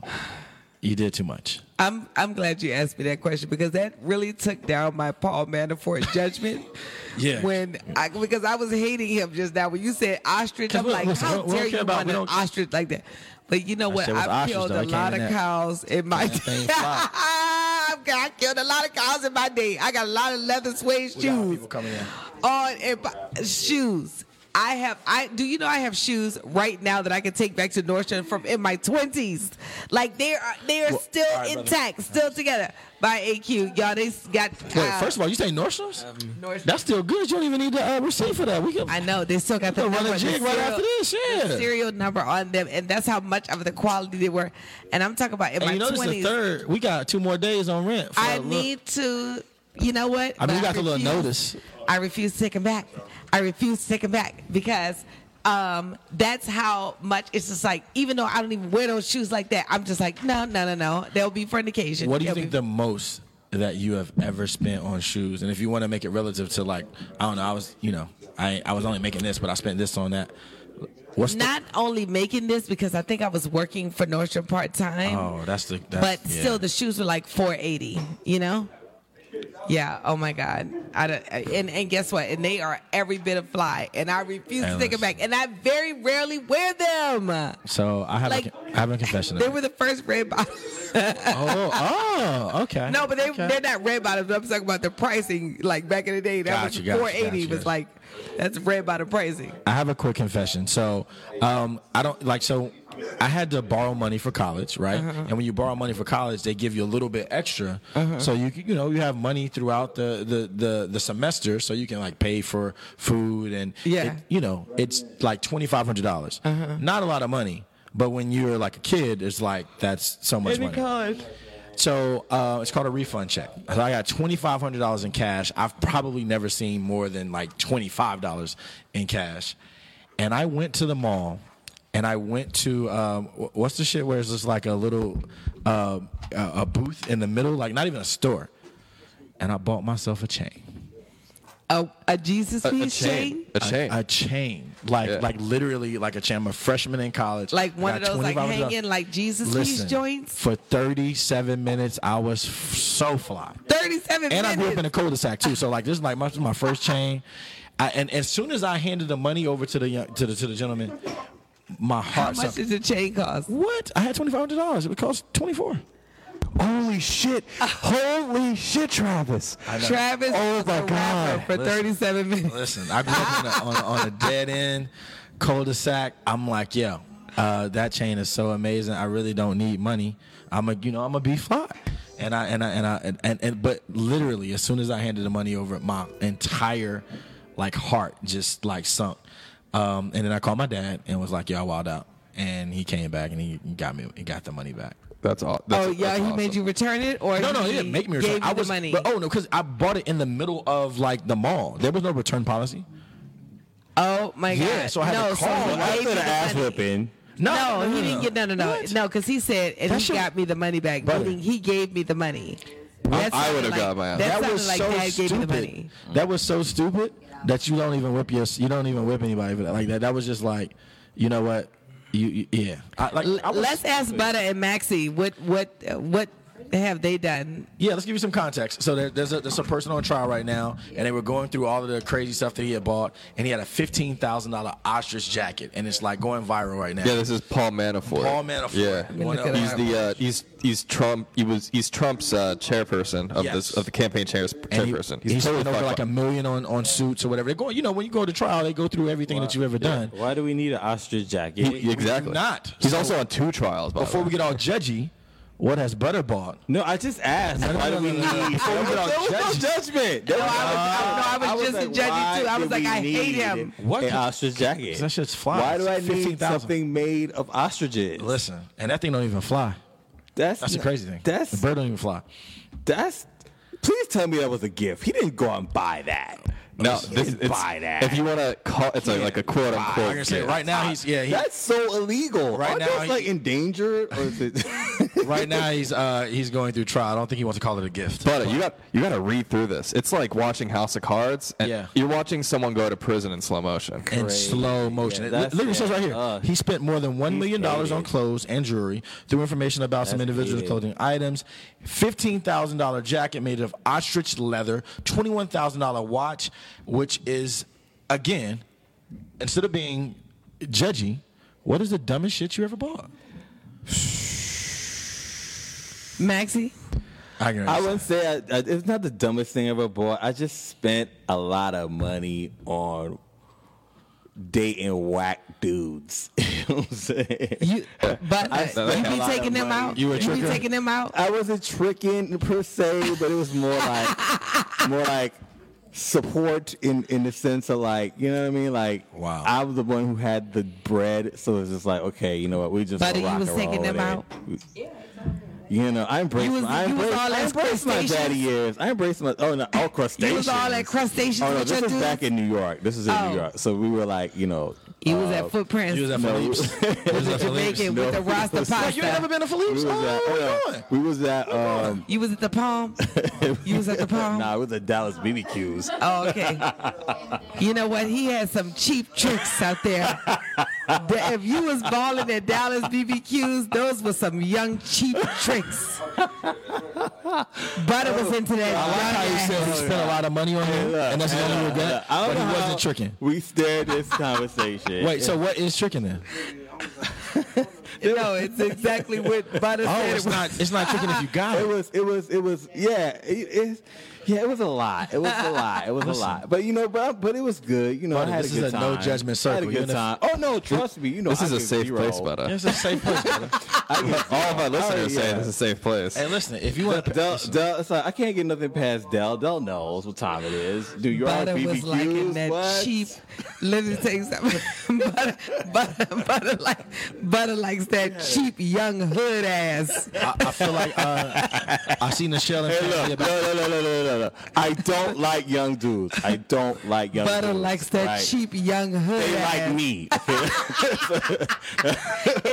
Speaker 3: you did too much.
Speaker 2: I'm I'm glad you asked me that question because that really took down my Paul Manafort judgment.
Speaker 3: Yeah.
Speaker 2: When I because I was hating him just now when you said ostrich,
Speaker 3: 'Cause
Speaker 2: I'm
Speaker 3: we-
Speaker 2: like,
Speaker 3: listen, we
Speaker 2: how
Speaker 3: don't- we
Speaker 2: dare
Speaker 3: don't care
Speaker 2: you
Speaker 3: about-
Speaker 2: want
Speaker 3: we
Speaker 2: an
Speaker 3: don't-
Speaker 2: ostrich like that? But you know what?
Speaker 3: shit was
Speaker 2: I've
Speaker 3: ostrich,
Speaker 2: killed
Speaker 3: though.
Speaker 2: a
Speaker 3: It came
Speaker 2: lot
Speaker 3: in
Speaker 2: of
Speaker 3: that-
Speaker 2: cows in my
Speaker 3: that thing
Speaker 2: day.
Speaker 3: fly.
Speaker 2: I've got- I killed a lot of cows in my day. I got a lot of leather suede
Speaker 3: We got
Speaker 2: shoes
Speaker 3: people coming in.
Speaker 2: on and bu- shoes. I have I do you know I have shoes right now that I can take back to Nordstrom from in my twenties. Like they are they are still
Speaker 3: all right, brother.
Speaker 2: intact, still together by AQ. Y'all they s- got uh,
Speaker 3: Wait, first of all, you say Nordstrom's? That's still good. You don't even need the uh, receipt for that. We can,
Speaker 2: I know they still got
Speaker 3: we
Speaker 2: the
Speaker 3: can run
Speaker 2: number,
Speaker 3: a
Speaker 2: the
Speaker 3: jig right
Speaker 2: serial-
Speaker 3: after this.
Speaker 2: the
Speaker 3: Yeah.
Speaker 2: serial number on them, and that's how much of the quality they were. And I'm talking about in
Speaker 3: And
Speaker 2: my
Speaker 3: you know, this is the
Speaker 2: twenties.
Speaker 3: third. We got two more days on rent. for
Speaker 2: I
Speaker 3: a little-
Speaker 2: need to. You know what?
Speaker 3: I mean,
Speaker 2: But
Speaker 3: we got the little
Speaker 2: refuse-
Speaker 3: notice.
Speaker 2: I refuse to take him back. I refuse to take him back because um, that's how much it's just like. Even though I don't even wear those shoes like that, I'm just like, no, no, no, no. They'll be for an occasion.
Speaker 3: What do you
Speaker 2: They'll
Speaker 3: think
Speaker 2: be-
Speaker 3: the most that you have ever spent on shoes? And if you want to make it relative to like, I don't know, I was, you know, I I was only making this, but I spent this on that. What's
Speaker 2: Not only making this because I think I was working for Nordstrom part
Speaker 3: The,
Speaker 2: time.
Speaker 3: oh, that's the. That's,
Speaker 2: but
Speaker 3: yeah.
Speaker 2: still the shoes were like 480 you know yeah oh my god I don't, and, and guess what and they are every bit of fly and i refuse to
Speaker 3: And
Speaker 2: take them
Speaker 3: listen.
Speaker 2: back and i very rarely wear them
Speaker 3: So I have
Speaker 2: like-
Speaker 3: a, I have a confession.
Speaker 2: they
Speaker 3: to
Speaker 2: were
Speaker 3: make.
Speaker 2: the first red bottoms
Speaker 3: oh, oh, okay.
Speaker 2: no but they,
Speaker 3: okay.
Speaker 2: they're not red bottoms i'm talking about the pricing like back in the day that
Speaker 3: Gotcha,
Speaker 2: was
Speaker 3: gotcha,
Speaker 2: 480
Speaker 3: gotcha,
Speaker 2: was
Speaker 3: gotcha.
Speaker 2: like that's red bottom pricing
Speaker 3: I have a quick confession. So, um, I don't like so. I had to borrow money for college, right? And when you borrow money for college, they give you a little bit extra, so you can- you know you have money throughout the the the, the semester, so you can like pay for food and
Speaker 2: Yeah.
Speaker 3: it- you know it's like twenty five hundred dollars, not a lot of money, but when you're like a kid, it's like that's so much money. So uh, it's called a refund check. So I got twenty five hundred dollars in cash. I've probably never seen more than like twenty five dollars in cash. And I went to the mall, and I went to um, wh- what's the shit where it's just like a little uh, a a booth in the middle, like not even a store. And I bought myself a chain.
Speaker 2: a, a jesus piece chain,
Speaker 8: A chain.
Speaker 3: A chain, like
Speaker 8: Yeah.
Speaker 3: like literally like a chain. I'm a freshman in college.
Speaker 2: like one
Speaker 3: I
Speaker 2: of
Speaker 3: got
Speaker 2: those like
Speaker 3: $25.
Speaker 2: hanging like jesus piece
Speaker 3: Listen,
Speaker 2: joints
Speaker 3: for 37 minutes, I was f- so fly.
Speaker 2: 37
Speaker 3: And I
Speaker 2: minutes.
Speaker 3: grew up in a cul-de-sac too, so like this is like my, my first chain. I, and as soon as I handed the money over to the young, to the to the gentleman, my
Speaker 2: how
Speaker 3: heart.
Speaker 2: much
Speaker 3: sunk.
Speaker 2: does a chain cost
Speaker 3: what? I had twenty five hundred dollars. It would cost twenty four.
Speaker 8: holy shit, holy shit, Travis.
Speaker 2: Travis
Speaker 8: Oh
Speaker 2: was
Speaker 8: my
Speaker 2: a rapper
Speaker 8: God.
Speaker 2: for 37 minutes.
Speaker 3: Listen, I grew up on a, on, a, on a dead end cul-de-sac. I'm like, yo, uh, that chain is so amazing. I really don't need money. I'm a, you know, I'm a be fly. And I and I and I and, and, and but literally, as soon as I handed the money over, my entire like heart just like sunk. Um, and then I called my dad and was like, "Yo, I wild out." And he came back and he got me, he got the money back.
Speaker 8: That's all. That's,
Speaker 2: Oh, yeah,
Speaker 8: that's
Speaker 2: he
Speaker 8: awesome.
Speaker 2: made you return it, or
Speaker 3: No, no, he
Speaker 2: he
Speaker 3: didn't make me return.
Speaker 2: Gave you
Speaker 3: I
Speaker 2: the
Speaker 3: was,
Speaker 2: money.
Speaker 3: But, oh no, because I bought it in the middle of like the mall. There was no return policy.
Speaker 2: Oh my god!
Speaker 3: Yeah, so I had
Speaker 2: no,
Speaker 3: to call.
Speaker 2: So
Speaker 3: Well, I
Speaker 2: he gave you the money.
Speaker 7: whipping.
Speaker 3: No,
Speaker 2: No, he didn't get no, no, no,
Speaker 3: What?
Speaker 2: no, because he said, and
Speaker 3: That
Speaker 2: he
Speaker 3: shit-
Speaker 2: got me the money back.
Speaker 3: Brother.
Speaker 2: Meaning he gave me the money. That
Speaker 8: I
Speaker 2: sounded
Speaker 8: would've
Speaker 2: like-
Speaker 8: got my ass.
Speaker 2: That, sounded like Dad gave me the money.
Speaker 3: That was so stupid that you don't even whip your you don't even whip anybody for that like that. That was just like, you know what, you, you- yeah. I, like, I was-
Speaker 2: Let's ask Butter and Maxie what what uh, what have they done?
Speaker 3: Yeah, let's give you some context. So there, there's a there's a person on trial right now, and they were going through all of the crazy stuff that he had bought, and he had a fifteen thousand dollar ostrich jacket, and it's like going viral right now.
Speaker 8: Yeah, this is Paul Manafort.
Speaker 3: Paul Manafort.
Speaker 8: Yeah,
Speaker 3: Let me look
Speaker 2: it up.
Speaker 8: he's the uh, he's he's Trump. He was he's Trump's uh, chairperson of
Speaker 3: Yes.
Speaker 8: this of the campaign chairs,
Speaker 3: and he,
Speaker 8: chairperson.
Speaker 3: he's
Speaker 8: totally
Speaker 3: spent over
Speaker 8: fucked
Speaker 3: like a
Speaker 8: up.
Speaker 3: million on, on suits or whatever. They're going, you know, when you go to trial, they go through everything that you've ever done.
Speaker 5: Why do we need an ostrich jacket?
Speaker 8: He- exactly.
Speaker 3: not.
Speaker 8: He's also on two trials. By
Speaker 3: Before
Speaker 8: the
Speaker 3: we
Speaker 8: way.
Speaker 3: get all judgy, what has Butter bought?
Speaker 5: no, I just asked. Why do we need?
Speaker 3: Before we get all judgy,
Speaker 5: judgment.
Speaker 2: No, I was, I, no, I was, just a judge too. I was like, I hate him.
Speaker 5: What
Speaker 3: an
Speaker 5: an ostrich jacket?
Speaker 3: That shit's fly.
Speaker 5: Why do I
Speaker 3: It's
Speaker 5: need
Speaker 3: 15,000.
Speaker 5: something made of ostriches?
Speaker 3: Listen, and that thing don't even fly.
Speaker 5: that's
Speaker 3: That's the crazy thing.
Speaker 5: That's
Speaker 3: the bird don't even fly.
Speaker 5: that's. Please tell me that was a gift. He didn't go out and buy that.
Speaker 8: no,
Speaker 5: he
Speaker 8: this,
Speaker 5: didn't
Speaker 8: it's,
Speaker 5: buy that.
Speaker 8: If you want to call, it's like, like a quote
Speaker 3: I'm
Speaker 8: unquote.
Speaker 3: gonna say
Speaker 8: gift.
Speaker 3: right now he's yeah he,
Speaker 5: that's so illegal.
Speaker 3: Right
Speaker 5: Aren't
Speaker 3: now,
Speaker 5: those,
Speaker 3: he-
Speaker 5: like endangered or is it?
Speaker 3: right now he's uh he's going through trial. I don't think he wants to call it a gift.
Speaker 8: But you got you got to read through this. It's like watching House of Cards, and
Speaker 3: Yeah.
Speaker 8: you're watching someone go to prison in slow motion.
Speaker 3: in slow motion.
Speaker 5: Yeah,
Speaker 3: it li-
Speaker 5: that's-
Speaker 3: literally says
Speaker 5: yeah,
Speaker 3: right here.
Speaker 5: uh,
Speaker 3: he spent more than one million dollars on
Speaker 5: hated.
Speaker 3: clothes and jewelry through information about some
Speaker 5: That's
Speaker 3: individuals'
Speaker 5: hated.
Speaker 3: clothing items, fifteen thousand dollar jacket made of ostrich leather, twenty one thousand dollar watch, which is again, instead of being judgy, what is the dumbest shit you ever bought?
Speaker 2: Maxie,
Speaker 3: I, can
Speaker 5: I
Speaker 3: understand.
Speaker 5: wouldn't say I, I, it's not the dumbest thing I ever bought. I just spent a lot of money on dating whack dudes. you know what I'm saying?
Speaker 2: you but
Speaker 5: I
Speaker 2: you
Speaker 5: spent a
Speaker 2: be
Speaker 5: lot of
Speaker 2: taking them
Speaker 5: money.
Speaker 2: out.
Speaker 3: You were
Speaker 2: be
Speaker 3: triggering.
Speaker 2: taking them out.
Speaker 5: I wasn't tricking per se, but it was more like more like support in in the sense of like you know what I mean. Like
Speaker 3: Wow.
Speaker 5: I was the one who had the bread, so it's just like okay, you know what, we just
Speaker 2: Buddy,
Speaker 5: gonna
Speaker 2: you
Speaker 5: rock
Speaker 2: was
Speaker 5: and roll
Speaker 2: taking them
Speaker 5: with it.
Speaker 2: out?
Speaker 5: Yeah. You know, I embrace,
Speaker 2: You was-
Speaker 5: I
Speaker 2: you was
Speaker 5: embrace,
Speaker 2: all
Speaker 5: I
Speaker 2: at
Speaker 5: embrace my daddy
Speaker 2: crustaceans?
Speaker 5: years. I embrace my oh no, all crustaceans.
Speaker 2: You was all at crustaceans
Speaker 5: Oh no,
Speaker 2: with
Speaker 5: this
Speaker 2: your
Speaker 5: was
Speaker 2: dudes?
Speaker 5: back in New York. This is in
Speaker 2: Oh.
Speaker 5: New York. So we were like, you know,
Speaker 2: You was
Speaker 5: uh,
Speaker 2: at Footprints.
Speaker 3: You was at
Speaker 5: no,
Speaker 3: Philippe's. You was at Philippe's.
Speaker 2: Jamaican with the Rasta pasta.
Speaker 3: Like, you ain't never been to
Speaker 5: we
Speaker 3: Philippe's?
Speaker 5: was at,
Speaker 3: Oh,
Speaker 5: oh,
Speaker 3: what
Speaker 5: no,
Speaker 3: you doing?
Speaker 5: we was at um,
Speaker 2: You was at the Palm. You was at the Palm.
Speaker 5: Nah, it was at Dallas BBQs.
Speaker 2: Oh, okay. you know what? He had some cheap tricks out there. That if you was balling at Dallas BBQs, those were some young cheap tricks. Butter was into that.
Speaker 3: I like how you
Speaker 2: young
Speaker 3: said he
Speaker 2: ass.
Speaker 3: spent a lot of money on him, and that's his only regret.
Speaker 5: I don't
Speaker 3: But he
Speaker 5: know how
Speaker 3: wasn't tricking.
Speaker 5: We stared this conversation.
Speaker 3: Wait, so what is tricking then?
Speaker 2: no, it's exactly what Butter
Speaker 3: Oh,
Speaker 2: said.
Speaker 3: it's not. It's not tricking if you got
Speaker 5: it
Speaker 3: it.
Speaker 5: was, it was, it was, yeah, it, it's, yeah, it was a lot. It was a lot. It was a lot. But you know, but but it was good. You know,
Speaker 3: Buddy,
Speaker 5: I had
Speaker 3: this
Speaker 5: a
Speaker 3: is
Speaker 5: good
Speaker 3: a
Speaker 5: time.
Speaker 3: no judgment
Speaker 5: I had
Speaker 3: circle.
Speaker 5: a good
Speaker 3: Even if-
Speaker 5: time. Oh no, trust me. You know,
Speaker 8: This
Speaker 5: I
Speaker 8: is a
Speaker 5: give
Speaker 8: safe
Speaker 5: zero.
Speaker 8: place, better.
Speaker 3: It's a safe place. brother.
Speaker 5: I give
Speaker 8: All
Speaker 2: Oh,
Speaker 8: of our listeners
Speaker 5: yeah.
Speaker 8: say this is a safe place.
Speaker 3: hey, listen, if you want to,
Speaker 5: Del, Del, it's like, I can't get nothing past Dell. Dell knows what time it is. New York
Speaker 2: Butter
Speaker 5: BBQs.
Speaker 2: was liking that
Speaker 5: what?
Speaker 2: cheap. Let me take some. butter, butter, butter, like, butter likes that cheap young hood ass.
Speaker 3: I, I feel like uh, I seen Michelle and
Speaker 5: Hey,
Speaker 3: Fancy
Speaker 5: look,
Speaker 3: about.
Speaker 5: no, no, no, no, no, no, no. I don't like young dudes. I don't like young
Speaker 2: Butter
Speaker 5: dudes.
Speaker 2: likes that
Speaker 5: right?
Speaker 2: cheap young hood
Speaker 5: They
Speaker 2: ass.
Speaker 5: like me.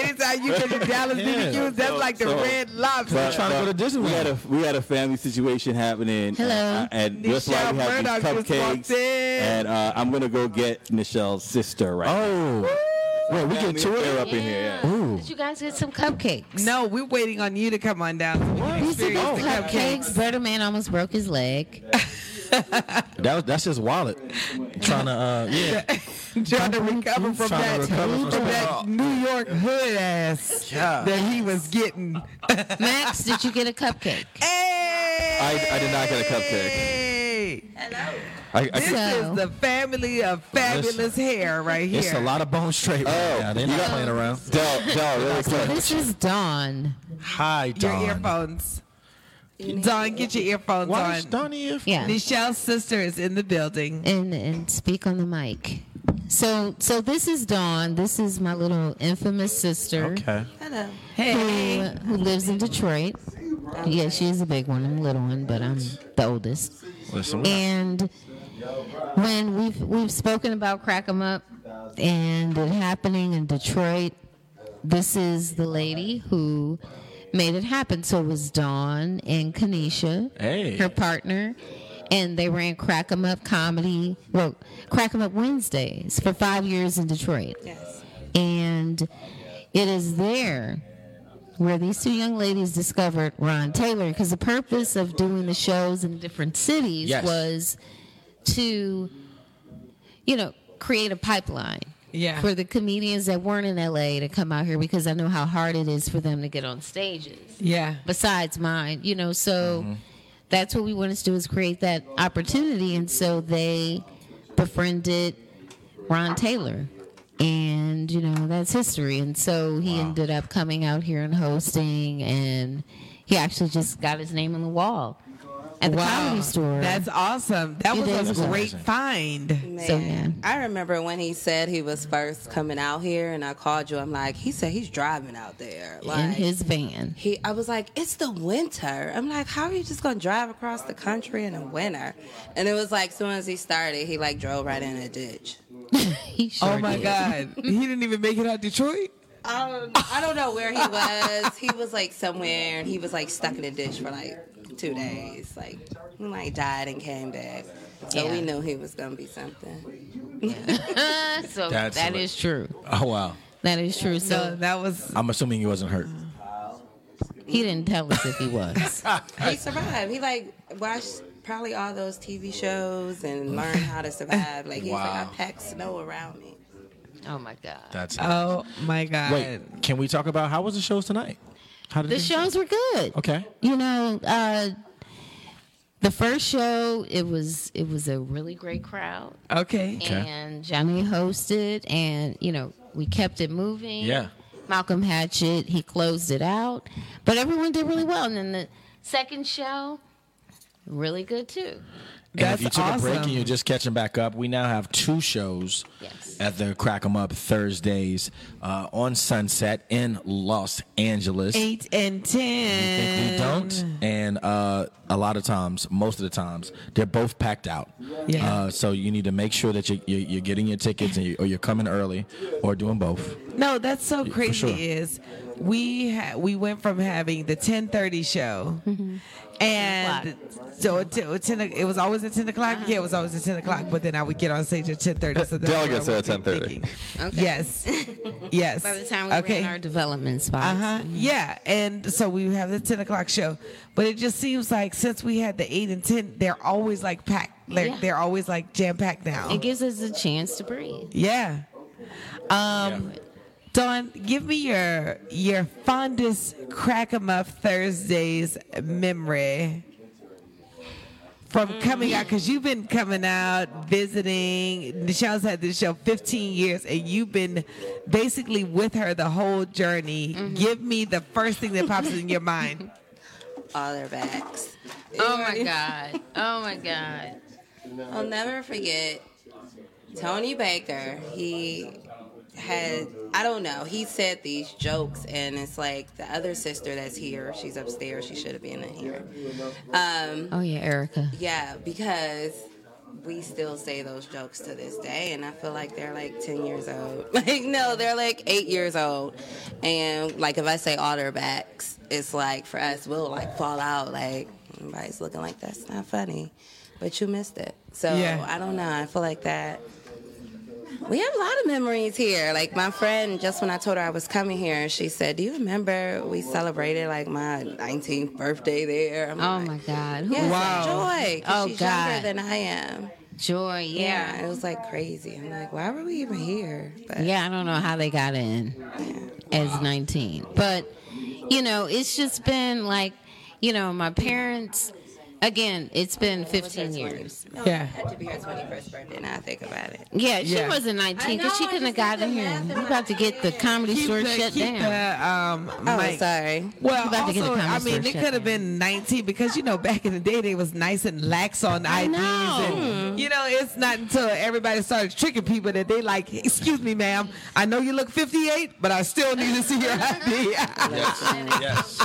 Speaker 2: Anytime you get to Dallas
Speaker 3: Yeah.
Speaker 2: BBQs, that's like the
Speaker 5: So-
Speaker 2: red lobster.
Speaker 5: But-
Speaker 3: trying to go to
Speaker 5: but
Speaker 3: Disneyland.
Speaker 5: We had a we had a family situation happening. Hello. and that's why we
Speaker 2: Nichelle
Speaker 5: have
Speaker 2: Murdoch just
Speaker 5: these
Speaker 2: walked
Speaker 5: cupcakes.
Speaker 2: in.
Speaker 5: And uh, I'm gonna go get Michelle's sister right. now.
Speaker 3: Oh, Wait, we get to
Speaker 5: They're
Speaker 3: it.
Speaker 5: up in here. Yeah.
Speaker 10: Ooh. Did you guys get some cupcakes?
Speaker 2: No, we're waiting on you to come on down. So we can
Speaker 10: We said
Speaker 2: experience the
Speaker 10: cupcakes.
Speaker 2: cupcakes.
Speaker 10: Berto Man almost broke his leg.
Speaker 3: That was, that's his wallet. Trying to, uh, yeah.
Speaker 2: Trying to recover from
Speaker 3: Trying to
Speaker 2: that,
Speaker 3: recover from
Speaker 2: from that
Speaker 3: something.
Speaker 2: New York hood ass that he was getting.
Speaker 10: Max, did you get a cupcake?
Speaker 2: Hey!
Speaker 8: I- I did not get a
Speaker 2: cupcake.
Speaker 8: I, I,
Speaker 2: This
Speaker 10: So-
Speaker 2: is the family of fabulous hair right here.
Speaker 3: It's a lot of bone straight right now. They're not playing around.
Speaker 8: Del, Del, Oh. really quick.
Speaker 10: This is Dawn.
Speaker 3: Hi,
Speaker 2: Your
Speaker 3: Don.
Speaker 2: earphones. Don, get your earphones
Speaker 3: Why is
Speaker 2: on.
Speaker 3: Donnie if
Speaker 10: Yeah.
Speaker 2: Michelle's sister is in the building.
Speaker 10: and and speak on the mic. So so this is Dawn. This is my little infamous sister
Speaker 3: Okay.
Speaker 10: who,
Speaker 2: Hey.
Speaker 10: who lives in Detroit. Yeah, she's a big one. I'm the little one, but I'm the oldest.
Speaker 3: Listen, we-
Speaker 10: And when we've we've spoken about crack 'em up and it happening in Detroit, this is the lady who made it happen. So it was Dawn and Kanisha,
Speaker 3: Hey.
Speaker 10: her partner, and they ran crack 'em up comedy, well, crack 'em up Wednesdays for five years in Detroit. Yes, and it is there where these two young ladies discovered Ron Taylor because the purpose of doing the shows in different cities
Speaker 3: Yes.
Speaker 10: was to, you know, create a pipeline
Speaker 2: Yeah.
Speaker 10: for the comedians that weren't in LA to come out here because I know how hard it is for them to get on stages
Speaker 2: Yeah.
Speaker 10: besides mine, you know. So that's what we wanted to do is create that opportunity, and so they befriended Ron Taylor, and you know that's history. And so he ended up coming out here and hosting, and he actually just got his name on the wall at the comedy store.
Speaker 2: That's awesome. Um, That
Speaker 10: It
Speaker 2: was a
Speaker 10: is
Speaker 2: great
Speaker 3: amazing.
Speaker 2: find.
Speaker 11: Man,
Speaker 10: So, yeah.
Speaker 11: I remember when he said he was first coming out here, and I called you. I'm like, he said he's driving out there. Like,
Speaker 10: in his van.
Speaker 11: he, I was like, it's the winter. I'm like, how are you just gonna drive across the country in the winter? And it was like, soon as he started, he like drove right in a ditch.
Speaker 10: He sure
Speaker 2: Oh my
Speaker 10: did.
Speaker 2: God. he didn't even make it out Detroit.
Speaker 11: I don't, Um, I don't know where he was. he was like somewhere, and he was like stuck in a ditch for like two days. Like, he like died and came back. So
Speaker 10: Yeah.
Speaker 11: we knew he was gonna be something.
Speaker 10: so
Speaker 3: That's
Speaker 10: That's
Speaker 3: what-
Speaker 10: true.
Speaker 3: oh wow.
Speaker 10: That is true. So
Speaker 2: So that was
Speaker 3: I'm assuming he wasn't hurt.
Speaker 10: he didn't tell us if he was.
Speaker 11: He survived. He like watched probably all those TV shows and learned how to survive. Like he's like, I
Speaker 3: Wow.
Speaker 11: packed snow around me.
Speaker 10: oh my god.
Speaker 3: That's
Speaker 2: oh my God.
Speaker 3: Wait, can we talk about how was the shows tonight? How did
Speaker 10: The
Speaker 3: they-
Speaker 10: shows were good.
Speaker 3: Okay.
Speaker 10: You know, uh, the first show it was it was a really great crowd,
Speaker 2: Okay.
Speaker 10: and Johnny hosted, and you know we kept it moving.
Speaker 3: Yeah.
Speaker 10: Malcolm Hatchett he closed it out, but everyone did really well. And then the second show, really good too.
Speaker 3: And
Speaker 2: That's
Speaker 3: if you took a break
Speaker 2: awesome.
Speaker 3: and you're just catching back up, we now have two shows
Speaker 10: Yes.
Speaker 3: at the Crack 'Em Up Thursdays uh, on Sunset in Los Angeles.
Speaker 2: Eight and ten.
Speaker 3: think we don't. And uh, a lot of times, most of the times, they're both packed out.
Speaker 2: Yeah.
Speaker 3: Uh, so you need to make sure that you, you, you're getting your tickets and you, or you're coming early or doing both.
Speaker 2: No, that's so crazy.
Speaker 3: sure.
Speaker 2: Is we ha- we went from having the ten thirty show,
Speaker 10: Mm-hmm.
Speaker 2: and so it, it, 10, o- it was always at ten o'clock.
Speaker 10: Uh-huh.
Speaker 2: Yeah, it was always at ten o'clock. But then I would get on stage at ten thirty. So that's what I
Speaker 8: Delegates are
Speaker 2: would
Speaker 8: at
Speaker 2: be
Speaker 8: 10:30.
Speaker 2: thinking. Yes, yes.
Speaker 10: By the time we were in our development
Speaker 2: Uh
Speaker 10: spots, Mm-hmm.
Speaker 2: huh. Yeah, and so we have the ten o'clock show, but it just seems like since we had the eight and ten, they're always like packed. They're,
Speaker 10: Yeah.
Speaker 2: they're always like jam packed now.
Speaker 10: it gives us a chance to breathe.
Speaker 2: Yeah. Um, Dawn, give me your your fondest crack 'em up Thursdays memory from
Speaker 10: Mm.
Speaker 2: coming out because you've been coming out visiting. Michelle's had this show 15 years, and you've been basically with her the whole journey.
Speaker 10: Mm-hmm.
Speaker 2: Give me the first thing that pops in your mind.
Speaker 11: All their backs.
Speaker 10: Oh my god. Oh my god.
Speaker 11: I'll never forget Tony Baker. He had I don't know. He said these jokes, and it's like the other sister that's here. She's upstairs. She should have been in here. Um,
Speaker 10: Oh yeah, Erica.
Speaker 11: yeah, because we still say those jokes to this day, and I feel like they're like ten years old. Like no, they're like eight years old, and like if I say otterbacks, it's like for us we'll like fall out. Like everybody's looking like that's not funny, but you missed it. So
Speaker 2: Yeah.
Speaker 11: I don't know. I feel like that. We have a lot of memories here. Like my friend, just when I told her I was coming here, she said, "Do you remember we celebrated like my 19th birthday there?"
Speaker 10: oh my God! Who
Speaker 11: Yeah,
Speaker 10: was
Speaker 11: it's
Speaker 10: that?
Speaker 11: like Joy. 'cause
Speaker 10: Oh
Speaker 11: she's
Speaker 10: God!
Speaker 11: younger than I am.
Speaker 10: Joy. Yeah.
Speaker 11: it was like crazy. I'm like, why were we even here?
Speaker 10: Yeah, I don't know how they got in as 19. But, you know, it's just been like, you know, my parents, again, it's been 15 years.
Speaker 2: Yeah.
Speaker 11: I had to be her 21st birthday. Now I think about it.
Speaker 10: Yeah, she
Speaker 2: Yeah.
Speaker 10: wasn't 19 because she couldn't have gotten here. We about to get the comedy
Speaker 2: Keep
Speaker 10: store
Speaker 2: the-
Speaker 10: shut
Speaker 2: keep
Speaker 10: down.
Speaker 2: the, um,
Speaker 10: Oh,
Speaker 2: mic.
Speaker 11: sorry.
Speaker 2: Well,
Speaker 10: You about to get
Speaker 2: also,
Speaker 10: the
Speaker 2: I
Speaker 10: comments
Speaker 2: mean,
Speaker 10: first,
Speaker 2: it
Speaker 10: shut
Speaker 2: could have been 19 because, you know, back in the day, they was nice and lax on IDs. And, you know, it's not until everybody started tricking people that they like, excuse me, ma'am, I know you look 58, but I still need to see your ID.
Speaker 3: yes.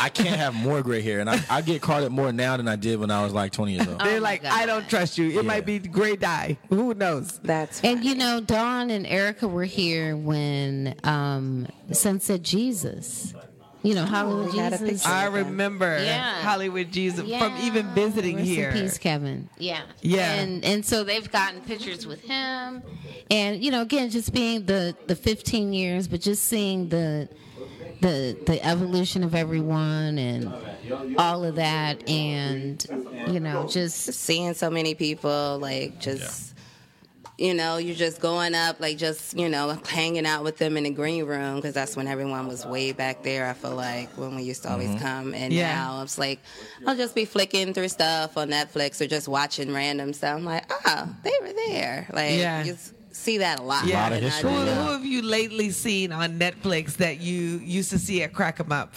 Speaker 3: I can't have more gray hair, and I, I get carded more now than I did when I was like 20 years old.
Speaker 2: They're like, I don't trust you. It might be gray dye. Who knows?
Speaker 11: That's
Speaker 10: And, you know, Dawn and Erica were here when um, Sunset Jesus, you know, Hollywood Jesus.
Speaker 2: I remember
Speaker 10: Yeah.
Speaker 2: Hollywood Jesus from
Speaker 10: Yeah.
Speaker 2: even visiting
Speaker 10: Rest in
Speaker 2: here.
Speaker 10: peace, Kevin. Yeah.
Speaker 2: Yeah.
Speaker 10: And and so they've gotten pictures with him, and you know, again, just being the the 15 years, but just seeing the the the evolution of everyone and all of that, and you know, just
Speaker 11: seeing so many people, like just you know, you're just going up, like just you know, hanging out with them in the green room because that's when everyone was way back there. I feel like when we used to always
Speaker 12: Mhm.
Speaker 2: Mm-hmm.
Speaker 11: come, and
Speaker 12: Yeah.
Speaker 11: now it's like I'll just be flicking through stuff on Netflix or just watching random stuff. I'm like, oh, they were there. Like,
Speaker 2: Yeah.
Speaker 11: you s- see that a lot.
Speaker 2: Yeah.
Speaker 11: And I
Speaker 2: Who,
Speaker 11: just-
Speaker 2: who have you lately seen on Netflix that you used to see at Crack 'em Up?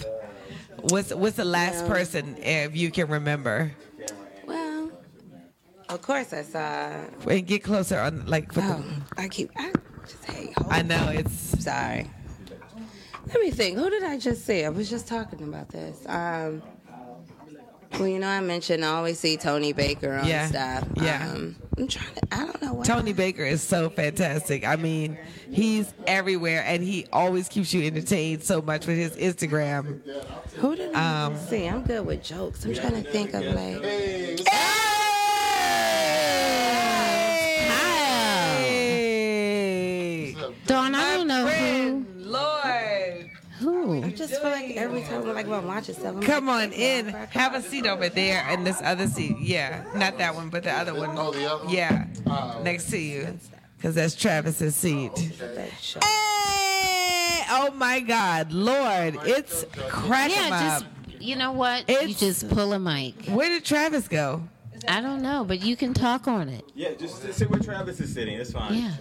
Speaker 2: What's what's the last
Speaker 11: Yeah.
Speaker 2: person if you can remember?
Speaker 11: Well, of course, I saw.
Speaker 2: And get closer on like. with the-
Speaker 11: I keep. I just hate.
Speaker 2: I know it's
Speaker 11: sorry. Let me think. Who did I just see? I was just talking about this. Um, well, you know, I mentioned I always see Tony Baker on
Speaker 2: Yeah.
Speaker 11: stuff.
Speaker 2: Yeah.
Speaker 11: Um, I'm trying to. I don't know what.
Speaker 2: Tony Baker is so fantastic. I mean, he's everywhere and he always keeps you entertained so much with his Instagram.
Speaker 11: Who did I
Speaker 2: Um,
Speaker 11: see? I'm good with jokes. I'm trying to think of like.
Speaker 10: Dawn, I don't know
Speaker 2: who. Lord.
Speaker 10: Who?
Speaker 11: I just feel like every time like when I watch yourself. I'm
Speaker 2: Come
Speaker 11: like,
Speaker 2: on in. Have a seat over there and this other seat. Yeah, not that one, but the other one. Oh, the other one? Oh. Yeah, next to you. Because that's Travis's seat. Hey! Oh my God, Lord, it's cracking
Speaker 10: yeah, just you know what? you just pull a mic.
Speaker 2: Where did Travis go?
Speaker 10: I don't know, but you can talk on it.
Speaker 5: Yeah, just sit where Travis is sitting. It's fine.
Speaker 10: Yeah.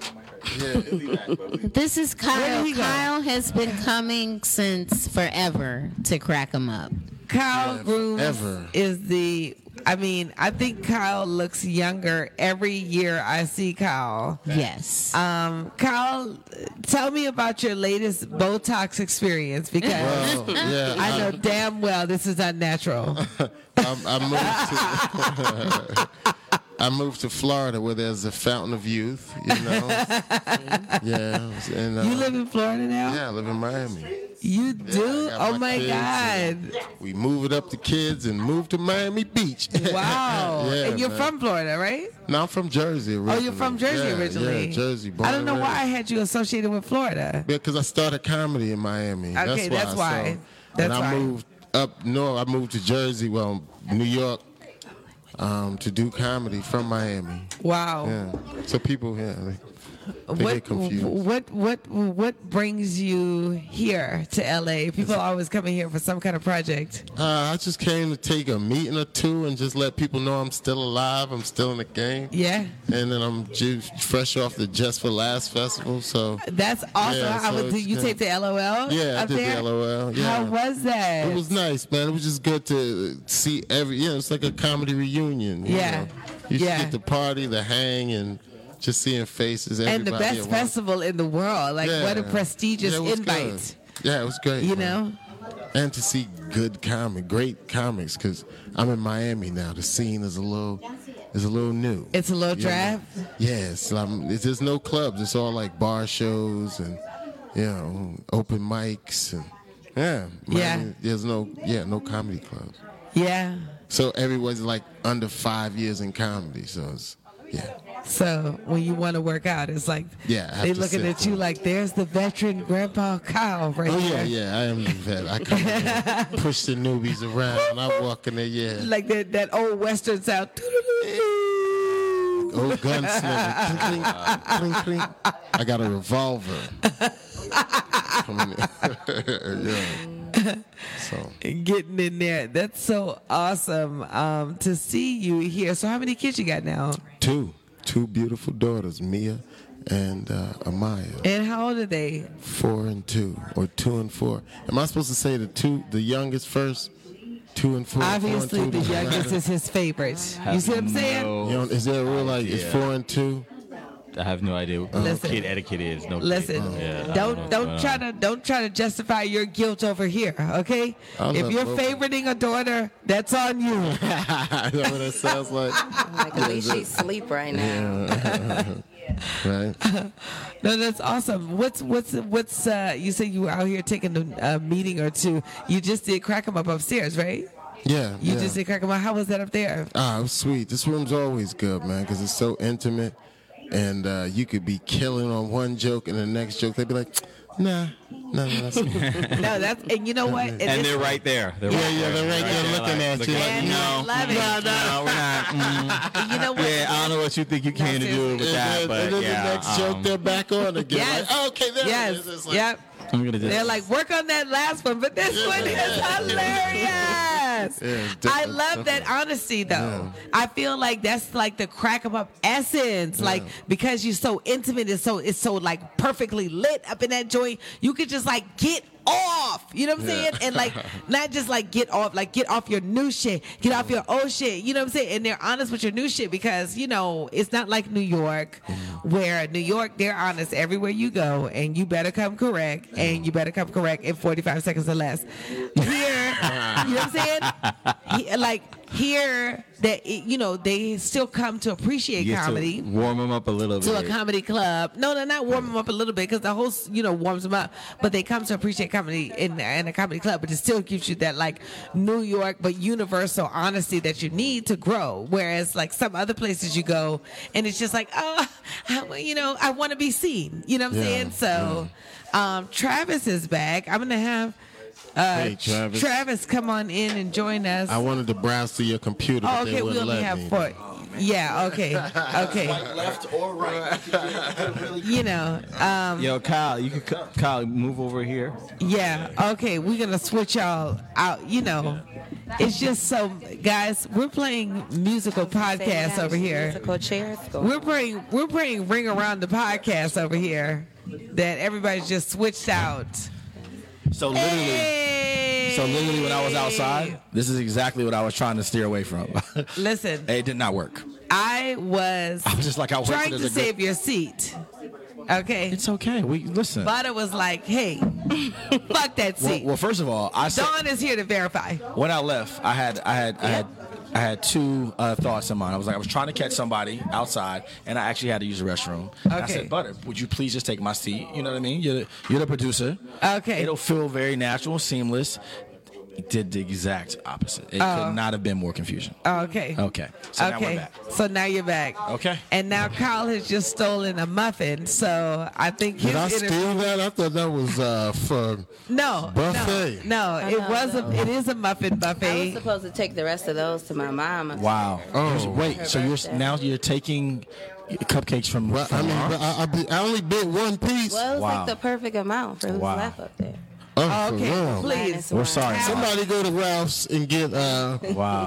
Speaker 5: Yeah, he'll be back, but we-
Speaker 10: This is
Speaker 5: Where
Speaker 10: Kyle.
Speaker 5: did he go?
Speaker 10: Kyle has been coming since forever to crack him up.
Speaker 2: Kyle Grooms
Speaker 10: forever.
Speaker 2: is the. I mean, I think Kyle looks younger every year I see Kyle.
Speaker 10: Yes.
Speaker 2: Um, Kyle, tell me about your latest Botox experience because
Speaker 13: Well, yeah,
Speaker 2: I know
Speaker 13: I-
Speaker 2: damn well this is unnatural.
Speaker 13: I, I moved to I moved to Florida where there's a fountain of youth. You know. yeah. And, uh,
Speaker 2: You live in Florida now?
Speaker 13: Yeah, I live in Miami.
Speaker 2: You
Speaker 13: Yeah, I
Speaker 2: do?
Speaker 13: got
Speaker 2: oh my
Speaker 13: kids
Speaker 2: God.
Speaker 13: and We move it up to kids and move to Miami Beach.
Speaker 2: Wow.
Speaker 13: yeah,
Speaker 2: and you're
Speaker 13: man.
Speaker 2: from Florida, right?
Speaker 13: No, I'm from Jersey originally.
Speaker 2: Oh, you're from Jersey
Speaker 13: Yeah,
Speaker 2: originally.
Speaker 13: Yeah, Jersey.
Speaker 2: I don't know why I had you associated with Florida.
Speaker 13: Because I started comedy in Miami.
Speaker 2: Okay, that's why.
Speaker 13: So, and
Speaker 2: That's
Speaker 13: I
Speaker 2: why.
Speaker 13: moved up north. I moved to Jersey, well, New York, um, to do comedy from Miami.
Speaker 2: Wow.
Speaker 13: Yeah. So people, yeah, they, they get confused.
Speaker 2: What what what brings you here to LA? People are always coming here for some kind of project.
Speaker 13: Uh, I just came to take a meeting or two and just let people know I'm still alive. I'm still in the game.
Speaker 2: Yeah.
Speaker 13: And then I'm just fresh off the Just for Last festival, so
Speaker 2: That's awesome.
Speaker 13: Yeah,
Speaker 2: I
Speaker 13: so
Speaker 2: would,
Speaker 13: it's
Speaker 2: did you
Speaker 13: good.
Speaker 2: take the LOL?
Speaker 13: yeah, I
Speaker 2: up
Speaker 13: did
Speaker 2: there?
Speaker 13: the LOL. Yeah.
Speaker 2: How was that?
Speaker 13: It was nice, man. It was just good to see every. Yeah, it's like a comedy reunion. you
Speaker 2: Yeah.
Speaker 13: know. You
Speaker 2: Yeah.
Speaker 13: just get the party, the hang, and just seeing faces.
Speaker 2: and the
Speaker 13: everybody at
Speaker 2: best
Speaker 13: once.
Speaker 2: festival in the world. Like
Speaker 13: Yeah.
Speaker 2: what a prestigious
Speaker 13: Yeah, it was
Speaker 2: invite.
Speaker 13: good. Yeah, it was great.
Speaker 2: You
Speaker 13: man. and to see good comic, great comics, because I'm in Miami now. The scene is a little is a little new.
Speaker 2: It's a little
Speaker 13: You know?
Speaker 2: drab?
Speaker 13: Yeah, it's, um, it's there's no clubs. It's all like bar shows and you know open mics and yeah,
Speaker 2: Yeah.
Speaker 13: There's no yeah no comedy clubs.
Speaker 2: Yeah.
Speaker 13: So everyone's like under five years in comedy. So it's
Speaker 2: So when you want to work out, it's like
Speaker 13: Yeah, I have
Speaker 2: they
Speaker 13: to
Speaker 2: looking
Speaker 13: sit
Speaker 2: at you like there's the veteran Grandpa Kyle right
Speaker 13: Oh yeah,
Speaker 2: there.
Speaker 13: yeah. I am the vet. I come in here, push the newbies around. and I walk in there. Yeah.
Speaker 2: Like that that old western sound.
Speaker 13: Old Oh, gunslinger. Clink, clink, clink, clink. I got a revolver. Come in there. yeah. So
Speaker 2: Getting in there. That's so awesome um, to see you here. So how many kids you got now?
Speaker 13: two, two beautiful daughters, Mia and uh, Amaya,
Speaker 2: And how old are they?
Speaker 13: four and two, or two and four. Am I supposed to say the two, the youngest first? Two and four. four and
Speaker 2: Obviously,
Speaker 13: two,
Speaker 2: the
Speaker 13: doesn't
Speaker 2: youngest
Speaker 13: matter?
Speaker 2: is his favorite. You see what I'm saying?
Speaker 13: You know, is there a rule like it's
Speaker 8: idea.
Speaker 13: four and two?
Speaker 8: I have no idea what
Speaker 2: Listen.
Speaker 8: kid etiquette is. No kid.
Speaker 2: Listen,
Speaker 8: Yeah, I
Speaker 2: don't
Speaker 8: know.
Speaker 2: don't try to don't try to justify your guilt over here, okay?
Speaker 13: I
Speaker 2: If
Speaker 13: love
Speaker 2: you're
Speaker 13: both.
Speaker 2: favoriting a daughter, that's on you.
Speaker 13: I know what that sounds like.
Speaker 11: Like at least she's asleep right now.
Speaker 13: Yeah. right.
Speaker 2: No, that's awesome. What's what's what's uh you said you were out here taking a, a meeting or two. You just did crack 'em up upstairs, right?
Speaker 13: Yeah.
Speaker 2: You
Speaker 13: yeah.
Speaker 2: just did crack 'em up. How was that up there?
Speaker 13: Ah, it was sweet. This room's always good, man, because it's so intimate, and uh, you could be killing on one joke, and the next joke they'd be like, "Nah, nah, nah." That's
Speaker 2: no, that's and you know what? And,
Speaker 8: And
Speaker 2: it's-
Speaker 8: they're right there. They're
Speaker 13: Yeah,
Speaker 8: right
Speaker 13: yeah,
Speaker 8: there.
Speaker 13: they're right there looking at you.
Speaker 8: like,
Speaker 2: I
Speaker 8: no,
Speaker 2: love it.
Speaker 8: no, we're not. mm.
Speaker 2: You know what?
Speaker 8: Yeah, I don't know what you think you came to do
Speaker 13: and
Speaker 8: with that,
Speaker 13: then,
Speaker 8: but
Speaker 13: and then
Speaker 8: yeah.
Speaker 13: the next
Speaker 8: um,
Speaker 13: joke they're back on again.
Speaker 2: Yes.
Speaker 13: Like, Oh, okay, there
Speaker 2: yes.
Speaker 13: it is. It's like,
Speaker 2: yep.
Speaker 8: I'm gonna do
Speaker 2: They're like, work on that last one, but this one is hilarious.
Speaker 13: Yeah, it's
Speaker 2: I
Speaker 13: different,
Speaker 2: love that
Speaker 13: different.
Speaker 2: honesty though. I feel like that's like the crack 'em up essence. Like because you're so intimate, it's so it's so like perfectly lit up in that joint. You could just like get off. You know what I'm
Speaker 13: Yeah.
Speaker 2: saying? And like not just like get off, like get off your new shit, get off your old shit. You know what I'm saying? And they're honest with your new shit because you know it's not like New York, where New York they're honest everywhere you go, and you better come correct, and you better come correct in 45 seconds or less. Here, you know what I'm saying? He- like here that it- you know they still come to appreciate
Speaker 8: you get to
Speaker 2: comedy
Speaker 8: warm them up a little
Speaker 2: to a
Speaker 8: bit.
Speaker 2: comedy club. No, they're not warming them up a little bit because the host, you know, warms them up. But they come to appreciate comedy in in a comedy club, but it still gives you that like New York but universal honesty that you need to grow. Whereas like some other places you go, and it's just like, oh, I- you know, I want to be seen. You know what
Speaker 13: Yeah,
Speaker 2: I'm saying? So, um, Travis is back. I'm gonna have. Uh,
Speaker 13: Hey, Travis.
Speaker 2: Travis, come on in and join us.
Speaker 13: I wanted to browse to your computer,
Speaker 2: Oh,
Speaker 13: but
Speaker 2: okay,
Speaker 13: they
Speaker 2: we
Speaker 13: wouldn't
Speaker 2: only
Speaker 13: let
Speaker 2: have
Speaker 13: me.
Speaker 2: four. Yeah, okay, okay.
Speaker 13: left or right.
Speaker 2: You know, um,
Speaker 8: Yo, Kyle, you could c- Kyle move over here.
Speaker 2: Yeah. Okay. We're gonna switch y'all out. You know, it's just so guys. We're playing musical podcasts over here.
Speaker 11: Musical chairs.
Speaker 2: We're playing. We're playing ring around the podcast over here. That everybody's just switched out.
Speaker 3: So literally,
Speaker 2: Hey!
Speaker 3: so literally, when I was outside, this is exactly what I was trying to steer away from.
Speaker 2: Listen,
Speaker 3: it did not work.
Speaker 2: I was
Speaker 3: I was just like, I waited
Speaker 2: trying
Speaker 3: as
Speaker 2: to
Speaker 3: a group-
Speaker 2: save your seat. Okay.
Speaker 3: It's okay. We listen.
Speaker 2: Butter was like, "Hey, fuck that
Speaker 3: well,
Speaker 2: seat."
Speaker 3: well, first of all, I said
Speaker 2: Dawn is here to verify.
Speaker 3: when I left, I had I had I had I had two uh, thoughts in mind. I was like, I was trying to catch somebody outside, and I actually had to use the restroom. And I
Speaker 2: Okay.
Speaker 3: said, Butter, would you please just take my seat? You know what I mean? You're the, you're the producer.
Speaker 2: Okay.
Speaker 3: It'll feel very natural, seamless. It did the exact opposite. It
Speaker 2: Oh.
Speaker 3: could not have been more confusion.
Speaker 2: Oh, okay.
Speaker 3: Okay. So now
Speaker 2: okay.
Speaker 3: we're back.
Speaker 2: So now you're back.
Speaker 3: Okay.
Speaker 2: And now Kyle has just stolen a muffin, so I think his
Speaker 13: Did I
Speaker 2: interview-
Speaker 13: steal that? I thought that was uh, for
Speaker 2: no
Speaker 13: buffet.
Speaker 2: No, no it
Speaker 11: know,
Speaker 2: was a
Speaker 11: no.
Speaker 2: it is a muffin
Speaker 11: I was
Speaker 2: buffet.
Speaker 11: supposed to take the rest of those to my mom.
Speaker 3: Wow.
Speaker 13: Oh.
Speaker 3: wait. So you're now you're taking cupcakes from.
Speaker 13: Well, I
Speaker 3: from
Speaker 13: mean,
Speaker 3: Lawrence?
Speaker 13: I, I, be- I only bit one piece.
Speaker 11: Well, it was
Speaker 3: Wow.
Speaker 11: like the perfect amount for who's
Speaker 3: Wow.
Speaker 11: left up there.
Speaker 13: Oh, for
Speaker 2: Okay,
Speaker 13: real.
Speaker 2: please.
Speaker 3: We're sorry.
Speaker 13: Somebody go to Ralph's and get. Uh,
Speaker 3: Wow.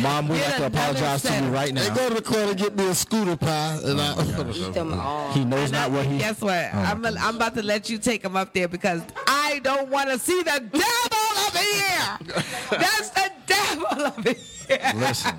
Speaker 3: Mom, we
Speaker 2: Get
Speaker 3: have
Speaker 2: another
Speaker 3: to apologize to you
Speaker 2: set.
Speaker 3: right
Speaker 13: They
Speaker 3: now.
Speaker 13: go to the corner get me a scooter pie, and
Speaker 11: Eat
Speaker 13: I.
Speaker 11: them all.
Speaker 3: He knows not what he.
Speaker 2: Guess what?
Speaker 13: Oh
Speaker 2: I'm a, I'm about to let you take him up there because I don't want to see the devil up in here. That's the devil up in here.
Speaker 3: Listen,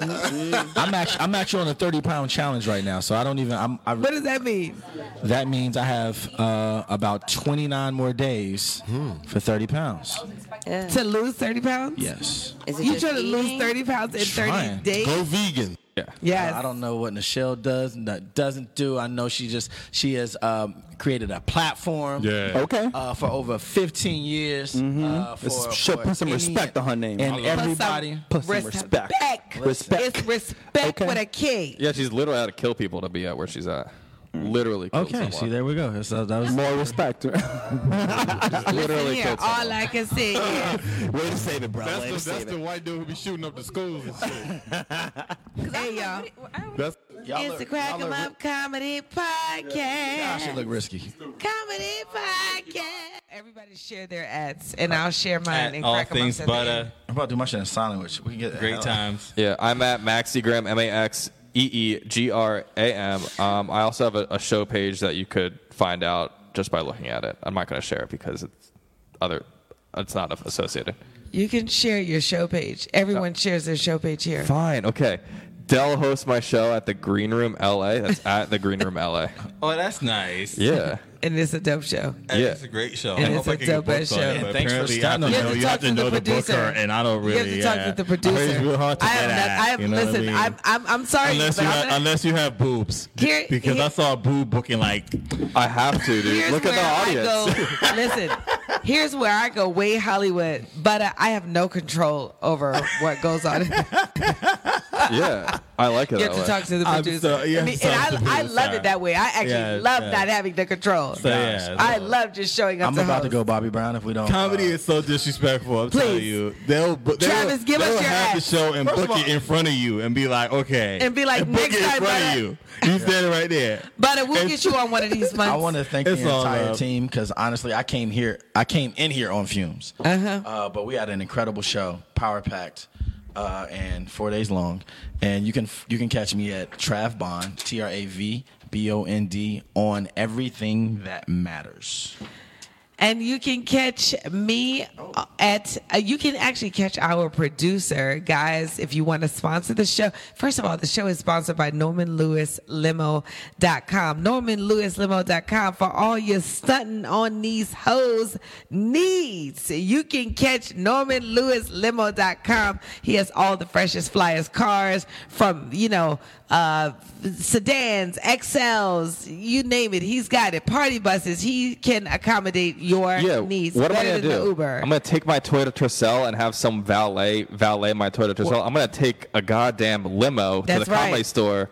Speaker 3: I'm actually I'm actually on a 30 pound challenge right now, so I don't even. I'm, I,
Speaker 2: What does that mean?
Speaker 3: that means I have uh, about 29 more days for 30 pounds.
Speaker 11: Yeah.
Speaker 2: To lose 30 pounds?
Speaker 3: Yes.
Speaker 11: Is it
Speaker 2: You
Speaker 11: just
Speaker 2: trying to lose
Speaker 11: eating?
Speaker 2: 30 pounds in 30
Speaker 3: Trying.
Speaker 2: days?
Speaker 13: Go vegan.
Speaker 7: Yeah.
Speaker 2: Yes.
Speaker 3: I don't know what Nichelle does and that doesn't do. I know she just she has um, created a platform.
Speaker 5: Yeah. Okay.
Speaker 3: Uh, for over 15 years. Uh, for,
Speaker 5: Let's show-
Speaker 3: for
Speaker 5: put some
Speaker 3: any-
Speaker 5: respect on her name.
Speaker 3: And
Speaker 5: I love it.
Speaker 3: everybody.
Speaker 5: Put some respect. Respect.
Speaker 2: It's respect with a K.
Speaker 8: Yeah, she's literally had to kill people to be at where she's at. Literally. Killed
Speaker 3: Okay, see, there we go. So that was
Speaker 5: more respect.
Speaker 8: literally
Speaker 2: Yeah,
Speaker 8: killed someone.
Speaker 2: all I can say is
Speaker 5: Way to save it, bro.
Speaker 7: That's,
Speaker 5: Way to
Speaker 7: the, that's
Speaker 5: save
Speaker 7: the
Speaker 5: it.
Speaker 7: white dude who be shooting up the schools and shit.
Speaker 8: Oh,
Speaker 2: Hey y'all,
Speaker 7: That's
Speaker 2: it's the Crack 'em Up Comedy
Speaker 3: Y'all should
Speaker 2: Podcast.
Speaker 3: look risky.
Speaker 2: Comedy Podcast. Everybody share their ads, and I'll share mine. And
Speaker 8: all
Speaker 2: crack 'em
Speaker 8: things
Speaker 2: up at the
Speaker 8: but,
Speaker 2: end.
Speaker 3: I'm about to do my shit in silent, which we can get the hell out.
Speaker 8: Yeah, I'm at Maxigram, M A X E E G R A M. Um, I also have a, a show page that you could find out just by looking at it. I'm not going to share it because it's other. It's not associated.
Speaker 2: You can share your show page. Everyone shares their show page here.
Speaker 8: Fine. Okay. Dell hosts my show at the Green Room LA. That's at the Green Room LA.
Speaker 7: Oh, that's nice.
Speaker 8: Yeah.
Speaker 2: And it's a dope show.
Speaker 8: Yeah.
Speaker 7: It's a great show.
Speaker 2: And it's a dope ass show.
Speaker 3: And thanks for starting
Speaker 2: You have to talk to the producer. You have to talk
Speaker 8: uh,
Speaker 2: to the producer.
Speaker 7: I heard it's real hard to
Speaker 2: I am
Speaker 7: get
Speaker 2: not-
Speaker 7: at,
Speaker 2: I am-
Speaker 7: you know what I
Speaker 2: listen.
Speaker 7: mean?
Speaker 2: am I'm, I'm sorry,
Speaker 7: Unless
Speaker 2: but
Speaker 7: you
Speaker 2: I'm
Speaker 7: have,
Speaker 2: gonna-
Speaker 7: unless you have boobs,
Speaker 2: Here-
Speaker 7: because
Speaker 2: here-
Speaker 7: I saw a boob booking like
Speaker 8: I have to,
Speaker 2: here's where I go, listen, here's where I go way Hollywood, but uh, I have no control over what goes on.
Speaker 8: Yeah. I like
Speaker 2: you
Speaker 8: it that
Speaker 2: have to
Speaker 8: way.
Speaker 2: talk to the
Speaker 7: I'm
Speaker 2: producer.
Speaker 7: so- you
Speaker 2: I
Speaker 7: have
Speaker 2: mean,
Speaker 7: to
Speaker 2: and
Speaker 7: talk to the
Speaker 2: I, I
Speaker 7: producer.
Speaker 2: love it that way. I actually
Speaker 7: Yeah,
Speaker 2: love
Speaker 7: yeah.
Speaker 2: not having the control.
Speaker 7: So, yeah,
Speaker 2: I
Speaker 7: so-
Speaker 2: love just showing up
Speaker 3: I'm
Speaker 2: to
Speaker 3: about to
Speaker 2: host.
Speaker 3: go Bobby Brown if we don't. uh,
Speaker 7: comedy is so disrespectful. I'm telling
Speaker 2: Please.
Speaker 7: you, they'll bu- they'll,
Speaker 2: Travis, give us
Speaker 7: they'll
Speaker 2: your
Speaker 7: have
Speaker 2: ads.
Speaker 7: the show and
Speaker 3: First of
Speaker 7: book it
Speaker 3: all-
Speaker 7: in front of you and be like, okay,
Speaker 2: And be like,
Speaker 7: book
Speaker 2: next
Speaker 7: it in
Speaker 2: time,
Speaker 7: front of
Speaker 2: brother.
Speaker 7: you. You standing right there.
Speaker 2: But uh, we'll get you on one of these months.
Speaker 3: I want to thank
Speaker 7: It's
Speaker 3: the
Speaker 7: all
Speaker 3: entire
Speaker 7: love.
Speaker 3: team because honestly, I came here, I came in here on fumes.
Speaker 2: Uh-huh.
Speaker 3: Uh, but we had an incredible show, power packed, uh, and four days long. And you can you can catch me at Trav Bond, T R A V B O N D, on everything that matters.
Speaker 2: And you can catch me at, uh, you can actually catch our producer, guys, if you want to sponsor the show. First of all, the show is sponsored by NormanLewisLimo.com. NormanLewisLimo.com for all your stunting on these hoes needs. You can catch NormanLewisLimo.com. He has all the freshest, flyest cars from, you know, uh, sedans, XLs, you name it. He's got it. Party buses. He can accommodate your
Speaker 8: yeah,
Speaker 2: needs
Speaker 8: what am I
Speaker 2: better
Speaker 8: gonna
Speaker 2: than
Speaker 8: do?
Speaker 2: the Uber.
Speaker 8: I'm gonna take my Toyota Tercel and have some valet valet my Toyota Tercel. I'm gonna take a goddamn limo
Speaker 2: That's
Speaker 8: to the comedy
Speaker 2: right.
Speaker 8: store.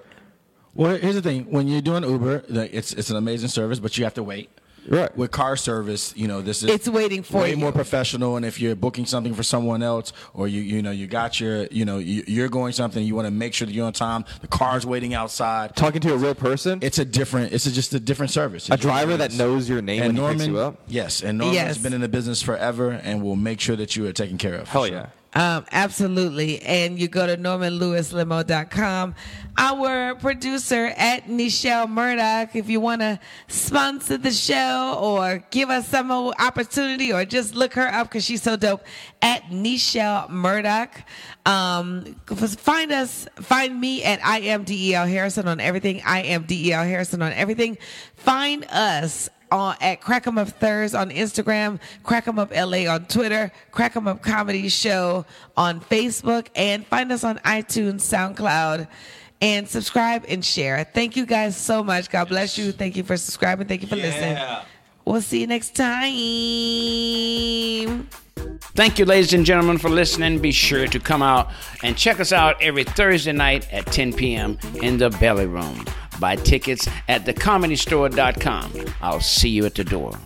Speaker 3: Well, here's the thing: when you're doing Uber, like, it's it's an amazing service, but you have to wait.
Speaker 8: Right.
Speaker 3: With car service, you know this is
Speaker 2: It's waiting for
Speaker 3: way
Speaker 2: you.
Speaker 3: more professional. And if you're booking something for someone else, or you you know you got your you know you, you're going something, you want to make sure that you're on time. The car's waiting outside.
Speaker 8: Talking to a real person,
Speaker 3: It's a different. It's a, just a different service.
Speaker 8: a driver that knows your name when
Speaker 3: And
Speaker 8: he
Speaker 3: Norman,
Speaker 8: picks you up.
Speaker 3: yes, and Norman
Speaker 2: Yes.
Speaker 3: has been in the business forever, and will make sure that you are taken care of.
Speaker 8: Hell yeah.
Speaker 2: Um, absolutely. And you go to normanlewislimo.com. Our producer at Nichelle Murdoch, if you want to sponsor the show or give us some o- opportunity or just look her up because she's so dope at Nichelle Murdoch. Um, find us, find me at I am DEL Harrison on everything. I am DEL Harrison on everything. Find us on at Crack 'em Up Thurs on Instagram, Crack 'em Up LA on Twitter, Crack 'em Up Comedy Show on Facebook, and find us on iTunes, SoundCloud, and subscribe and share. Thank you guys so much. God bless you. Thank you for subscribing. Thank you for listening. We'll see you next time.
Speaker 1: Thank you, ladies and gentlemen, for listening. Be sure to come out and check us out every Thursday night at 10 p.m. in the Belly Room. Buy tickets at thecomedystore.com. I'll see you at the door.